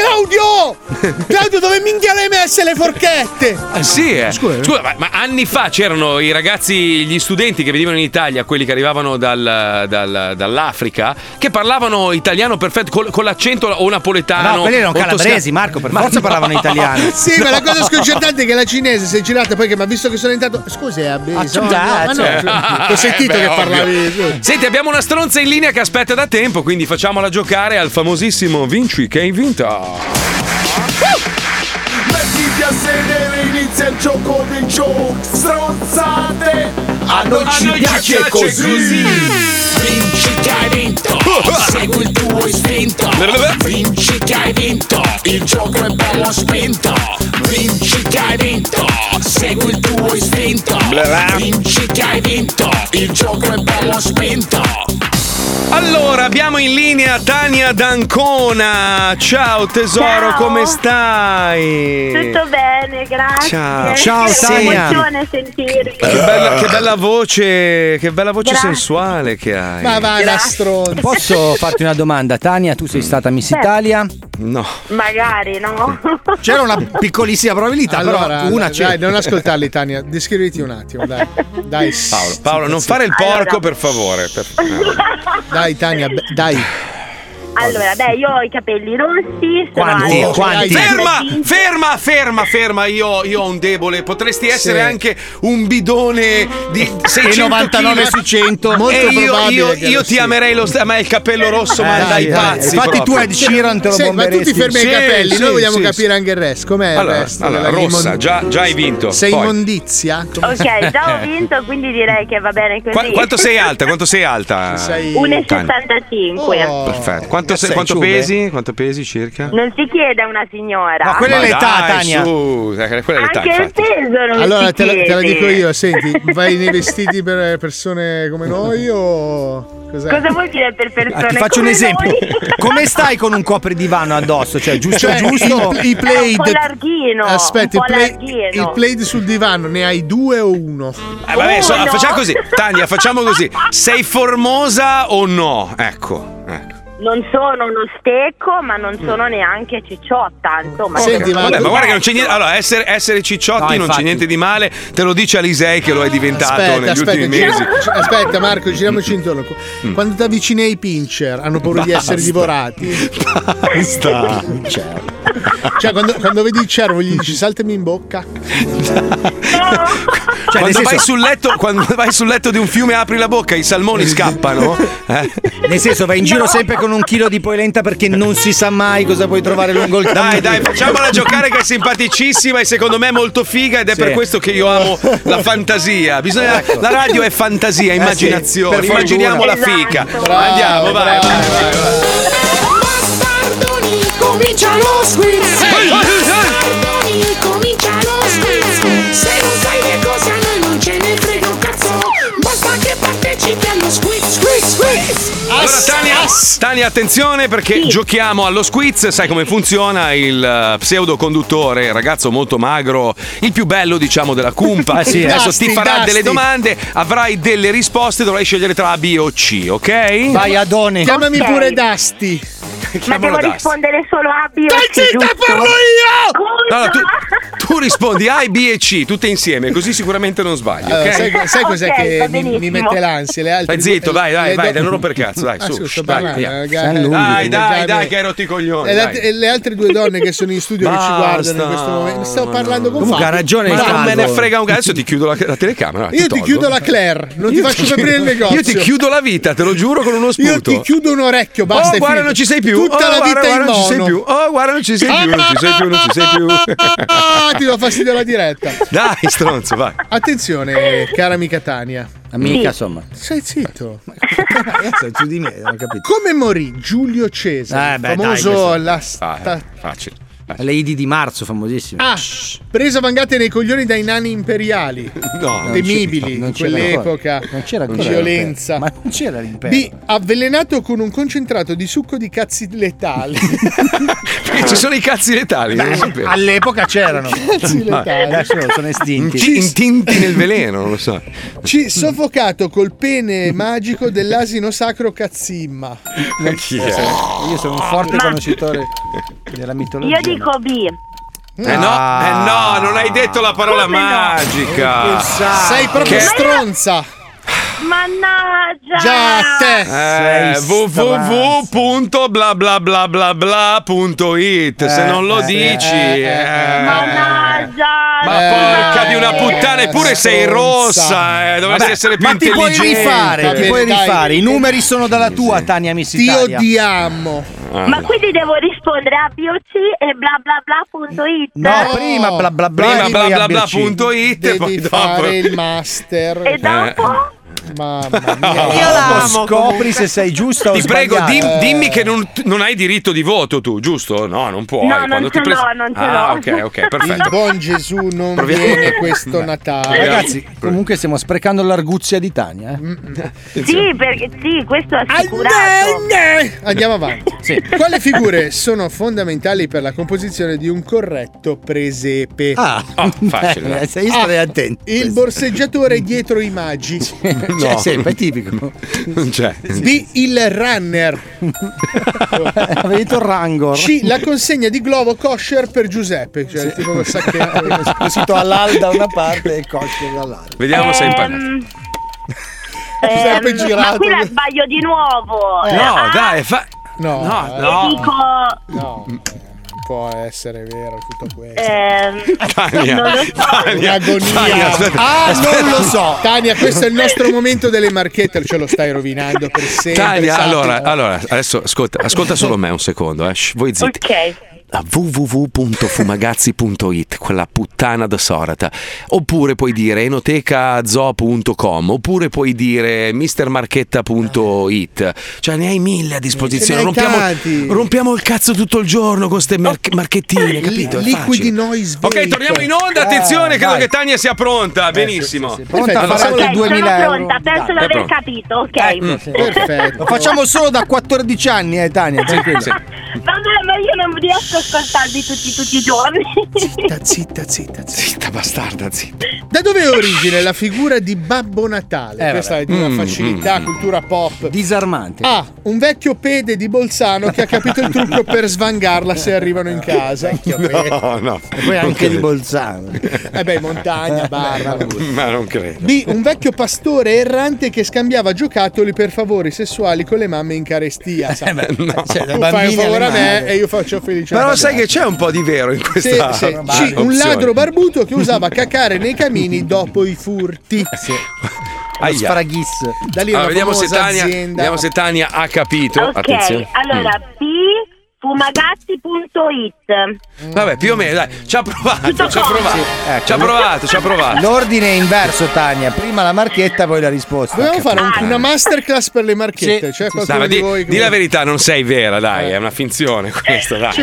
Speaker 5: Claudio! Claudio, dove minchia le hai messe le forchette?
Speaker 2: Ah, sì, eh. Scusa, ma, ma anni fa c'erano i ragazzi, gli studenti che venivano in Italia, quelli che arrivavano dal- dal- dall'Africa, che parlavano italiano perfetto, col- con l'accento o napoletano.
Speaker 4: No, quelli erano
Speaker 2: o toscano.
Speaker 4: calabresi, Marco, per
Speaker 2: Ma
Speaker 4: forza
Speaker 2: no. <laughs>
Speaker 4: parlavano italiano.
Speaker 5: Sì, ma la cosa sconcertante è che la cinese si è girata poi che mi ha visto che sono entrato. Scusi, è abbiso.
Speaker 4: Ah,
Speaker 5: Ma no, cioè,
Speaker 2: Ah,
Speaker 5: ho sentito
Speaker 2: eh, beh,
Speaker 5: che
Speaker 2: ovvio.
Speaker 5: parlavi.
Speaker 2: Senti, abbiamo una stronza in linea che aspetta da tempo, quindi facciamola giocare al famosissimo Vinci che hai vinto.
Speaker 13: Mettiti a sedere, inizia il gioco del gioco Stronzate A noi ci piace così Vinci che hai vinto Segui il tuo istinto Vinci che hai vinto Il gioco è bello spinto Vinci che hai vinto Segui il tuo istinto Vinci che hai vinto Il
Speaker 2: in linea Tania D'Ancona. Ciao tesoro,
Speaker 29: Ciao.
Speaker 2: come stai?
Speaker 29: Tutto bene, grazie.
Speaker 2: Ciao. Ciao,
Speaker 29: È
Speaker 2: Tania.
Speaker 29: un'emozione sentirvi.
Speaker 2: Che bella, che bella voce, che bella voce
Speaker 29: Grazie.
Speaker 2: sensuale che hai.
Speaker 29: Grazie.
Speaker 4: Posso farti una domanda, Tania? Tu sei stata Miss
Speaker 29: Certo.
Speaker 4: Italia?
Speaker 2: No.
Speaker 29: Magari, no?
Speaker 7: C'era una piccolissima probabilità,
Speaker 5: Allora,
Speaker 7: però una c'è.
Speaker 5: dai, non ascoltarli, Tania. Descriviti un
Speaker 2: <laughs>
Speaker 5: attimo, dai. Dai,
Speaker 2: Paolo, Paolo, non fare il porco per favore. per- no.
Speaker 5: Dai, Tania, be- dai.
Speaker 29: Allora, beh, io ho i capelli rossi. sono
Speaker 2: Quanti?
Speaker 7: eh,
Speaker 29: alta,
Speaker 2: Quanti?
Speaker 29: dai,
Speaker 2: Ferma,
Speaker 29: dai,
Speaker 2: ferma, ferma, ferma. Io, io ho un debole. Potresti essere anche un bidone di 600
Speaker 7: 99
Speaker 2: kg.
Speaker 7: su 100.
Speaker 2: Molto
Speaker 7: Molto
Speaker 2: io,
Speaker 7: probabile
Speaker 2: io,
Speaker 7: che
Speaker 2: io
Speaker 7: lo
Speaker 2: ti amerai lo stesso. A me il capello rosso
Speaker 7: Eh,
Speaker 2: manda
Speaker 7: dai,
Speaker 2: i
Speaker 7: dai.
Speaker 2: pazzi.
Speaker 7: Infatti tu,
Speaker 2: proprio.
Speaker 7: Ed Sheeran, te lo
Speaker 5: Senti, ma tu ti
Speaker 7: bomberesti.
Speaker 5: fermi ai
Speaker 7: Sì,
Speaker 5: capelli,
Speaker 7: sì,
Speaker 5: noi vogliamo
Speaker 7: sì,
Speaker 5: capire anche il resto. eh, Com'è
Speaker 2: Allora,
Speaker 5: il resto?
Speaker 2: allora,
Speaker 5: della
Speaker 2: rossa,
Speaker 5: immond-
Speaker 2: già- già hai vinto,
Speaker 5: Sei
Speaker 2: poi.
Speaker 5: immondizia?
Speaker 29: Ok, già ho vinto, quindi direi che va bene così.
Speaker 2: Qua- quanto sei alta? Quanto sei alta?
Speaker 5: <laughs> Sei... Oh.
Speaker 29: 1,75.
Speaker 2: Perfetto. Quanto, sei-
Speaker 29: Sei
Speaker 2: quanto
Speaker 29: ciube?
Speaker 2: pesi? Quanto pesi circa?
Speaker 29: Non si chiede a una signora.
Speaker 2: Ma dai, su, eh, quella è l'età,
Speaker 29: Anche il
Speaker 2: infatti.
Speaker 29: peso non
Speaker 5: Allora
Speaker 29: si
Speaker 5: te la, te la
Speaker 29: chiede.
Speaker 5: dico io,
Speaker 29: <laughs>
Speaker 5: senti, vai nei vestiti per eh, persone
Speaker 2: <laughs>
Speaker 5: come noi o cos'è?
Speaker 29: Cosa vuol dire per persone?
Speaker 4: Ah, ti faccio un
Speaker 29: come
Speaker 4: esempio.
Speaker 29: noi?
Speaker 4: Come stai con un copridivano addosso? Cioè, giusto,
Speaker 5: Cioè,
Speaker 4: giusto?
Speaker 5: i- i
Speaker 29: È un
Speaker 5: plaid-
Speaker 29: po' larghino.
Speaker 5: Aspetta,
Speaker 29: un
Speaker 5: il,
Speaker 29: po'
Speaker 5: play-
Speaker 29: larghino.
Speaker 5: il plaid sul divano, ne hai due o uno?
Speaker 2: Eh, vabbè, so-
Speaker 5: Oh,
Speaker 29: Uno.
Speaker 2: facciamo così. Tania, facciamo così. Sei formosa o no? Ecco. ecco.
Speaker 29: Non sono uno stecco, ma non sono neanche cicciotta, insomma. Sono-
Speaker 2: Vabbè, ma guarda che non c'è niente. Allora, essere, essere cicciotti
Speaker 5: No,
Speaker 2: non
Speaker 5: infatti.
Speaker 2: c'è niente di male. Te lo dice Alisei che lo è diventato negli
Speaker 5: Aspetta, aspetta,
Speaker 2: ultimi
Speaker 5: gira-
Speaker 2: mesi. Cioè, Mm.
Speaker 5: gi- aspetta, Marco,
Speaker 2: <laughs>
Speaker 5: giriamoci intorno. Quando ti avvicini ai pincher hanno paura di essere
Speaker 13: Basta.
Speaker 5: divorati.
Speaker 13: Basta.
Speaker 5: Cioè, quando, quando vedi il cervo gli dici saltami in bocca.
Speaker 2: Cioè,
Speaker 5: nel
Speaker 2: quando,
Speaker 5: senso-
Speaker 2: vai sul letto, quando vai sul letto di un fiume, apri la bocca, i salmoni scappano. Eh?
Speaker 4: Nel senso, vai in giro sempre con un chilo di polenta perché non si sa mai cosa puoi trovare lungo il
Speaker 2: Dai, dai, facciamola giocare che è simpaticissima e secondo me molto figa ed è
Speaker 4: Sì.
Speaker 2: per questo che io amo la fantasia. Bisogna-
Speaker 4: Ecco.
Speaker 2: La radio è fantasia,
Speaker 4: Eh sì,
Speaker 2: immaginazione.
Speaker 4: per fortuna.
Speaker 2: Immaginiamo
Speaker 3: Esatto.
Speaker 2: la fica.
Speaker 13: Esatto. Bravo,
Speaker 2: Andiamo, vai. vai, vai, vai.
Speaker 13: Comincia lo squiz Pardoni, comincia lo squiz Se non sai che cosa a noi non ce ne frega un cazzo Basta che partecipi allo squiz, squiz, squiz
Speaker 2: Allora Tania, Tania, attenzione perché giochiamo allo squiz, sai come funziona il eh, pseudoconduttore, il ragazzo molto magro, il più bello diciamo della cumpa,
Speaker 4: Eh sì,
Speaker 2: adesso
Speaker 4: Dusty,
Speaker 2: ti farà
Speaker 4: Dusty.
Speaker 2: delle domande, avrai delle risposte, dovrai scegliere tra A, B o C, ok?
Speaker 4: Vai, Adone.
Speaker 5: Chiamami
Speaker 29: Ok.
Speaker 5: pure Dusty.
Speaker 29: Ma devo rispondere solo a B o
Speaker 5: Dai,
Speaker 29: C,
Speaker 5: zitta,
Speaker 29: giusto?
Speaker 5: parlo
Speaker 29: io!
Speaker 2: Allora, tu, tu rispondi A, B e C, tutte insieme, così sicuramente non sbagli,
Speaker 5: Allora,
Speaker 2: ok?
Speaker 5: Eh, sai, sai cos'è
Speaker 29: Ok, va
Speaker 5: che mi, mi
Speaker 29: benissimo.
Speaker 5: mette l'ansia? Le altre
Speaker 2: Stai zitto,
Speaker 5: due-
Speaker 2: dai,
Speaker 5: le
Speaker 2: dai, vai,
Speaker 5: do-
Speaker 2: dai, non rompere il cazzo, dai,
Speaker 5: Ah,
Speaker 2: su,
Speaker 5: scusa,
Speaker 2: shh,
Speaker 5: parlando,
Speaker 2: dai, via.
Speaker 5: ragazzi. San Luigi,
Speaker 2: dai, dai,
Speaker 5: legame.
Speaker 2: dai, che hai rotto i coglioni,
Speaker 5: E, la-
Speaker 2: dai.
Speaker 5: e le altre due donne che sono in studio che ci
Speaker 2: Basta.
Speaker 5: guardano in questo momento. Stavo parlando con
Speaker 2: Comunque
Speaker 5: Fabio.
Speaker 2: ha ragione
Speaker 5: Ma
Speaker 2: Ma
Speaker 5: non
Speaker 2: non me
Speaker 5: me
Speaker 2: ne frega un cazzo. Adesso ti chiudo la, la telecamera.
Speaker 5: Io ti
Speaker 2: tolgo.
Speaker 5: chiudo la Claire, non ti
Speaker 2: Io
Speaker 5: faccio
Speaker 2: chiudo-
Speaker 5: aprire il negozio.
Speaker 2: Io ti chiudo la vita, te lo giuro, con uno sputo.
Speaker 5: Io ti chiudo un orecchio, basta.
Speaker 2: Oh,
Speaker 5: è
Speaker 2: guarda,
Speaker 5: finito.
Speaker 2: non ci sei più.
Speaker 5: Tutta
Speaker 2: Oh,
Speaker 5: la vita
Speaker 2: guarda,
Speaker 5: in
Speaker 2: guarda, non ci sei
Speaker 5: mono.
Speaker 2: più. Oh, guarda, non ci sei più, non ci sei più, non ci sei più.
Speaker 5: Ah, ti do fastidio alla diretta.
Speaker 2: Dai, stronzo, vai.
Speaker 5: Attenzione, cara amica Tania.
Speaker 4: Amica, insomma.
Speaker 5: Stai zitto. Ragazza, su di me, non capito. Come morì Giulio Cesare,
Speaker 4: Eh, beh, dai,
Speaker 5: famoso
Speaker 4: questo-
Speaker 5: la
Speaker 4: Ah,
Speaker 5: sta-
Speaker 2: Facile.
Speaker 4: Le Idi di marzo, famosissime.
Speaker 5: Ah, preso a vangate nei coglioni dai
Speaker 4: <laughs>
Speaker 5: nani imperiali.
Speaker 2: No,
Speaker 5: temibili
Speaker 4: non
Speaker 5: in
Speaker 4: c'era
Speaker 5: quell'epoca.
Speaker 4: ancora. Non c'era ancora
Speaker 5: Violenza.
Speaker 4: Ma non c'era l'impero.
Speaker 5: B. Avvelenato con un concentrato di succo di cazzi
Speaker 4: <laughs>
Speaker 5: letali.
Speaker 2: Eh, Ci sono i cazzi letali, non lo sapevo.
Speaker 7: All'epoca c'erano.
Speaker 5: <laughs> Cazzi
Speaker 2: Ma-
Speaker 5: letali.
Speaker 4: sono estinti.
Speaker 2: Inti- Intinti nel veleno, non lo so.
Speaker 5: Ci soffocato col pene magico dell'asino sacro Cazzimma.
Speaker 2: <laughs> Chi è?
Speaker 4: Io sono un forte
Speaker 29: Ma-
Speaker 4: conoscitore della mitologia.
Speaker 29: Io dico B.
Speaker 2: Eh no, eh no, non hai detto la parola
Speaker 29: Come no?
Speaker 2: magica.
Speaker 9: Ah,
Speaker 5: Sei proprio
Speaker 2: Che-
Speaker 5: stronza.
Speaker 29: Mannaggia!
Speaker 5: Già a te.
Speaker 2: Eh, www.blablablablabla.it Se non lo
Speaker 5: eh,
Speaker 2: dici eh.
Speaker 29: Mannaggia!
Speaker 2: Ma
Speaker 4: Eh,
Speaker 2: porca di una
Speaker 5: eh,
Speaker 2: puttana, eppure sei rossa, eh, dovresti
Speaker 4: Vabbè,
Speaker 2: essere più
Speaker 4: ma ti puoi
Speaker 2: intelligente.
Speaker 4: rifare, ti puoi rifare. I numeri sono dalla tua, Tania Miss
Speaker 5: Ti
Speaker 4: Italia.
Speaker 5: odiamo.
Speaker 2: Ah.
Speaker 29: Ma quindi devo rispondere a B o C e bla bla bla.it?
Speaker 4: No, prima bla bla bla.
Speaker 2: Prima
Speaker 4: e
Speaker 2: bla
Speaker 4: poi
Speaker 2: bla
Speaker 4: ABC.
Speaker 2: bla punto it e
Speaker 5: Devi
Speaker 2: poi dopo.
Speaker 5: fare il master.
Speaker 29: E dopo?
Speaker 2: Eh,
Speaker 5: Mamma
Speaker 2: Io
Speaker 4: <laughs>
Speaker 5: Ah,
Speaker 2: l'amo,
Speaker 5: boh,
Speaker 4: Scopri se sei giusta o
Speaker 2: Ti prego, dim-
Speaker 4: sbagliata.
Speaker 2: dimmi che non, non hai diritto di voto tu, giusto? No, non puoi.
Speaker 4: No, non
Speaker 2: Quando ti
Speaker 4: ce
Speaker 2: pres-
Speaker 4: l'ho, non ce
Speaker 2: ah,
Speaker 4: l'ho.
Speaker 2: ok, ok,
Speaker 5: Il
Speaker 2: perfetto.
Speaker 4: <laughs>
Speaker 5: buon Gesù non
Speaker 2: Proviamo.
Speaker 5: viene questo Natale.
Speaker 4: Ragazzi, comunque stiamo sprecando l'arguzia di Tania. eh.
Speaker 5: Mm.
Speaker 29: Sì, perché sì, questo è assicurato.
Speaker 5: Andiamo
Speaker 29: <laughs>
Speaker 5: avanti. Quali figure sono fondamentali per la composizione di un corretto presepe? ah,
Speaker 7: Ah,
Speaker 2: oh,
Speaker 7: facile. Eh, sei stato attento.
Speaker 5: Il borseggiatore dietro i magi.
Speaker 7: Cioè, sempre è tipico.
Speaker 2: Non c'è.
Speaker 5: B. Il runner.
Speaker 4: Ha vinto il Rangor.
Speaker 5: C. La consegna di globo kosher per Giuseppe. Cioè, tipo quel sacchetto.
Speaker 4: Cosito all'al da una parte e il coscio dall'altra.
Speaker 2: Vediamo se hai imparato.
Speaker 29: Ehm,
Speaker 5: Ti sei
Speaker 29: ehm,
Speaker 5: girato.
Speaker 29: ma qui la sbaglio di nuovo.
Speaker 5: Eh. Ah!
Speaker 2: No, dai, fa.
Speaker 5: No, eh.
Speaker 2: no,
Speaker 29: no. Dico-
Speaker 5: No, eh, può essere vero tutto questo.
Speaker 29: Ehm,
Speaker 2: Tania,
Speaker 5: Eh. non lo so. Un'agonia. ah, non lo so. Tania, questo è il nostro momento delle marchette, ce lo stai rovinando per sempre.
Speaker 4: esatto.
Speaker 2: Tania,
Speaker 5: sappilo.
Speaker 2: allora, allora, adesso ascolta, ascolta solo me un secondo, eh. Shh, voi zitti.
Speaker 29: ok.
Speaker 2: a www.fumagazzi.it, quella puttana da Sorata. Oppure puoi dire enotecazo.com, oppure puoi dire mistermarchetta.it. Cioè ne hai mille a disposizione.
Speaker 5: Ce ne hai
Speaker 2: Rompiamo,
Speaker 5: tanti.
Speaker 2: rompiamo il cazzo tutto il giorno con ste mar- marchettine, capito? È facile.
Speaker 5: Liquidi noise.
Speaker 2: Ok, torniamo in onda, attenzione,
Speaker 5: Eh,
Speaker 2: credo
Speaker 5: vai.
Speaker 2: che Tania sia pronta, benissimo.
Speaker 4: Pronta, farà
Speaker 2: facciamo-
Speaker 4: anche
Speaker 29: Ok,
Speaker 4: 2000
Speaker 29: sono
Speaker 4: euro.
Speaker 29: pronta, penso di
Speaker 2: Dai, è
Speaker 29: aver
Speaker 2: pronto.
Speaker 29: capito, ok.
Speaker 2: Mm.
Speaker 5: Perfetto.
Speaker 29: <laughs>
Speaker 4: Lo Eh, mm, facciamo solo da 14 anni, eh, Tania. tranquilla.
Speaker 2: Sì,
Speaker 29: Vabbè, ma io non riesco a ascoltarvi tutti, tutti i giorni.
Speaker 5: Zitta, zitta, zitta,
Speaker 2: zitta. bastarda, zitta.
Speaker 5: Da dove è origine la figura di Babbo Natale?
Speaker 4: Eh,
Speaker 5: Questa è di
Speaker 4: vabbè.
Speaker 5: una
Speaker 4: Mm,
Speaker 5: facilità,
Speaker 4: mm,
Speaker 5: cultura pop.
Speaker 4: Disarmante.
Speaker 5: A. Un vecchio pede di Bolzano che ha capito il trucco per svangarla se arrivano
Speaker 4: <laughs>
Speaker 5: in casa.
Speaker 2: No, no.
Speaker 4: E poi
Speaker 2: Non
Speaker 4: anche di
Speaker 2: credo.
Speaker 4: Bolzano.
Speaker 5: Eh beh, montagna, barra.
Speaker 2: <laughs> Ma non credo.
Speaker 5: B. Un vecchio pastore errante che scambiava giocattoli per favori sessuali con le mamme in carestia. sai.
Speaker 2: beh, no. Cioè, da
Speaker 5: tu fai
Speaker 2: bambini
Speaker 5: un favore a
Speaker 2: alle
Speaker 5: me
Speaker 2: mamme.
Speaker 5: e io faccio felice.
Speaker 2: Però
Speaker 5: la
Speaker 2: sai che c'è un po' di vero in
Speaker 5: Sì,
Speaker 2: questa
Speaker 5: sì. C,
Speaker 2: opzione.
Speaker 5: un ladro barbuto che usava cacare nei camini dopo i furti.
Speaker 2: Eh, Aia.
Speaker 5: sfaraghis. Da lì
Speaker 2: Allora,
Speaker 5: una
Speaker 2: vediamo, se
Speaker 5: famosa
Speaker 2: Tania,
Speaker 5: azienda.
Speaker 2: vediamo se Tania ha capito.
Speaker 29: ok,
Speaker 2: Oh, Attenzione.
Speaker 29: allora P fumagazzi.it.
Speaker 2: Mm. Vabbè, più o meno, dai, ci ha provato, ci ha provato.
Speaker 4: Ecco.
Speaker 2: Ci ha provato, ci ha provato.
Speaker 4: L'ordine è inverso, Tania. Prima la marchetta, poi la risposta.
Speaker 5: Dobbiamo fare un- una masterclass per le marchette.
Speaker 4: Sì.
Speaker 5: Cioè
Speaker 2: Dai,
Speaker 5: qualcuno
Speaker 2: ma
Speaker 5: di
Speaker 2: di,
Speaker 5: voi. che-
Speaker 2: di la verità, non sei vera, dai, è una finzione questa, dai. Eh.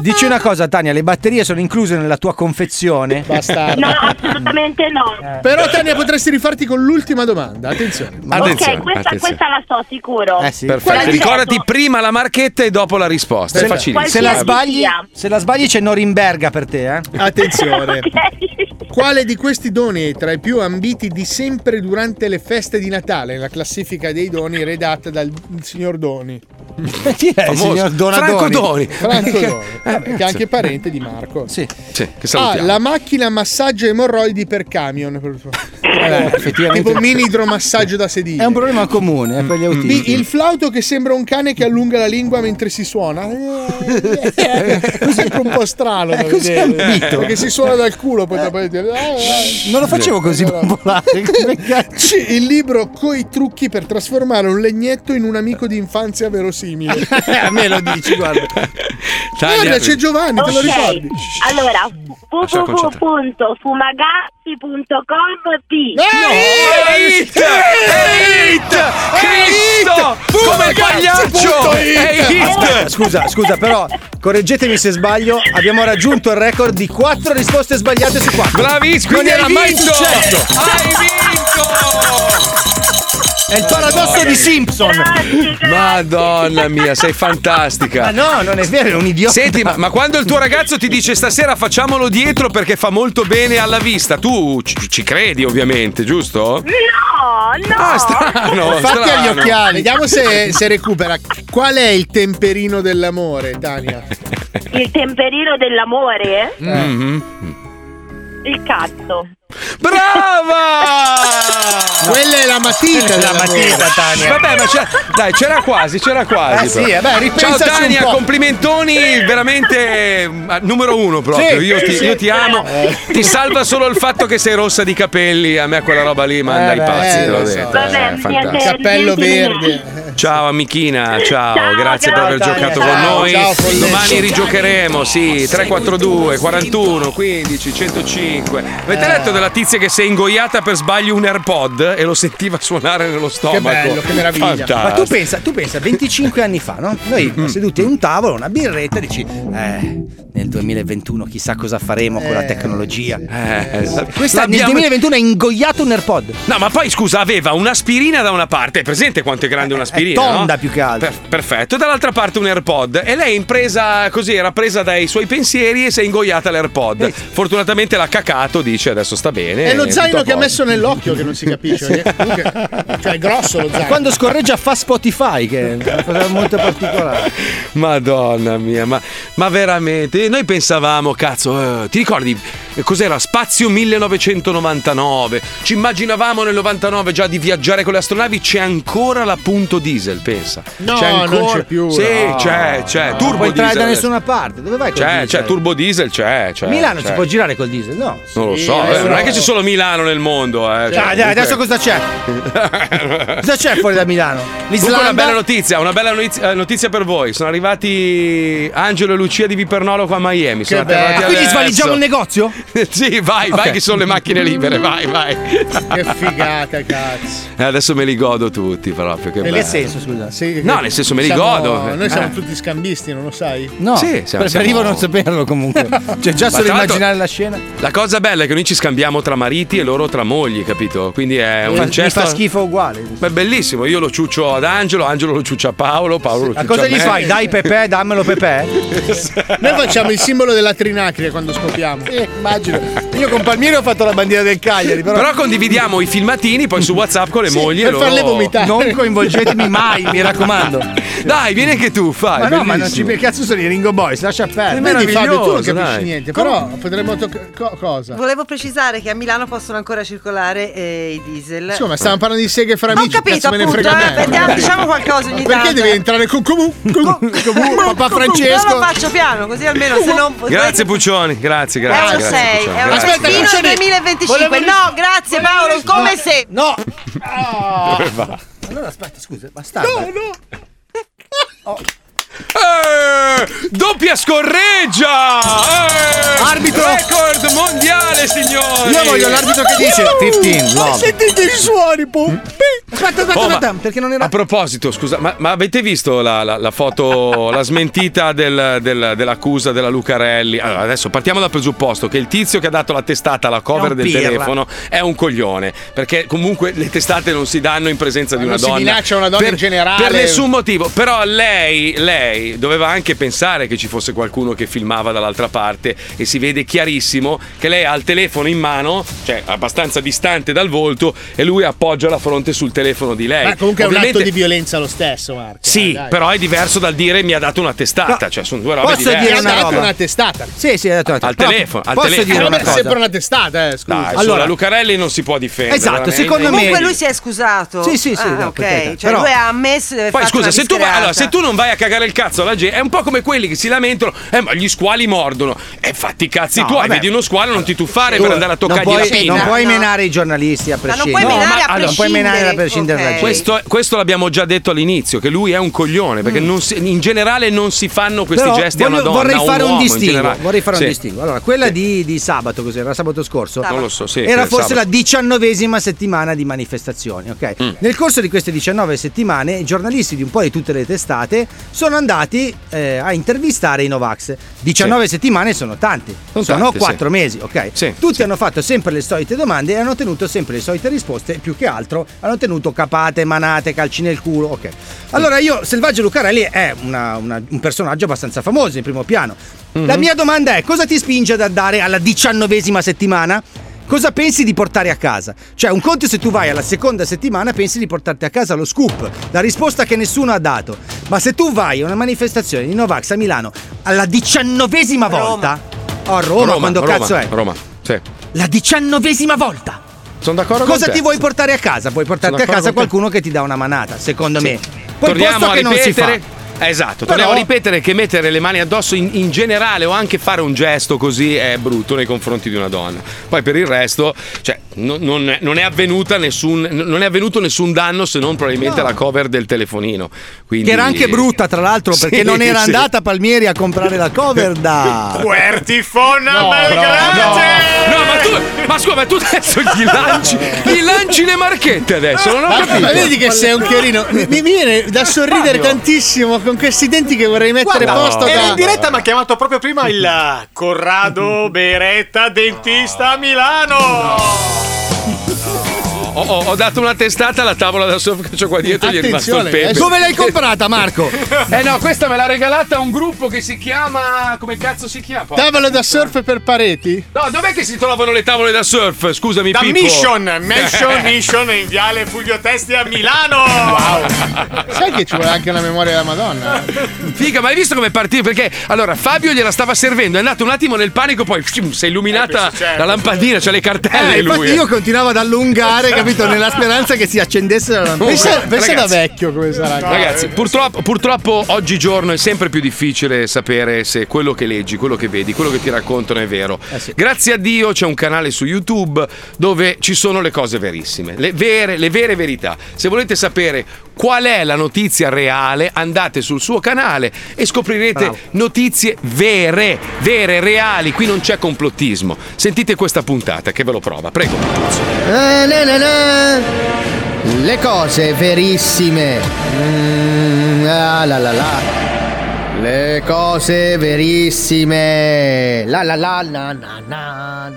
Speaker 4: Dici una cosa, Tania, le batterie sono incluse nella tua confezione?
Speaker 5: Bastardo.
Speaker 29: No, assolutamente no.
Speaker 5: Però, Tania, potresti rifarti con l'ultima domanda. Attenzione.
Speaker 2: Attenzione,
Speaker 29: ok, questa,
Speaker 2: attenzione.
Speaker 29: questa la so sicuro.
Speaker 2: Eh,
Speaker 4: Eh,
Speaker 2: Perfetto.
Speaker 29: Quella
Speaker 2: Ricordati prima la marchetta e dopo la risposta. È
Speaker 4: Se,
Speaker 2: facilissimo.
Speaker 4: se la sbagli, se la sbagli c'è Norimberga per te, eh?
Speaker 5: Ah, Attenzione. Quale di questi doni è tra i più ambiti di sempre durante le feste di Natale? La classifica dei doni redatta dal signor Doni.
Speaker 4: Chi è il
Speaker 5: Famoso.
Speaker 4: signor Donadoni? Ah,
Speaker 5: Franco Doni. Franco Doni, vabbè, che è
Speaker 4: cazzo.
Speaker 5: anche parente di Marco.
Speaker 4: Sì.
Speaker 2: Sì, che
Speaker 5: Ah,
Speaker 2: salutiamo.
Speaker 5: la macchina massaggio emorroidi per camion.
Speaker 4: Eh, effettivamente.
Speaker 5: Tipo mini idromassaggio da sedile.
Speaker 4: È un problema comune eh, per gli
Speaker 5: B,
Speaker 4: autisti.
Speaker 5: il flauto che sembra un cane che allunga la lingua mentre si suona. Eh, eh, È sempre un po' strano da
Speaker 4: Eh, così
Speaker 5: vedere,
Speaker 4: è il dito.
Speaker 5: Perché si suona dal culo, poi dopo dire, "Ah,
Speaker 4: Non lo facevo così popolare.
Speaker 5: <laughs> C, il libro coi trucchi per trasformare un legnetto in un amico di infanzia verosimile.
Speaker 3: Eh,
Speaker 4: A me lo dici, guarda.
Speaker 2: Tania-
Speaker 5: Guarda, c'è Giovanni, Eh, te lo
Speaker 29: Ok,
Speaker 5: ricordi?
Speaker 29: Allora,
Speaker 2: Lasciala concentrare.
Speaker 29: www.fumagazzi.com P.
Speaker 2: È It! È It! Cristo! Come il pagliaccio! È It!
Speaker 4: Scusa, scusa, però correggetemi se sbaglio. Abbiamo raggiunto il record di 4 risposte sbagliate su 4.
Speaker 2: Bravissimo, non era mai successo! Hai vinto!
Speaker 4: È il paradosso di Simpson.
Speaker 2: Madonna mia, sei fantastica!
Speaker 4: Ma no, non è vero, è un idiota.
Speaker 2: Senti, ma, ma quando il tuo ragazzo ti dice stasera facciamolo dietro perché fa molto bene alla vista, tu ci, ci credi ovviamente, giusto?
Speaker 29: No, no.
Speaker 2: Ah, strano!
Speaker 5: Fatti agli
Speaker 2: strano.
Speaker 5: occhiali, vediamo se, se recupera. Qual è il temperino dell'amore, Tania? Eh.
Speaker 29: Il temperino dell'amore?
Speaker 3: Mm. Eh.
Speaker 2: Mhm.
Speaker 29: Il cazzo.
Speaker 2: Brava!
Speaker 5: Quella è la matita.
Speaker 4: La matita, Tania.
Speaker 2: Vabbè, ma c'era, dai, c'era quasi, c'era quasi.
Speaker 4: Eh sì,
Speaker 2: però.
Speaker 4: eh beh, ripensaci
Speaker 2: Ciao Tania,
Speaker 4: un po'.
Speaker 2: complimentoni veramente eh, numero uno proprio.
Speaker 4: Sì,
Speaker 2: io, ti,
Speaker 4: sì. eh.
Speaker 2: io ti amo. Ti salva solo il fatto che sei rossa di capelli. A me quella roba lì manda
Speaker 5: Eh,
Speaker 2: i pazzi,
Speaker 5: beh,
Speaker 2: te l'ho
Speaker 5: lo so.
Speaker 2: detto.
Speaker 5: Vabbè,
Speaker 2: Eh, fantastico.
Speaker 5: Cappello verde.
Speaker 2: Ciao amichina, ciao,
Speaker 13: Ciao,
Speaker 2: grazie per
Speaker 13: ciao,
Speaker 2: aver
Speaker 13: Tania.
Speaker 2: giocato
Speaker 13: Ciao,
Speaker 2: con noi.
Speaker 13: ciao, Folletto.
Speaker 2: Domani rigiocheremo, sì, 342, 41, 15, 105. Avete
Speaker 13: Eh.
Speaker 2: letto della tizia che si è ingoiata per sbaglio un AirPod e lo sentiva suonare nello stomaco?
Speaker 4: bello, che meraviglia.
Speaker 2: Fantastico. Mm.
Speaker 4: Ma tu pensa, tu pensa, 25 anni fa, no? Noi seduti a un tavolo, una birretta, dici, eh, nel 2021 chissà cosa faremo con la
Speaker 2: Eh.
Speaker 4: tecnologia.
Speaker 2: Eh, la-
Speaker 4: Questa
Speaker 2: l'abbiamo-
Speaker 4: nel 2021 è ingoiato un AirPod.
Speaker 2: No, ma poi scusa, aveva un'aspirina da una parte, è presente quanto è grande un'aspirina?
Speaker 4: Eh, è tonda
Speaker 2: più che altro. perfetto, dall'altra parte un AirPod e lei in presa così, era presa dai suoi pensieri e si è ingoiata l'AirPod. Fortunatamente l'ha cacato, dice adesso sta bene.
Speaker 5: È lo zaino che ha
Speaker 2: ha
Speaker 5: messo nell'occhio che non si capisce. perché comunque- cioè, è grosso lo zaino.
Speaker 4: Quando scorreggia fa Spotify, che è una cosa molto particolare.
Speaker 2: Madonna mia, ma, ma veramente, noi pensavamo, cazzo, eh, ti ricordi eh, cos'era Spazio 1999? Ci immaginavamo nel 99 già di viaggiare con le astronavi, c'è ancora la punto diesel, pensa.
Speaker 4: No,
Speaker 2: c'è
Speaker 4: non
Speaker 2: ancora...
Speaker 4: c'è più,
Speaker 2: Sì,
Speaker 4: no.
Speaker 2: c'è, c'è,
Speaker 4: Non
Speaker 2: turbo
Speaker 4: puoi entrare
Speaker 2: diesel. Eh,
Speaker 4: da nessuna parte. Dove vai? col
Speaker 2: C'è,
Speaker 4: diesel?
Speaker 2: c'è turbo diesel, c'è, c'è.
Speaker 4: Milano
Speaker 2: c'è.
Speaker 4: si può girare col diesel, no?
Speaker 2: Non lo
Speaker 4: Sì,
Speaker 2: so, eh,
Speaker 4: adesso
Speaker 2: non è
Speaker 4: no.
Speaker 2: che c'è solo Milano nel mondo. Eh, cioè,
Speaker 4: Dai, dai, adesso cosa c'è?
Speaker 2: <laughs> comunque-
Speaker 4: Cosa c'è fuori da Milano?
Speaker 2: Comunque
Speaker 4: L'Islanda?
Speaker 2: una bella notizia, una bella notizia, eh, notizia per voi. Sono arrivati Angelo e Lucia di Vipernolo qua a Miami. Sono
Speaker 4: bello.
Speaker 2: atterrati
Speaker 4: Ah, quindi
Speaker 2: adesso.
Speaker 4: svaligiamo il negozio?
Speaker 2: <laughs> sì, vai, vai,
Speaker 4: Ok.
Speaker 2: che sono le macchine libere, vai,
Speaker 5: <laughs>
Speaker 2: vai. Che
Speaker 5: figata, cazzo.
Speaker 2: Eh, adesso me li godo tutti proprio. Che bello.
Speaker 5: Nel senso, scusa. Sì,
Speaker 2: No, nel senso, me li
Speaker 5: siamo-
Speaker 2: godo.
Speaker 5: Noi siamo
Speaker 2: Eh.
Speaker 5: tutti scambisti, non lo sai?
Speaker 2: No, Sì, siamo-
Speaker 4: Preferivo
Speaker 2: siamo-
Speaker 4: non
Speaker 2: <laughs>
Speaker 4: saperlo comunque. Cioè, già
Speaker 2: Ma
Speaker 4: solo
Speaker 2: tra l'altro-
Speaker 4: immaginare la scena.
Speaker 2: La cosa bella è che noi ci scambiamo tra mariti e loro tra mogli, capito? Quindi è un certo
Speaker 4: Mi fa- mi
Speaker 2: incesto.
Speaker 4: fa schifo uguale.
Speaker 2: Ma è bellissimo, io lo ciuccio ad Angelo, Angelo lo ciuccia a Paolo, Paolo lo ciuccia
Speaker 4: Ma cosa
Speaker 2: a
Speaker 4: gli
Speaker 2: me.
Speaker 4: fai? Dai Pepe, dammelo Pepe.
Speaker 5: Noi facciamo il simbolo della trinacria quando scopriamo. Eh, immagino. Io con Palmieri ho fatto la bandiera del Cagliari, però.
Speaker 2: Però condividiamo i filmatini poi su WhatsApp con le
Speaker 5: Sì,
Speaker 2: mogli e
Speaker 5: per
Speaker 2: loro...
Speaker 5: farle vomitare.
Speaker 4: Non coinvolgetemi mai, mi raccomando.
Speaker 2: Dai, vieni anche tu, fai.
Speaker 5: ma no, ma non ci
Speaker 2: bellissimo.
Speaker 5: per cazzo sono i Ringo Boys, lascia perdere.
Speaker 2: È
Speaker 5: Vedi Fabio, tu non
Speaker 2: meraviglioso,
Speaker 5: capisci
Speaker 2: dai.
Speaker 5: niente,
Speaker 2: Come-
Speaker 5: però potremmo toccare cosa?
Speaker 17: Volevo precisare che a Milano possono ancora circolare eh, i diesel.
Speaker 5: Insomma, stavamo parlando di seghe fra amici,
Speaker 17: capito,
Speaker 5: cazzo me ne
Speaker 17: appunto,
Speaker 5: frega
Speaker 17: eh,
Speaker 5: me.
Speaker 17: vediamo, diciamo qualcosa ogni
Speaker 5: Perché
Speaker 17: tanto,
Speaker 5: devi
Speaker 17: eh.
Speaker 5: entrare con comu, comu, comu, papà
Speaker 17: Io
Speaker 5: Francesco?
Speaker 17: lo faccio piano, così almeno se non
Speaker 2: Grazie Puccioni, grazie, grazie.
Speaker 17: Euro
Speaker 2: grazie,
Speaker 17: 6,
Speaker 2: Puccioni,
Speaker 17: è
Speaker 2: grazie.
Speaker 17: Aspetta, fino al
Speaker 5: Puccioni,
Speaker 17: 2025.
Speaker 5: volevo-
Speaker 17: No, grazie Paolo,
Speaker 5: volevo-
Speaker 17: come
Speaker 5: no,
Speaker 17: se.
Speaker 4: No!
Speaker 2: Dove va?
Speaker 4: Allora aspetta, scusa, bastardo. No, no.
Speaker 2: Eh, doppia scorreggia! Eh,
Speaker 13: Arbitro!
Speaker 2: Record mondiale, signori!
Speaker 4: Io voglio l'arbitro che dice 15 love.
Speaker 5: Sentite i suoni, pum.
Speaker 4: Aspetta, aspetta,
Speaker 2: Oh, ma-
Speaker 4: aspetta, perché non era
Speaker 2: A proposito, scusa, ma, ma avete visto la, la- la foto, la smentita del- del- dell'accusa della Lucarelli? Allora, adesso partiamo dal presupposto che il tizio che ha dato la testata alla cover
Speaker 4: un
Speaker 2: del
Speaker 4: pirla.
Speaker 2: telefono è un coglione, perché comunque le testate non si danno in presenza di
Speaker 5: Ma
Speaker 2: una
Speaker 5: non si
Speaker 2: donna.
Speaker 5: minaccia una donna
Speaker 2: per,
Speaker 5: in generale.
Speaker 2: Per nessun motivo, però lei, lei doveva anche pensare che ci fosse qualcuno che filmava dall'altra parte e si vede chiarissimo che lei ha il telefono in mano, cioè abbastanza distante dal volto e lui appoggia la fronte sul telefono di lei.
Speaker 5: Ma comunque è un
Speaker 2: Ovviamente-
Speaker 5: atto di violenza lo stesso, Marco.
Speaker 2: sì,
Speaker 5: dai.
Speaker 2: però è diverso dal dire mi ha dato una testata, cioè sono due robe
Speaker 5: Posso
Speaker 2: diverse.
Speaker 5: dire una roba? una testata.
Speaker 4: Sì, sì, hai detto una
Speaker 2: Al
Speaker 4: però
Speaker 2: telefono, al
Speaker 4: posso
Speaker 2: telefono.
Speaker 4: dire
Speaker 2: Eh,
Speaker 4: una
Speaker 2: beh,
Speaker 4: cosa?
Speaker 5: Sembra una testata, eh, scusa.
Speaker 2: Dai, allora,
Speaker 4: Allora-
Speaker 2: Lucarelli non si può difendere.
Speaker 4: Esatto,
Speaker 2: veramente.
Speaker 4: secondo me-
Speaker 17: Comunque lui si è scusato.
Speaker 4: Sì, sì, sì,
Speaker 17: Ah,
Speaker 4: no,
Speaker 17: ok.
Speaker 4: per carità.
Speaker 17: Cioè
Speaker 4: Però-
Speaker 17: lui ha ammesso di aver
Speaker 2: Poi
Speaker 17: fatto
Speaker 2: scusa,
Speaker 17: una
Speaker 2: se tu, vai-
Speaker 17: discherata.
Speaker 2: allora, se tu non vai a cagare il cazzo alla gente, è un po' come quelli che si lamentano, eh, ma gli squali mordono. E fatti i cazzi
Speaker 4: No,
Speaker 2: tuoi,
Speaker 4: vabbè.
Speaker 2: vedi uno squalo, non ti tuffare
Speaker 4: Tu
Speaker 2: per andare a
Speaker 4: non
Speaker 2: toccargli la
Speaker 4: puoi,
Speaker 2: pinna.
Speaker 4: non puoi menare i giornalisti a
Speaker 2: non puoi
Speaker 4: prescindere.
Speaker 2: menare
Speaker 4: No,
Speaker 2: a
Speaker 4: ma- allora, Non puoi menare a prescindere da gente.
Speaker 2: Questo, questo l'abbiamo già detto all'inizio, che lui è un coglione, perché non si- in generale non si fanno questi
Speaker 4: Mm. Però
Speaker 2: gesti
Speaker 4: voglio-
Speaker 2: a una donna.
Speaker 4: vorrei
Speaker 2: a
Speaker 4: fare un
Speaker 2: uomo in
Speaker 4: distinguo.
Speaker 2: generale.
Speaker 4: Vorrei fare
Speaker 2: Sì.
Speaker 4: un distinguo. Allora, quella di, di sabato, cos'era? Sabato scorso?
Speaker 2: Non lo so, sì,
Speaker 4: Era
Speaker 2: credo
Speaker 4: forse
Speaker 2: sabato.
Speaker 4: la diciannovesima settimana di manifestazioni, ok?
Speaker 2: Mm.
Speaker 4: Nel corso di queste 19 settimane, i giornalisti di un po' di tutte le testate sono andati eh, a intervistare i Novax. 19 settimane sono tanti, sono,
Speaker 2: Sono tanti,
Speaker 4: 4
Speaker 2: sì.
Speaker 4: mesi, ok? Tutti hanno fatto sempre le solite domande e hanno ottenuto sempre le solite risposte, e più che altro hanno ottenuto capate, manate, calci nel culo, ok? Allora io, Selvaggio Lucarelli è una- una- un personaggio abbastanza famoso in primo piano.
Speaker 2: Mhm.
Speaker 4: La mia domanda è: cosa ti spinge ad andare alla diciannovesima settimana? Cosa pensi di portare a casa? Cioè, un conto è se tu vai alla seconda settimana pensi di portarti a casa lo scoop, la risposta che nessuno ha dato. Ma se tu vai a una manifestazione di Novax a Milano alla diciannovesima volta, o a Roma, quando
Speaker 2: Roma,
Speaker 4: cazzo è?
Speaker 2: Roma, sì.
Speaker 4: La diciannovesima volta.
Speaker 2: Sono d'accordo
Speaker 4: Cosa
Speaker 2: con te.
Speaker 4: ti vuoi portare a casa? Vuoi portarti
Speaker 2: Sono
Speaker 4: a casa
Speaker 2: d'accordo con
Speaker 4: qualcuno che ti dà una manata, secondo me. Poi
Speaker 2: Torniamo
Speaker 4: posto
Speaker 2: a
Speaker 4: che non si fa.
Speaker 2: ripetere Esatto,
Speaker 4: Però-
Speaker 2: torniamo a ripetere che mettere le mani addosso in, in generale o anche fare un gesto così è brutto nei confronti di una donna. Poi per il resto, cioè, non, non è- non è, avvenuta nessun, non è avvenuto nessun danno se non probabilmente la cover del telefonino. Quindi-
Speaker 7: Che era anche brutta, tra
Speaker 2: <laughs>
Speaker 7: l'altro,
Speaker 2: Sì,
Speaker 7: perché non era
Speaker 2: sì.
Speaker 7: andata Palmieri a comprare la cover da.
Speaker 13: Puertifona Belgrande!
Speaker 2: No, ma tu, ma scusa, ma tu adesso
Speaker 5: <laughs>
Speaker 2: gli lanci, gli lanci le marchette adesso, non ho
Speaker 5: Ma-
Speaker 2: capito.
Speaker 5: Ma vedi che sei un chiorino. Mi, mi viene da sorridere
Speaker 2: Fabio.
Speaker 5: tantissimo con questi denti che vorrei mettere
Speaker 2: Guarda,
Speaker 5: posto.
Speaker 2: era
Speaker 5: da-
Speaker 2: in diretta,
Speaker 13: Ma ha chiamato proprio prima il Corrado Beretta, dentista a Milano!
Speaker 2: Ho, ho- ho dato una testata alla tavola da sopra che c'ho qua dietro, gli è rimasto il
Speaker 5: eh,
Speaker 2: pepe.
Speaker 7: eh, Dove
Speaker 2: <laughs>
Speaker 7: l'hai comprata, Marco?
Speaker 2: Eh no, questa me l'ha regalata un gruppo che si chiama. Come cazzo si chiama?
Speaker 5: Tavolo da surf per pareti?
Speaker 2: No, dov'è che si trovano le tavole da surf? Scusami,
Speaker 13: Da
Speaker 2: Pippo.
Speaker 13: Mission,
Speaker 2: <laughs>
Speaker 13: Mission, Mission in viale Fulvio Testi a Milano!
Speaker 5: Sai che ci vuole anche la memoria della Madonna?
Speaker 2: Eh, Figa, ma hai visto come partire? Perché allora Fabio gliela stava servendo, è andato un attimo nel panico, poi fium, si è
Speaker 13: Eh,
Speaker 2: illuminata
Speaker 13: certo,
Speaker 2: la lampadina, c'ha le cartelle.
Speaker 7: Eh,
Speaker 2: lui,
Speaker 7: infatti
Speaker 2: eh.
Speaker 7: io continuavo ad allungare, capito? Nella speranza che si accendesse la lampada.
Speaker 2: Pensa- pensa da Ragazzi.
Speaker 5: vecchio come sarà.
Speaker 2: Ragazzi, purtroppo, purtroppo oggigiorno è sempre più difficile sapere se quello che leggi, quello che vedi, quello che ti raccontano è vero. Grazie a Dio c'è un canale su YouTube dove ci sono le cose verissime, le vere, le vere verità. Se volete sapere qual è la notizia reale, andate sul suo canale e scoprirete notizie vere, vere, reali. Qui non c'è complottismo. Sentite questa puntata che ve lo prova, prego.
Speaker 30: Eh, na, na, na. Le cose verissime. Mm, ah, la, la, la. Le cose verissime. La la la la na, na, na.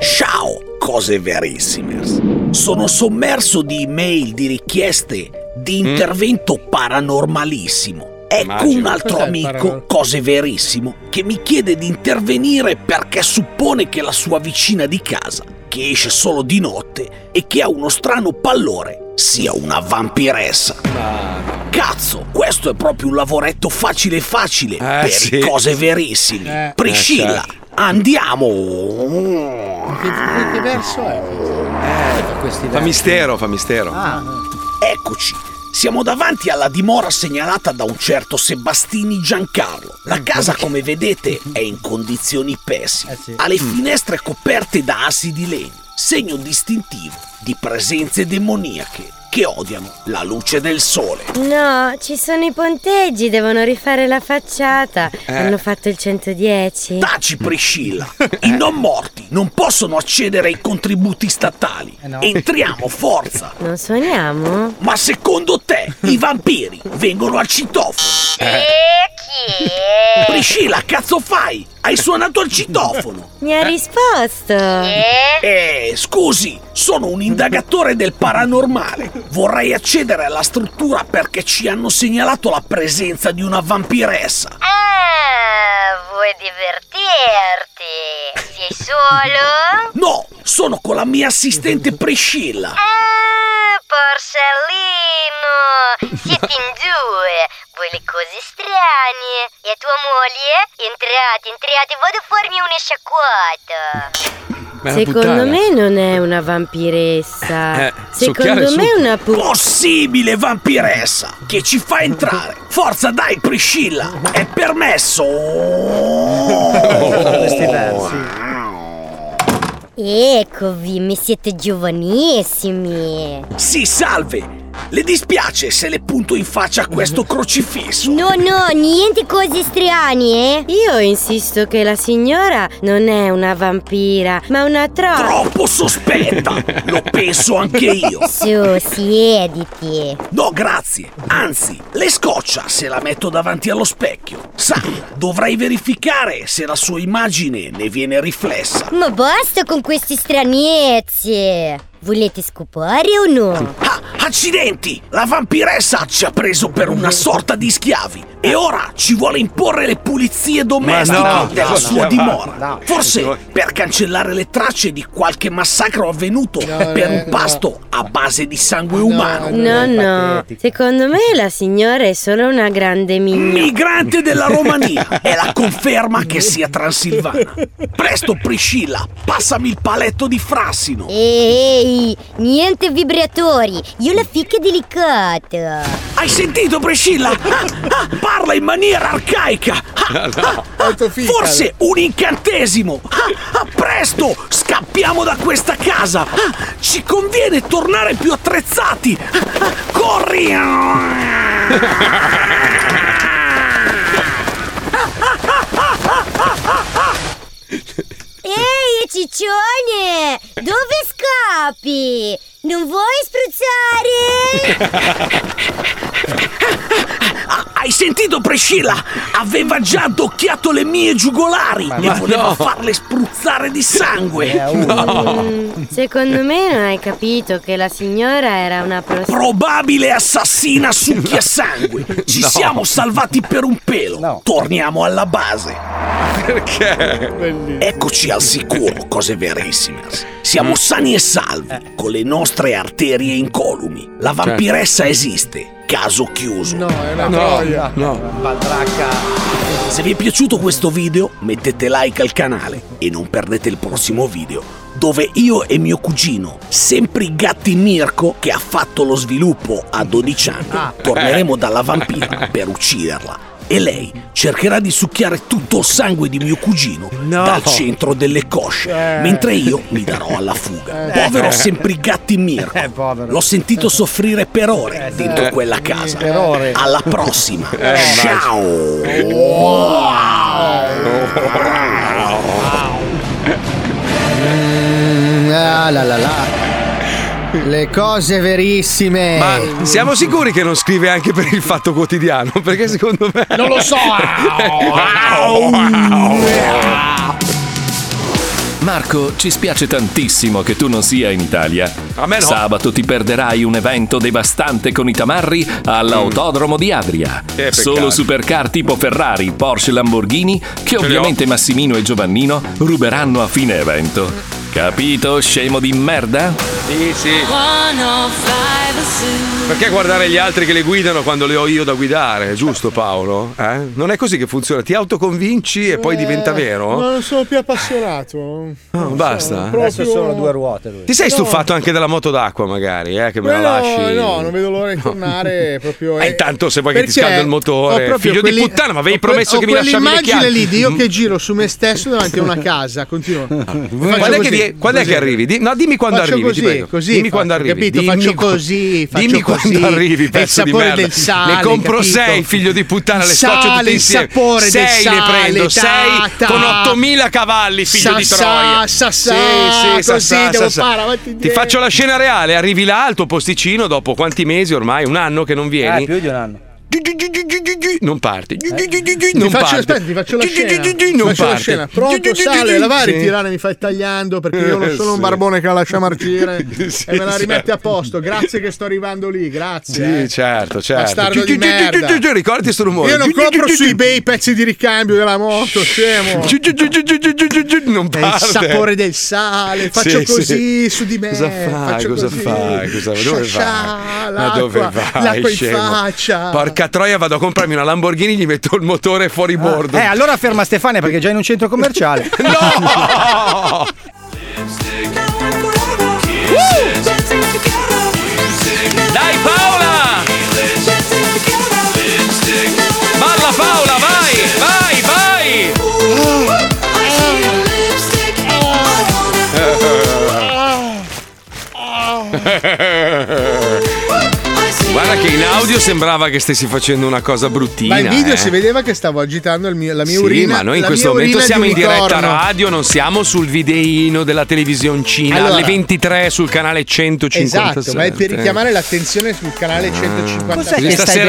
Speaker 18: Ciao, cose verissime. Sono sommerso di email, di richieste, di intervento paranormalissimo. Ecco
Speaker 9: Immagino.
Speaker 18: un altro
Speaker 9: Cos'è il
Speaker 18: amico,
Speaker 9: paranormal-
Speaker 18: cose verissimo, che mi chiede di intervenire perché suppone che la sua vicina di casa, che esce solo di notte e che ha uno strano pallore, sia una vampiressa. Cazzo, questo è proprio un lavoretto facile facile per
Speaker 28: sì.
Speaker 18: cose verissime.
Speaker 28: Eh.
Speaker 18: Priscilla,
Speaker 28: Eh, certo.
Speaker 18: andiamo!
Speaker 5: Che, che verso è?
Speaker 18: Fa
Speaker 2: mistero, fa mistero.
Speaker 18: Eccoci. Siamo davanti alla dimora segnalata da un certo Sebastini Giancarlo. La casa, come vedete, è in condizioni pessime. Ha le finestre coperte da assi di legno, segno distintivo di presenze demoniache che odiano la luce del sole.
Speaker 20: No, ci sono i ponteggi, devono rifare la facciata.
Speaker 18: Eh.
Speaker 20: Hanno fatto il 110.
Speaker 18: Taci Priscilla, i non morti non possono accedere ai contributi statali. Entriamo, forza!
Speaker 20: Non suoniamo?
Speaker 18: Ma secondo te i vampiri vengono al citofono? Priscilla, cazzo fai? Hai suonato al citofono!
Speaker 20: Mi ha risposto.
Speaker 18: Eh, scusi, sono un indagatore del paranormale. Vorrei accedere alla struttura perché ci hanno segnalato la presenza di una vampiressa.
Speaker 20: Ah, vuoi divertirti? Sei <laughs> solo?
Speaker 18: No, sono con la mia assistente Priscilla.
Speaker 20: Ah, Porcellino! Siete <laughs> in due! Voi le cose strane! E tua moglie? Entrate, entrate, vado a farmi una sciacquata! Secondo me non è una vampiressa.
Speaker 18: Eh,
Speaker 20: Secondo me è una
Speaker 18: Oh,
Speaker 20: pu...
Speaker 18: Possibile vampiressa che ci fa entrare. Forza, dai, Priscilla, è permesso. Oh.
Speaker 20: Eccovi, mi siete giovanissimi!
Speaker 18: Sì, salve. Le dispiace se le punto in faccia questo crocifisso.
Speaker 20: No, Oh, no, niente cose strane, eh? Io insisto che la signora non è una vampira, ma una troll.
Speaker 18: Troppo sospetta. Lo penso anche io.
Speaker 20: Su, siediti.
Speaker 18: No, grazie. Anzi, le scoccia se la metto davanti allo specchio. Sa, dovrei verificare se la sua immagine ne viene riflessa.
Speaker 20: Ma basta con queste stranezze! Volete scopare o no?
Speaker 18: Ah, accidenti! La vampiressa ci ha preso per una sorta di schiavi e ora ci vuole imporre le pulizie domestiche
Speaker 28: Ma no,
Speaker 18: della
Speaker 28: no,
Speaker 18: sua
Speaker 28: no,
Speaker 18: dimora.
Speaker 28: no.
Speaker 18: Forse per cancellare le tracce di qualche massacro avvenuto per un pasto a base di sangue umano.
Speaker 20: No, no, secondo me la signora è solo una grande mignola.
Speaker 18: Migrante della
Speaker 20: <laughs>
Speaker 18: Romania è la conferma che sia transilvana. Presto, Priscilla, passami il paletto di Frassino.
Speaker 20: Ehi, niente vibratori, io la fica delicata.
Speaker 18: Hai sentito Priscilla? Ah, ah, parla in maniera arcaica. Ah, ah, forse un incantesimo. Ah, ah, presto, scappiamo da questa casa. Ah, ci conviene tornare più attrezzati. Ah, ah, corri.
Speaker 20: Ehi, ciccione! Dove scappi? Non vuoi spruzzare?
Speaker 18: Hai sentito Priscilla? Aveva già addocchiato le mie giugolari e voleva
Speaker 20: no.
Speaker 18: farle spruzzare di sangue.
Speaker 20: Mm, Secondo me non hai capito che la signora era una prostituta.
Speaker 18: Probabile assassina succhia sangue. Ci
Speaker 20: No.
Speaker 18: siamo salvati per un pelo. Torniamo alla base. Perché? Eccoci al sicuro, cose verissime. Siamo
Speaker 13: Mm.
Speaker 18: sani e salvi, con le nostre arterie incolumi. La
Speaker 13: Certo.
Speaker 18: vampiressa esiste. Caso chiuso. No, è
Speaker 13: una No, troia.
Speaker 18: No. Se vi è piaciuto questo video, mettete like al canale e non perdete il prossimo video dove io e mio cugino, sempre i gatti Mirko che ha fatto lo sviluppo a 12 anni, torneremo dalla vampira per ucciderla. E lei cercherà di succhiare tutto il sangue di mio cugino dal centro delle cosce,
Speaker 13: Eh.
Speaker 18: mentre io mi darò alla fuga.
Speaker 13: Eh.
Speaker 18: Povero semprigatti Mirko. L'ho sentito soffrire per ore dentro quella casa.
Speaker 13: Eh, per ore.
Speaker 18: Alla prossima.
Speaker 13: Eh, immagino. Oh,
Speaker 18: Ciao.
Speaker 30: Mm, ah, la, la, la. Le cose verissime.
Speaker 2: Ma siamo sicuri che non scrive anche per il fatto quotidiano? Perché secondo me.
Speaker 30: Non lo so.
Speaker 1: Marco, ci spiace tantissimo che tu non sia in Italia.
Speaker 2: A me no.
Speaker 1: Sabato ti perderai un evento devastante con i tamarri all'autodromo di Adria.
Speaker 2: Che peccato.
Speaker 1: Solo supercar tipo Ferrari, Porsche, Lamborghini, che ovviamente Massimino e Giovannino ruberanno a fine evento. Capito, scemo di merda?
Speaker 2: Sì, sì.
Speaker 8: 105 The Zoo.
Speaker 2: Perché guardare gli altri che le guidano quando le ho io da guidare, giusto Paolo? Eh? Non è così che funziona, ti autoconvinci e poi diventa vero?
Speaker 5: non sono più appassionato.
Speaker 2: No, basta.
Speaker 5: Adesso
Speaker 4: Adesso sono due ruote lui.
Speaker 2: Ti sei
Speaker 5: No.
Speaker 2: stufato anche della moto d'acqua magari, eh, che me la
Speaker 5: Quello-
Speaker 2: lasci?
Speaker 5: No, non vedo l'ora di
Speaker 2: <laughs>
Speaker 5: tornare proprio.
Speaker 2: Eh,
Speaker 5: eh,
Speaker 2: intanto se vuoi che ti
Speaker 5: perché
Speaker 2: scaldo il
Speaker 5: ho
Speaker 2: motore,
Speaker 5: proprio
Speaker 2: figlio di
Speaker 5: quelli-
Speaker 2: puttana, ma avevi
Speaker 5: ho que-
Speaker 2: promesso
Speaker 5: ho
Speaker 2: che mi lasciavi le
Speaker 5: quell'immagine
Speaker 2: chiavi. Mm.
Speaker 5: lì di io che giro su me stesso davanti a una casa, continuo.
Speaker 2: Ah, Quando è che, di- quando è che arrivi? Di- no, dimmi quando
Speaker 5: Faccio
Speaker 2: arrivi, ti
Speaker 5: così,
Speaker 2: prego.
Speaker 5: così
Speaker 2: dimmi
Speaker 5: faccio,
Speaker 2: quando arrivi.
Speaker 5: capito?
Speaker 2: dimmi
Speaker 5: Faccio
Speaker 2: qua-
Speaker 5: così, faccio
Speaker 2: dimmi
Speaker 5: così.
Speaker 2: quando
Speaker 5: È
Speaker 2: arrivi,
Speaker 5: il
Speaker 2: pezzo di
Speaker 5: sapore
Speaker 2: merda.
Speaker 5: del sale,
Speaker 2: ne compro
Speaker 5: capito?
Speaker 2: sei, figlio di puttana, le
Speaker 5: Il
Speaker 2: scotcio
Speaker 5: sale,
Speaker 2: tutte
Speaker 5: il
Speaker 2: insieme.
Speaker 5: sapore del
Speaker 2: sei ne
Speaker 5: sale,
Speaker 2: prendo,
Speaker 5: ta,
Speaker 2: sei
Speaker 5: ta.
Speaker 2: con 8000 cavalli, figlio
Speaker 5: Sa,
Speaker 2: di
Speaker 5: sa,
Speaker 2: troia.
Speaker 5: sa, sa, così devo fare avanti e
Speaker 2: Ti
Speaker 5: indietro.
Speaker 2: faccio la scena reale, arrivi là al tuo posticino dopo quanti mesi ormai, un anno che non vieni.
Speaker 4: Eh, più di un anno.
Speaker 2: Non parti.
Speaker 5: Eh? Ti
Speaker 2: Non
Speaker 5: faccio,
Speaker 2: parte.
Speaker 5: aspetta, ti faccio la scena.
Speaker 2: Non
Speaker 5: Ti faccio la
Speaker 2: parte.
Speaker 5: scena. Pronto, sale, lavare,
Speaker 2: Sì.
Speaker 5: tirare, mi fai il tagliando perché io
Speaker 2: Eh,
Speaker 5: non sono
Speaker 2: sì.
Speaker 5: un barbone che la
Speaker 2: <laughs>
Speaker 5: lascia marcire
Speaker 2: Sì,
Speaker 5: e me la rimette
Speaker 2: certo.
Speaker 5: a posto. Grazie che sto arrivando lì, grazie. eh.
Speaker 2: Sì, certo, certo.
Speaker 5: Bastardo di merda.
Speaker 2: Ricordi sto rumore?
Speaker 5: Io non compro su eBay pezzi di ricambio della moto, scemo.
Speaker 2: Non
Speaker 5: È il
Speaker 2: parte.
Speaker 5: sapore del sale, faccio
Speaker 2: Sì, sì.
Speaker 5: così su di me.
Speaker 2: Cosa fai?
Speaker 5: faccio
Speaker 2: Cosa
Speaker 5: così.
Speaker 2: fai? Cosa- dove
Speaker 5: Sciascià,
Speaker 2: vai? Ma
Speaker 5: l'acqua,
Speaker 2: dove vai?
Speaker 5: L'acqua in
Speaker 2: scemo?
Speaker 5: faccia.
Speaker 2: Porca troia, vado a comprarmi una Lamborghini, gli metto il motore fuori bordo.
Speaker 4: Eh, allora ferma Stefania perché è già in un centro
Speaker 2: <laughs>
Speaker 4: commerciale.
Speaker 2: no! Dai Paola! Balla Paola, vai, vai,
Speaker 5: <laughs>
Speaker 3: <laughs>
Speaker 2: vai! Guarda che in audio sembrava che stessi facendo una cosa bruttina.
Speaker 5: Ma in video
Speaker 2: eh.
Speaker 5: si vedeva che stavo agitando il mio- la mia
Speaker 2: Sì,
Speaker 5: urina.
Speaker 2: ma noi in
Speaker 5: la
Speaker 2: questo
Speaker 5: mia
Speaker 2: momento
Speaker 5: urina
Speaker 2: siamo
Speaker 5: di
Speaker 2: in diretta
Speaker 5: unicorno.
Speaker 2: radio, non siamo sul videino della televisioncina
Speaker 5: Allora.
Speaker 2: alle 23 sul canale Eh. 157.
Speaker 5: Esatto, ma è per richiamare l'attenzione sul canale 150.
Speaker 2: Così stasera-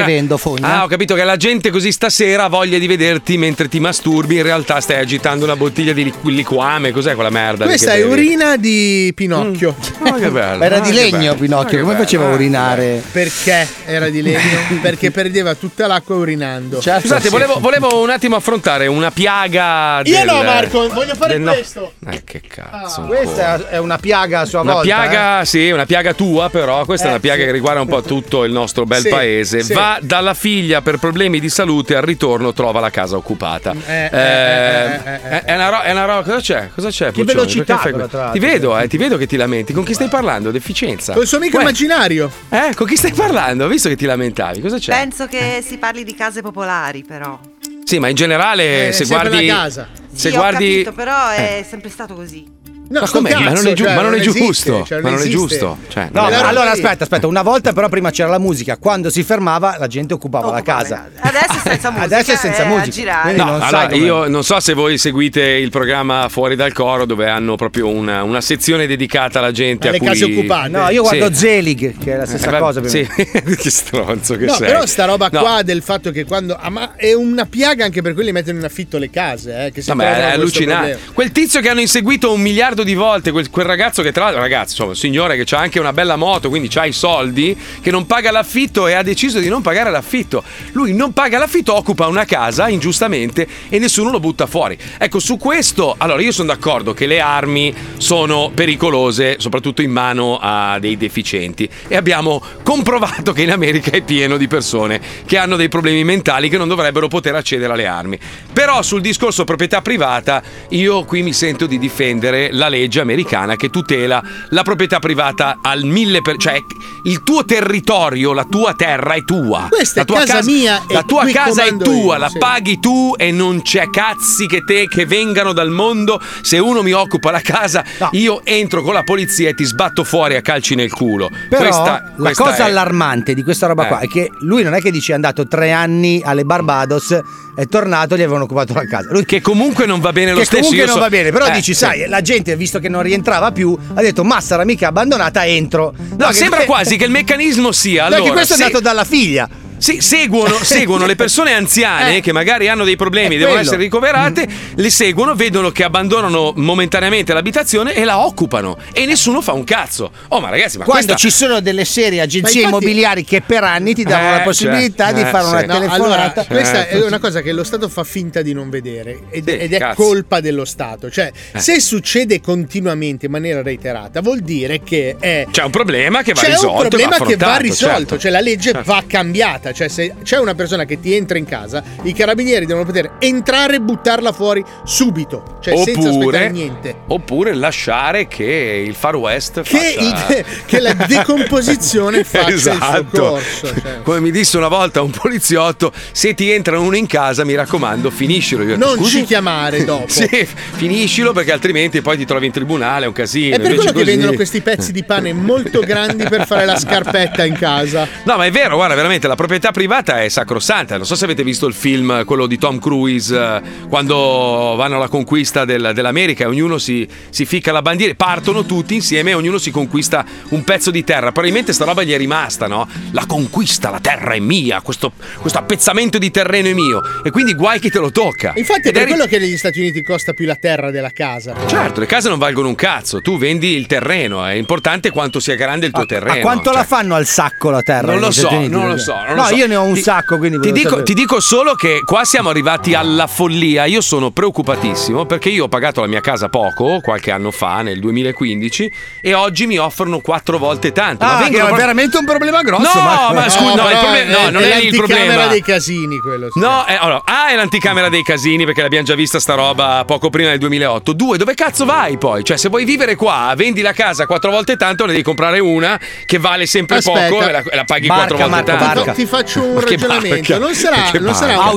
Speaker 2: Ah, ho capito che la gente così stasera ha voglia di vederti mentre ti masturbi. In realtà stai agitando una bottiglia di liqu- liquame. Cos'è quella merda? lì
Speaker 5: Questa
Speaker 2: che
Speaker 5: è
Speaker 2: bevi?
Speaker 5: urina di Pinocchio.
Speaker 2: Ah, che bello.
Speaker 4: Era
Speaker 2: Ah,
Speaker 4: di
Speaker 2: che
Speaker 4: legno
Speaker 2: bello.
Speaker 4: Pinocchio,
Speaker 2: Ah,
Speaker 4: come
Speaker 2: che
Speaker 4: faceva a
Speaker 2: bello.
Speaker 4: urinare?
Speaker 5: Perché era
Speaker 4: <laughs>
Speaker 5: di legno? Perché perdeva tutta l'acqua urinando.
Speaker 4: Certo,
Speaker 2: Scusate, volevo, volevo un attimo affrontare una piaga.
Speaker 5: Io
Speaker 2: del-
Speaker 5: no, Marco, voglio fare
Speaker 2: del no-
Speaker 5: questo.
Speaker 2: Eh, che cazzo.
Speaker 4: Ah, Questa è una piaga a sua
Speaker 2: Una
Speaker 4: volta. eh.
Speaker 2: piaga, sì, una piaga tua, però questa è una piaga che riguarda un po' tutto il nostro bel
Speaker 4: Sì,
Speaker 2: paese.
Speaker 4: sì.
Speaker 2: Va dalla figlia per problemi di salute, al ritorno trova la casa occupata.
Speaker 4: eh,
Speaker 2: Eh,
Speaker 4: eh, eh,
Speaker 2: è- È una roba. cosa c'è? Cosa c'è? Puccioni?
Speaker 5: velocità
Speaker 2: Perché fai
Speaker 5: quella,
Speaker 2: que-
Speaker 5: tra l'altro.
Speaker 2: Ti vedo, eh, ti vedo che ti lamenti. Con chi stai parlando? Deficienza.
Speaker 5: Col suo amico
Speaker 2: Uè,
Speaker 5: immaginario.
Speaker 2: Eh, con chi stai parlando? Ho visto che ti lamentavi? Cosa
Speaker 5: Cioè.
Speaker 2: c'è?
Speaker 17: Penso che si parli di case popolari, però.
Speaker 2: Sì, ma in generale,
Speaker 17: Eh,
Speaker 2: se
Speaker 17: sempre
Speaker 2: guardi.
Speaker 17: la casa.
Speaker 2: Se
Speaker 17: sì,
Speaker 2: guardi.
Speaker 17: ho capito, però è
Speaker 2: Eh.
Speaker 17: sempre stato così.
Speaker 2: ma com'è? ma non è,
Speaker 17: cioè,
Speaker 2: giu- ma non
Speaker 4: cioè,
Speaker 2: è giusto. ma non è giusto. Cioè,
Speaker 4: No,
Speaker 2: non è-
Speaker 4: ma allora aspetta, aspetta, una volta però prima c'era la musica, quando si fermava la gente occupava la casa.
Speaker 17: Adesso è senza musica.
Speaker 4: <laughs> Adesso è senza
Speaker 17: eh,
Speaker 4: musica.
Speaker 17: A girare.
Speaker 4: Quindi
Speaker 2: No,
Speaker 4: non sai
Speaker 2: allora,
Speaker 4: com'è.
Speaker 2: io non so se voi seguite il programma Fuori dal Coro, dove hanno proprio una, una sezione dedicata alla gente. a cui...
Speaker 4: No, io
Speaker 2: cioè,
Speaker 4: guardo
Speaker 2: Sì.
Speaker 4: Zelig, che è la
Speaker 2: Eh,
Speaker 4: stessa
Speaker 2: vabbè,
Speaker 4: cosa. per me.
Speaker 2: Sì, che stronzo che
Speaker 5: No,
Speaker 2: sei.
Speaker 5: però sta roba
Speaker 2: No,
Speaker 5: qua del fatto che quando. ah, ma è una piaga anche per quelli che mettono in affitto le case. Eh, che si
Speaker 2: No, ma è
Speaker 5: trovano questo
Speaker 2: allucinante.
Speaker 5: problema.
Speaker 2: Quel tizio che hanno inseguito un miliardo di volte, quel, quel ragazzo che tra l'altro, ragazzo, insomma, un signore che ha anche una bella moto, quindi ha i soldi, che non paga l'affitto e ha deciso di non pagare l'affitto. Lui non paga l'affitto, occupa una casa ingiustamente e nessuno lo butta fuori. Ecco, su questo, allora io sono d'accordo che le armi sono pericolose, soprattutto in mano a dei deficienti e abbiamo comprovato che in America è pieno di persone che hanno dei problemi mentali che non dovrebbero poter accedere alle armi. Però sul discorso proprietà privata io qui mi sento di difendere la legge americana che tutela la proprietà privata al mille per... cioè il tuo territorio, la tua terra è tua.
Speaker 5: Questa
Speaker 2: la
Speaker 5: è
Speaker 2: tua
Speaker 5: casa mia e
Speaker 2: La tua
Speaker 5: qui
Speaker 2: casa è
Speaker 5: comando
Speaker 2: tua,
Speaker 5: io,
Speaker 2: la
Speaker 5: sì.
Speaker 2: paghi tu e non c'è cazzi che te che vengano dal mondo. Se uno mi occupa la casa, io entro con la polizia e ti sbatto fuori a calci nel culo.
Speaker 4: Però
Speaker 2: Questa-
Speaker 4: la
Speaker 2: questa
Speaker 4: cosa
Speaker 2: è-
Speaker 4: allarmante di questa roba
Speaker 2: Eh.
Speaker 4: qua è che lui non è che dice è andato tre anni alle Barbados, è tornato e gli avevano occupato la casa. Lui
Speaker 2: Che comunque non va bene lo
Speaker 4: che
Speaker 2: stesso.
Speaker 4: comunque
Speaker 2: io
Speaker 4: non
Speaker 2: so-
Speaker 4: va bene, però
Speaker 2: Eh,
Speaker 4: dici,
Speaker 2: sì.
Speaker 4: sai, la gente, visto che non rientrava più, ha detto Massara mica abbandonata, entro.
Speaker 2: No, sembra quasi che il meccanismo sia.
Speaker 4: Perché
Speaker 2: Allora,
Speaker 4: questo
Speaker 2: se-
Speaker 4: è nato dalla figlia. Eh,
Speaker 2: Sì, seguono, seguono le persone anziane che magari hanno dei problemi
Speaker 4: È
Speaker 2: devono
Speaker 4: quello. Mm.
Speaker 2: essere ricoverate, le seguono, vedono che abbandonano momentaneamente l'abitazione e la occupano e nessuno fa un cazzo. Oh, ma ragazzi, ma
Speaker 4: Quando
Speaker 2: questa...
Speaker 4: ci sono delle serie agenzie
Speaker 5: Ma infatti-
Speaker 4: immobiliari che per anni ti danno
Speaker 2: Eh,
Speaker 4: la possibilità
Speaker 2: cioè,
Speaker 4: di
Speaker 2: eh,
Speaker 4: fare una
Speaker 2: sì. No,
Speaker 5: Allora,
Speaker 4: telefonata.
Speaker 5: questa è
Speaker 4: Certo.
Speaker 5: una cosa che lo Stato fa finta di non vedere ed,
Speaker 4: Sì,
Speaker 5: ed è
Speaker 4: cazzo.
Speaker 5: colpa dello Stato. Cioè,
Speaker 2: Eh.
Speaker 5: se succede continuamente in maniera reiterata, vuol dire che è
Speaker 2: C'è un problema che va
Speaker 5: c'è
Speaker 2: risolto.
Speaker 5: un
Speaker 2: e
Speaker 5: problema che va
Speaker 2: affrontato,
Speaker 5: risolto,
Speaker 2: certo.
Speaker 5: cioè la legge
Speaker 2: Certo.
Speaker 5: va cambiata, cioè se c'è una persona che ti entra in casa, i carabinieri devono poter entrare e buttarla fuori subito, cioè senza aspettare niente.
Speaker 2: oppure lasciare che il Far West
Speaker 5: Che,
Speaker 2: faccia...
Speaker 5: i- che la
Speaker 2: <laughs>
Speaker 5: decomposizione faccia il
Speaker 2: Esatto.
Speaker 5: suo corso. cioè.
Speaker 2: Come mi disse una volta un poliziotto, se ti entra uno in casa, mi raccomando, finiscilo. Io ho detto,
Speaker 5: Non
Speaker 2: "Scusi?"
Speaker 5: ci chiamare dopo.
Speaker 2: <laughs> Sì, finiscilo perché altrimenti poi ti trovi in tribunale, è un casino.
Speaker 5: È per
Speaker 2: Invece
Speaker 5: quello che
Speaker 2: così-
Speaker 5: vendono questi pezzi di pane molto grandi per fare la scarpetta
Speaker 2: <laughs>
Speaker 5: in casa.
Speaker 2: No, ma è vero, guarda, veramente la proprietà privata è sacrosanta. Non so se avete visto il film, eh, quello di Tom Cruise, eh, quando vanno alla conquista del- dell'America e ognuno si, si ficca la bandiera. Partono tutti insieme e ognuno si conquista un pezzo di terra. Probabilmente sta roba gli è rimasta, no? La conquista, la terra è mia, questo, questo appezzamento di terreno è mio. E quindi guai chi te lo tocca.
Speaker 5: Infatti è
Speaker 2: Ed
Speaker 5: per
Speaker 2: ri-
Speaker 5: quello che negli Stati Uniti costa più la terra della casa.
Speaker 2: Certo, le case non valgono un cazzo, tu vendi il terreno, è importante quanto sia grande il tuo terreno.
Speaker 4: Ma Eh, quanto
Speaker 2: cioè.
Speaker 4: la fanno al sacco la terra?
Speaker 2: Non lo
Speaker 4: negli
Speaker 2: so,
Speaker 4: Stati Uniti?
Speaker 2: non lo so, non lo
Speaker 4: no,
Speaker 2: so.
Speaker 4: io ne ho un
Speaker 2: Ti-
Speaker 4: sacco, quindi
Speaker 2: Ti
Speaker 4: volevo
Speaker 2: dico,
Speaker 4: sapere.
Speaker 2: ti dico solo che qua siamo arrivati alla follia. Io sono preoccupatissimo perché io ho pagato la mia casa poco, qualche anno fa, nel 2015, e oggi mi offrono quattro volte tanto.
Speaker 4: Ah,
Speaker 2: ma
Speaker 4: è
Speaker 2: vengono proprio-
Speaker 4: veramente un problema grosso.
Speaker 2: No,
Speaker 4: Marco.
Speaker 2: ma scusa, no, il
Speaker 5: però
Speaker 2: problema- no,
Speaker 5: è-
Speaker 2: non è il
Speaker 5: l'anticamera
Speaker 2: problema.
Speaker 5: dei casini quello. sì.
Speaker 2: No, eh, allora, A è l'anticamera dei casini perché l'abbiamo già vista sta roba poco prima del 2008. Due, dove cazzo vai poi? Cioè, se vuoi vivere qua, vendi la casa quattro volte tanto, ne devi comprare una che vale sempre
Speaker 5: Aspetta.
Speaker 2: poco e la, e la paghi quattro volte tanto.
Speaker 5: Ti, ti faccio un
Speaker 2: Ma che
Speaker 5: ragionamento.
Speaker 2: barca?
Speaker 5: Non sarà,
Speaker 2: Che
Speaker 5: non sarà
Speaker 2: barca?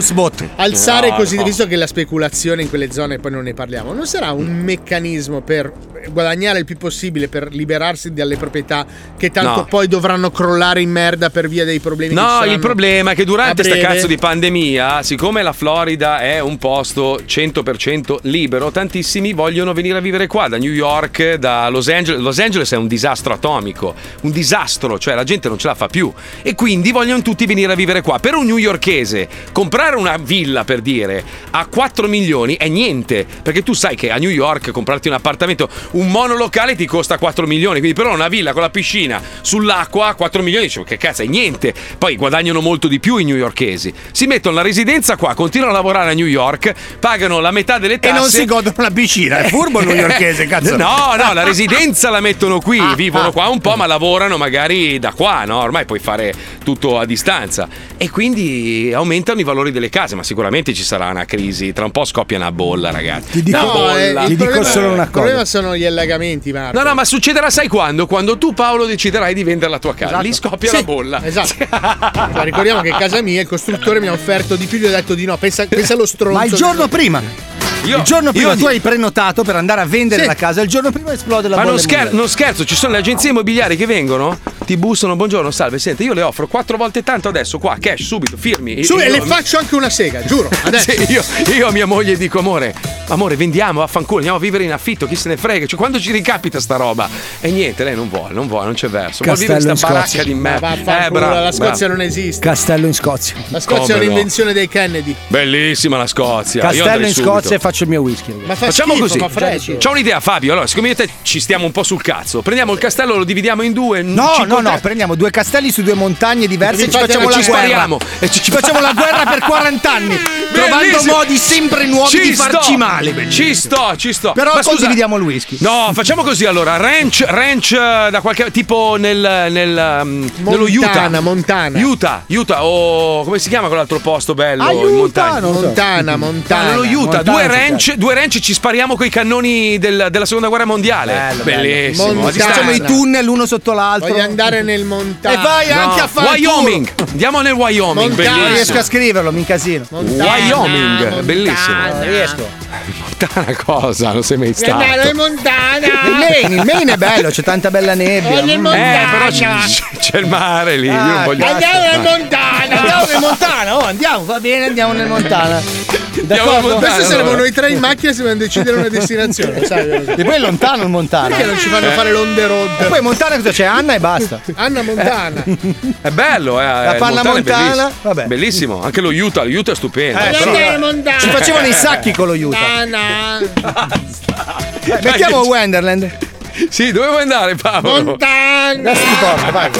Speaker 5: alzare
Speaker 2: No,
Speaker 5: così,
Speaker 2: no.
Speaker 5: visto che la speculazione in quelle zone, poi non ne parliamo, non sarà un meccanismo per guadagnare il più possibile, per liberarsi dalle proprietà che tanto
Speaker 2: No.
Speaker 5: poi dovranno crollare in merda per via dei problemi. che ci
Speaker 2: No,
Speaker 5: saranno
Speaker 2: il problema è che durante
Speaker 5: a
Speaker 2: sta
Speaker 5: breve.
Speaker 2: cazzo di pandemia, siccome la Florida è un posto 100% libero, tantissimi vogliono venire a vivere qua, da New York, da Los Angeles. Los Angeles è un disastro atomico, un disastro, cioè la gente non ce la fa più. E quindi vogliono tutti venire a vivere qua. Per un newyorkese, comprare una villa, per dire, a 4 milioni è niente, perché tu sai che a New York comprarti un appartamento, un monolocale ti costa 4 milioni, quindi però una villa con la piscina sull'acqua 4 milioni, dicevo che cazzo è niente, poi guadagnano molto di più i newyorkesi, si mettono la residenza qua, continuano a lavorare a New York, pagano la metà delle
Speaker 4: E
Speaker 2: tasse
Speaker 4: non si godono la piscina,
Speaker 2: <laughs>
Speaker 4: è furbo il newyorkese, cazzo.
Speaker 2: No, no, la residenza
Speaker 5: Ah,
Speaker 2: la mettono qui, vivono qua un po', ma lavorano magari da qua, no? Ormai puoi fare tutto a distanza e quindi aumentano i valori delle case, ma sicuramente ci sarà una crisi, tra un po' scoppia una bolla, ragazzi.
Speaker 5: Ti dico-
Speaker 2: una
Speaker 5: No, eh,
Speaker 2: bolla.
Speaker 5: il problema- Il problema sono gli allagamenti, Marco.
Speaker 2: No, no, ma succederà sai quando? Quando tu Paolo deciderai di vendere la tua casa.
Speaker 5: Esatto.
Speaker 2: Lì scoppia
Speaker 5: Sì,
Speaker 2: la bolla. <laughs>
Speaker 5: Esatto. Ma ricordiamo che a casa mia il costruttore mi ha offerto di più, gli ho detto di no. Pensa, pensa allo stronzo.
Speaker 4: Ma il giorno prima.
Speaker 2: Io-
Speaker 4: il giorno
Speaker 2: io
Speaker 4: prima tu
Speaker 2: di-
Speaker 4: hai prenotato per andare a vendere
Speaker 2: Sì.
Speaker 4: la casa, il giorno prima esplode la
Speaker 2: Ma non,
Speaker 4: bolla
Speaker 2: scher-
Speaker 4: immobiliare.
Speaker 2: non scherzo, ci sono le agenzie immobiliari che vengono, ti bussano, buongiorno, salve, senti, io le offro quattro volte tanto adesso, qua, cash, subito, firmi.
Speaker 5: Su,
Speaker 2: Io-
Speaker 5: e le faccio anche una sega, giuro. Adesso.
Speaker 2: Sì, io, io a mia moglie dico, amore, amore, vendiamo, vaffanculo, andiamo a vivere in affitto, chi se ne frega, cioè, quando ci ricapita sta roba? E niente, lei non vuole, non vuole, non c'è verso. Cioè, Vuol vivere
Speaker 31: Castello
Speaker 2: in
Speaker 31: in
Speaker 2: sta baracca
Speaker 31: Scozia.
Speaker 2: di
Speaker 5: Ma
Speaker 2: merda. Eh,
Speaker 5: vaffanculo, la Scozia non esiste.
Speaker 4: Castello in Scozia.
Speaker 5: La Scozia è
Speaker 2: Come no?
Speaker 5: un'invenzione dei Kennedy.
Speaker 2: Bellissima la Scozia. io
Speaker 4: Castello
Speaker 2: andrei
Speaker 4: in
Speaker 2: subito.
Speaker 4: Scozia e faccio il mio whisky. ragazzi.
Speaker 5: Ma fa
Speaker 2: Facciamo
Speaker 5: schifo,
Speaker 2: così.
Speaker 5: fa freddo.
Speaker 2: C'ho un'idea, Fabio. Allora, siccome io e te ci stiamo un po' sul cazzo, prendiamo il castello, lo dividiamo in due.
Speaker 4: No, no, no, prendiamo due castelli su due montagne diverse e ci facciamo la
Speaker 2: ci
Speaker 4: guerra.
Speaker 2: spariamo. E ci,
Speaker 4: Ci facciamo la guerra per 40 anni, trovando
Speaker 2: Bellissimo.
Speaker 4: modi sempre nuovi
Speaker 2: Ci
Speaker 4: di farci
Speaker 2: sto.
Speaker 4: male.
Speaker 2: Ci sto, ci sto.
Speaker 4: Però
Speaker 2: Ma scusa-
Speaker 4: condividiamo il whisky.
Speaker 2: No, facciamo così allora. Ranch, ranch eh, da qualche tipo nel, nel um, nello Utah.
Speaker 5: Montana, Montana.
Speaker 2: Utah, Utah o come si chiama quell'altro posto bello
Speaker 5: Ah,
Speaker 2: in
Speaker 5: Utah,
Speaker 2: montagna?
Speaker 5: non lo so. Montana, Montana.
Speaker 2: No, nello Utah,
Speaker 5: Montana,
Speaker 2: due
Speaker 5: sì,
Speaker 2: ranch, due ranch ci spariamo coi cannoni del- della seconda guerra mondiale. Bellissimo. a distanza.
Speaker 4: Facciamo i tunnel uno sotto l'altro.
Speaker 5: Voglio andare nel montano.
Speaker 4: E vai
Speaker 2: No,
Speaker 4: anche a fare il
Speaker 2: Wyoming. Andiamo nel Wyoming,
Speaker 4: tour. Non riesco
Speaker 2: bellissimo. Eh,
Speaker 4: a scriverlo, mi incasino.
Speaker 2: Wyoming, bellissimo.
Speaker 4: Non riesco.
Speaker 2: Montana cosa? Non sei mai
Speaker 5: Voglio
Speaker 2: stato.
Speaker 5: andare in montana.
Speaker 4: Il Maine, il Maine è bello, c'è tanta bella nebbia. Mm.
Speaker 5: Voglio in montana.
Speaker 2: Eh, però c'è, c'è il mare lì. io non voglio. Eh.
Speaker 5: Andiamo nel montana.
Speaker 4: Andiamo nel montana, oh, andiamo, va bene, andiamo nel montana.
Speaker 2: Andiamo nel
Speaker 4: D'accordo?
Speaker 2: Montana,
Speaker 5: Adesso saremo
Speaker 2: allora.
Speaker 5: noi tre in macchina se dobbiamo
Speaker 4: <laughs>
Speaker 5: decidere una destinazione, lo sai? vero?
Speaker 4: E poi è lontano il montana. eh?
Speaker 5: Perché non ci fanno
Speaker 2: Eh.
Speaker 5: fare l'onde
Speaker 4: E
Speaker 5: road?
Speaker 4: poi montana cosa c'è? Anna e basta.
Speaker 2: <laughs>
Speaker 4: Eh,
Speaker 5: Anna Montana.
Speaker 2: È bello, eh. La
Speaker 4: palla montana,
Speaker 2: Bellissimo.
Speaker 4: vabbè.
Speaker 2: bellissimo. Anche lo Utah, lo Utah è stupendo.
Speaker 4: Eh,
Speaker 2: però-
Speaker 4: sì, eh.
Speaker 5: Montana.
Speaker 4: Ci facevano i sacchi Ah, con lo Utah.
Speaker 5: Montana.
Speaker 4: Eh, Mettiamo Wonderland.
Speaker 2: Sì, dove vuoi andare, Paolo?
Speaker 5: Montana.
Speaker 4: Adesso ti porto, vai.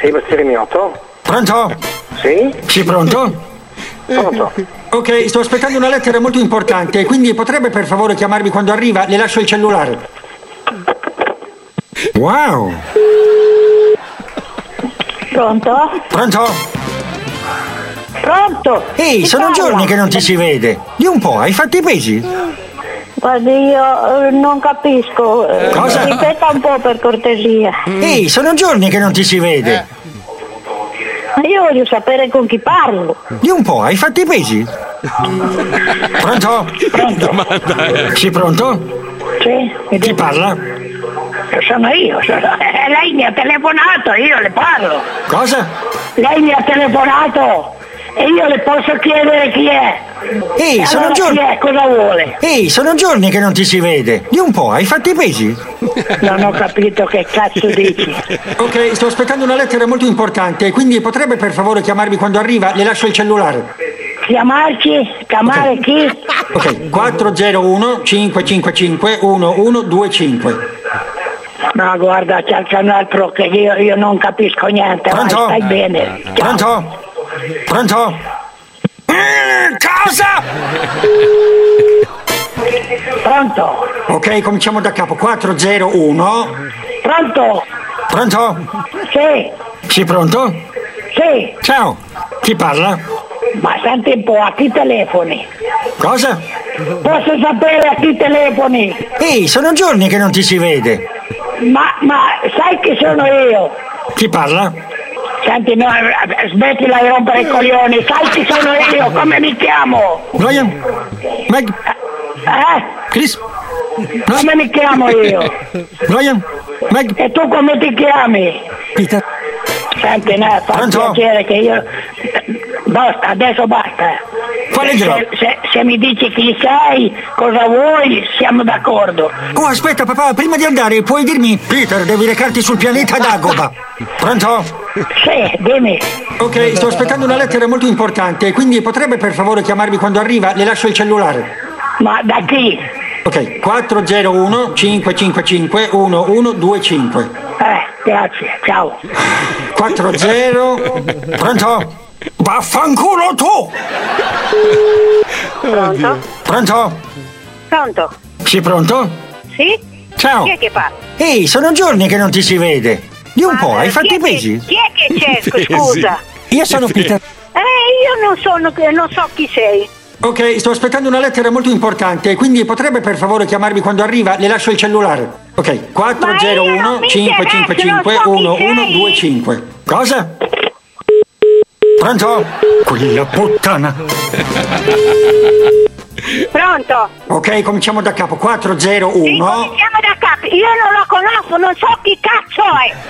Speaker 3: Sì, mestiere Mioto?
Speaker 16: Pronto?
Speaker 3: Sì?
Speaker 16: Sì, pronto? Eh,
Speaker 3: Pronto?
Speaker 16: Ok, sto aspettando una lettera molto importante, quindi potrebbe per favore chiamarmi quando arriva? Le lascio il cellulare. Wow!
Speaker 3: Pronto?
Speaker 16: Pronto?
Speaker 3: Pronto?
Speaker 16: Ehi,
Speaker 3: Chi
Speaker 16: sono
Speaker 3: parla? Mm.
Speaker 16: giorni che non ti si vede. Di un po', hai fatto i pesi?
Speaker 3: Guardi, io eh, non capisco. Eh,
Speaker 16: Cosa?
Speaker 3: Ripeta un po' per cortesia.
Speaker 16: Ehi, sono giorni che non ti si vede.
Speaker 3: Ma Io voglio sapere con chi parlo.
Speaker 16: Di un po', hai fatto i pesi? Pronto? Sì, pronto?
Speaker 3: Sì?
Speaker 16: Chi parla?
Speaker 3: Sono io, sono... eh, lei mi ha telefonato, io le parlo.
Speaker 16: Cosa?
Speaker 3: Lei mi ha telefonato e io le posso chiedere chi è.
Speaker 16: Ehi,
Speaker 3: E
Speaker 16: sono
Speaker 3: allora
Speaker 16: giorni.
Speaker 3: Chi è? Cosa vuole?
Speaker 16: Ehi, sono giorni che non ti si vede. Di un po', hai fatto i pesi?
Speaker 3: Non ho capito che cazzo dici.
Speaker 16: Ok, sto aspettando una lettera molto importante, quindi potrebbe per favore chiamarmi quando arriva? Le lascio il cellulare.
Speaker 3: Chiamarci? Chiamare chi?
Speaker 16: Ok, 401 555 1125.
Speaker 3: Ma guarda, c'è c'è un altro che io, io non capisco niente. Vai,
Speaker 16: Pronto?
Speaker 3: stai bene.
Speaker 16: Pronto? Pronto? Cosa?
Speaker 3: Pronto?
Speaker 16: Ok, cominciamo da capo. 401.
Speaker 3: Pronto?
Speaker 16: Pronto?
Speaker 3: Sì,
Speaker 16: Sì, pronto?
Speaker 3: sì.
Speaker 16: Ciao. Chi parla?
Speaker 3: Ma senti un po', a chi telefoni?
Speaker 16: Cosa?
Speaker 3: Posso sapere a chi telefoni?
Speaker 16: Ehi, sono giorni che non ti si vede.
Speaker 3: Ma, ma sai chi sono io?
Speaker 16: Chi parla?
Speaker 3: Senti, no, eh, smettila di rompere i coglioni. Sai chi sono io? Come mi chiamo?
Speaker 16: Brian? Meg?
Speaker 3: Eh?
Speaker 16: Chris?
Speaker 3: Come mi chiamo io?
Speaker 16: Brian? Meg?
Speaker 3: E tu come ti chiami?
Speaker 16: Peter?
Speaker 3: Senti, no, fa
Speaker 16: Pronto?
Speaker 3: piacere che io... Basta, adesso basta.
Speaker 16: Quale
Speaker 3: Se-
Speaker 16: giro?
Speaker 3: se- se mi dici chi sei, cosa vuoi, siamo d'accordo.
Speaker 16: Oh, aspetta, papà, prima di andare, puoi dirmi? Peter, devi recarti sul pianeta Dagoba. Pronto?
Speaker 3: Sì, dimmi.
Speaker 16: Ok, sto aspettando una lettera molto importante, quindi potrebbe per favore chiamarmi quando arriva? Le lascio il cellulare.
Speaker 3: Ma da chi?
Speaker 16: Ok, 401 555 1125.
Speaker 3: Eh, grazie, ciao.
Speaker 16: 40. Pronto? Vaffanculo tu!
Speaker 3: Pronto?
Speaker 16: Pronto?
Speaker 3: Pronto?
Speaker 16: Sì, pronto?
Speaker 3: Sì?
Speaker 16: Ciao.
Speaker 3: Chi è che parla?
Speaker 16: Ehi, sono giorni che non ti si vede. Di un po', hai fatto i pesi?
Speaker 3: eh, Chi è che cerco,
Speaker 16: Pesi.
Speaker 3: scusa?
Speaker 16: Io sono Peter.
Speaker 3: Eh, io non sono, non so chi
Speaker 16: <laughs>
Speaker 3: sei.
Speaker 16: Ok, sto aspettando una lettera molto importante, quindi potrebbe per favore chiamarmi quando arriva? Le lascio il cellulare. Ok,
Speaker 3: Ma io non
Speaker 16: 401
Speaker 3: mi
Speaker 16: 555
Speaker 3: interessa, non so chi
Speaker 16: 1125. Cosa? Pronto? Quella puttana.
Speaker 3: Pronto?
Speaker 16: Ok, cominciamo da capo. 401.
Speaker 3: Siamo da capo, io non lo conosco, non so chi cazzo
Speaker 16: <laughs>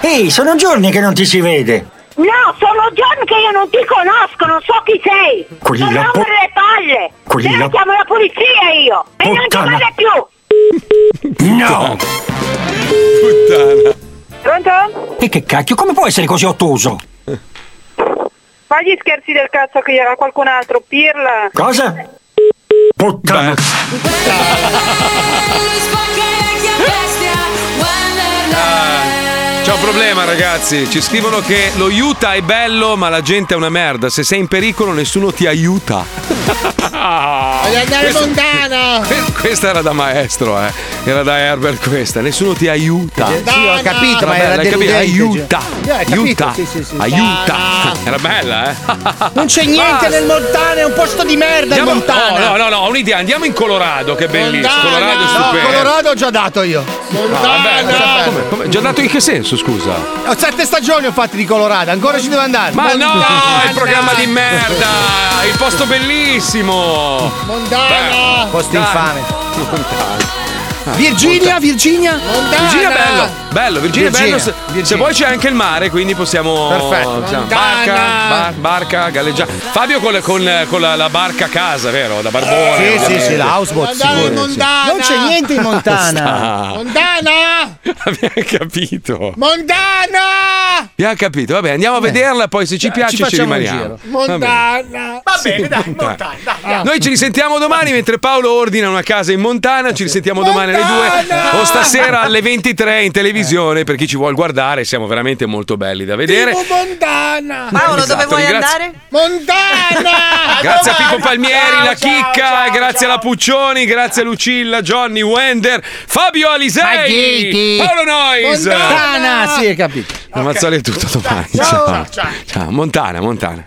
Speaker 3: è.
Speaker 16: Ehi, sono giorni che non ti si vede.
Speaker 3: No, sono giorni che io non ti conosco, non so chi sei.
Speaker 16: Quelli
Speaker 3: non
Speaker 16: la po-
Speaker 3: rompere le palle.
Speaker 16: quelli
Speaker 3: Se no
Speaker 16: la-
Speaker 3: chiamo la polizia io. E non ti
Speaker 16: Puttana.
Speaker 3: vale più.
Speaker 16: No!
Speaker 32: Puttana.
Speaker 33: Pronto?
Speaker 16: E che cacchio, come può essere così ottuso?
Speaker 33: Fai gli scherzi del cazzo che era qualcun altro, pirla.
Speaker 16: Cosa? Puttana.
Speaker 2: C'è un problema, ragazzi. Ci scrivono che lo Utah è bello, ma la gente è una merda. Se sei in pericolo, nessuno ti aiuta.
Speaker 11: Voglio andare in
Speaker 2: Questo-
Speaker 11: montana!
Speaker 2: Questa era da maestro, eh. Era da Herbert questa. Nessuno ti aiuta.
Speaker 4: Eh,
Speaker 34: Sì, ho capito, ma
Speaker 2: Vabbè,
Speaker 34: era
Speaker 2: l'hai capito?
Speaker 34: deludente,
Speaker 2: Aiuta.
Speaker 34: cioè. Eh, hai capito,
Speaker 2: Aiuta.
Speaker 34: sì, sì, sì.
Speaker 2: Aiuta.
Speaker 4: Ah,
Speaker 2: Era bella, eh.
Speaker 4: Non c'è niente
Speaker 2: Basta.
Speaker 4: nel Montana, è un posto di merda
Speaker 2: Andiamo- Oh,
Speaker 4: il Montana.
Speaker 2: No, no, no, no, ho un'idea. Andiamo in Colorado, che è bellissimo.
Speaker 4: Montana.
Speaker 2: Colorado è
Speaker 4: No,
Speaker 2: stupendo.
Speaker 4: Colorado ho già dato io.
Speaker 2: No, vabbè, cosa- come- come- già dato in che senso, scusa?
Speaker 4: Ho sette stagioni ho fatto di Colorado, ancora ci devo andare.
Speaker 2: Ma no, Ah, il programma di merda! Il posto bellissimo!
Speaker 4: Montana.
Speaker 2: Posto
Speaker 4: infame.
Speaker 2: Virginia,
Speaker 4: Virginia.
Speaker 2: Virginia è bello, bello, Virginia, è bello.
Speaker 4: Virginia,
Speaker 2: Se, se poi c'è anche il mare, quindi possiamo.
Speaker 4: Perfetto.
Speaker 2: diciamo, barca,
Speaker 4: Montana.
Speaker 2: bar- barca, galleggiare. Fabio con, con- con la, la barca a casa, vero? Da Barbone.
Speaker 4: Sì, sì, sì, la houseboat.
Speaker 11: Andare in
Speaker 4: sicuro, sì.
Speaker 11: Montana!
Speaker 4: Non c'è niente in
Speaker 2: Sta.
Speaker 16: <laughs>
Speaker 4: Montana.
Speaker 11: Montana!
Speaker 2: <laughs> Abbiamo capito.
Speaker 11: Montana!
Speaker 2: Abbiamo capito, vabbè, andiamo a vederla, poi se ci
Speaker 4: Eh,
Speaker 11: Ci
Speaker 2: piace ci,
Speaker 11: facciamo un
Speaker 2: rimaniamo.
Speaker 11: giro. Montana!
Speaker 4: Va bene, dai,
Speaker 2: Montana, Ah. Noi ci risentiamo domani mentre Paolo ordina una casa in Montana, ci risentiamo domani alle 2 o stasera alle 23 in televisione per chi ci vuole guardare, siamo veramente molto belli da vedere.
Speaker 11: Tipo Montana!
Speaker 2: Paolo, Esatto, dove vuoi grazie. andare?
Speaker 11: Montana!
Speaker 2: Grazie a Pippo Palmieri, la Chicca, grazie alla Puccioni, grazie a Lucilla, Johnny Wender, Fabio Alisei,
Speaker 4: Maghetti.
Speaker 2: Paolo Nois.
Speaker 4: Montana, sì, hai capito.
Speaker 2: La Mazzoli è tutto domani.
Speaker 4: <laughs> Ciao.
Speaker 2: Ciao. Ciao. Montana, Montana.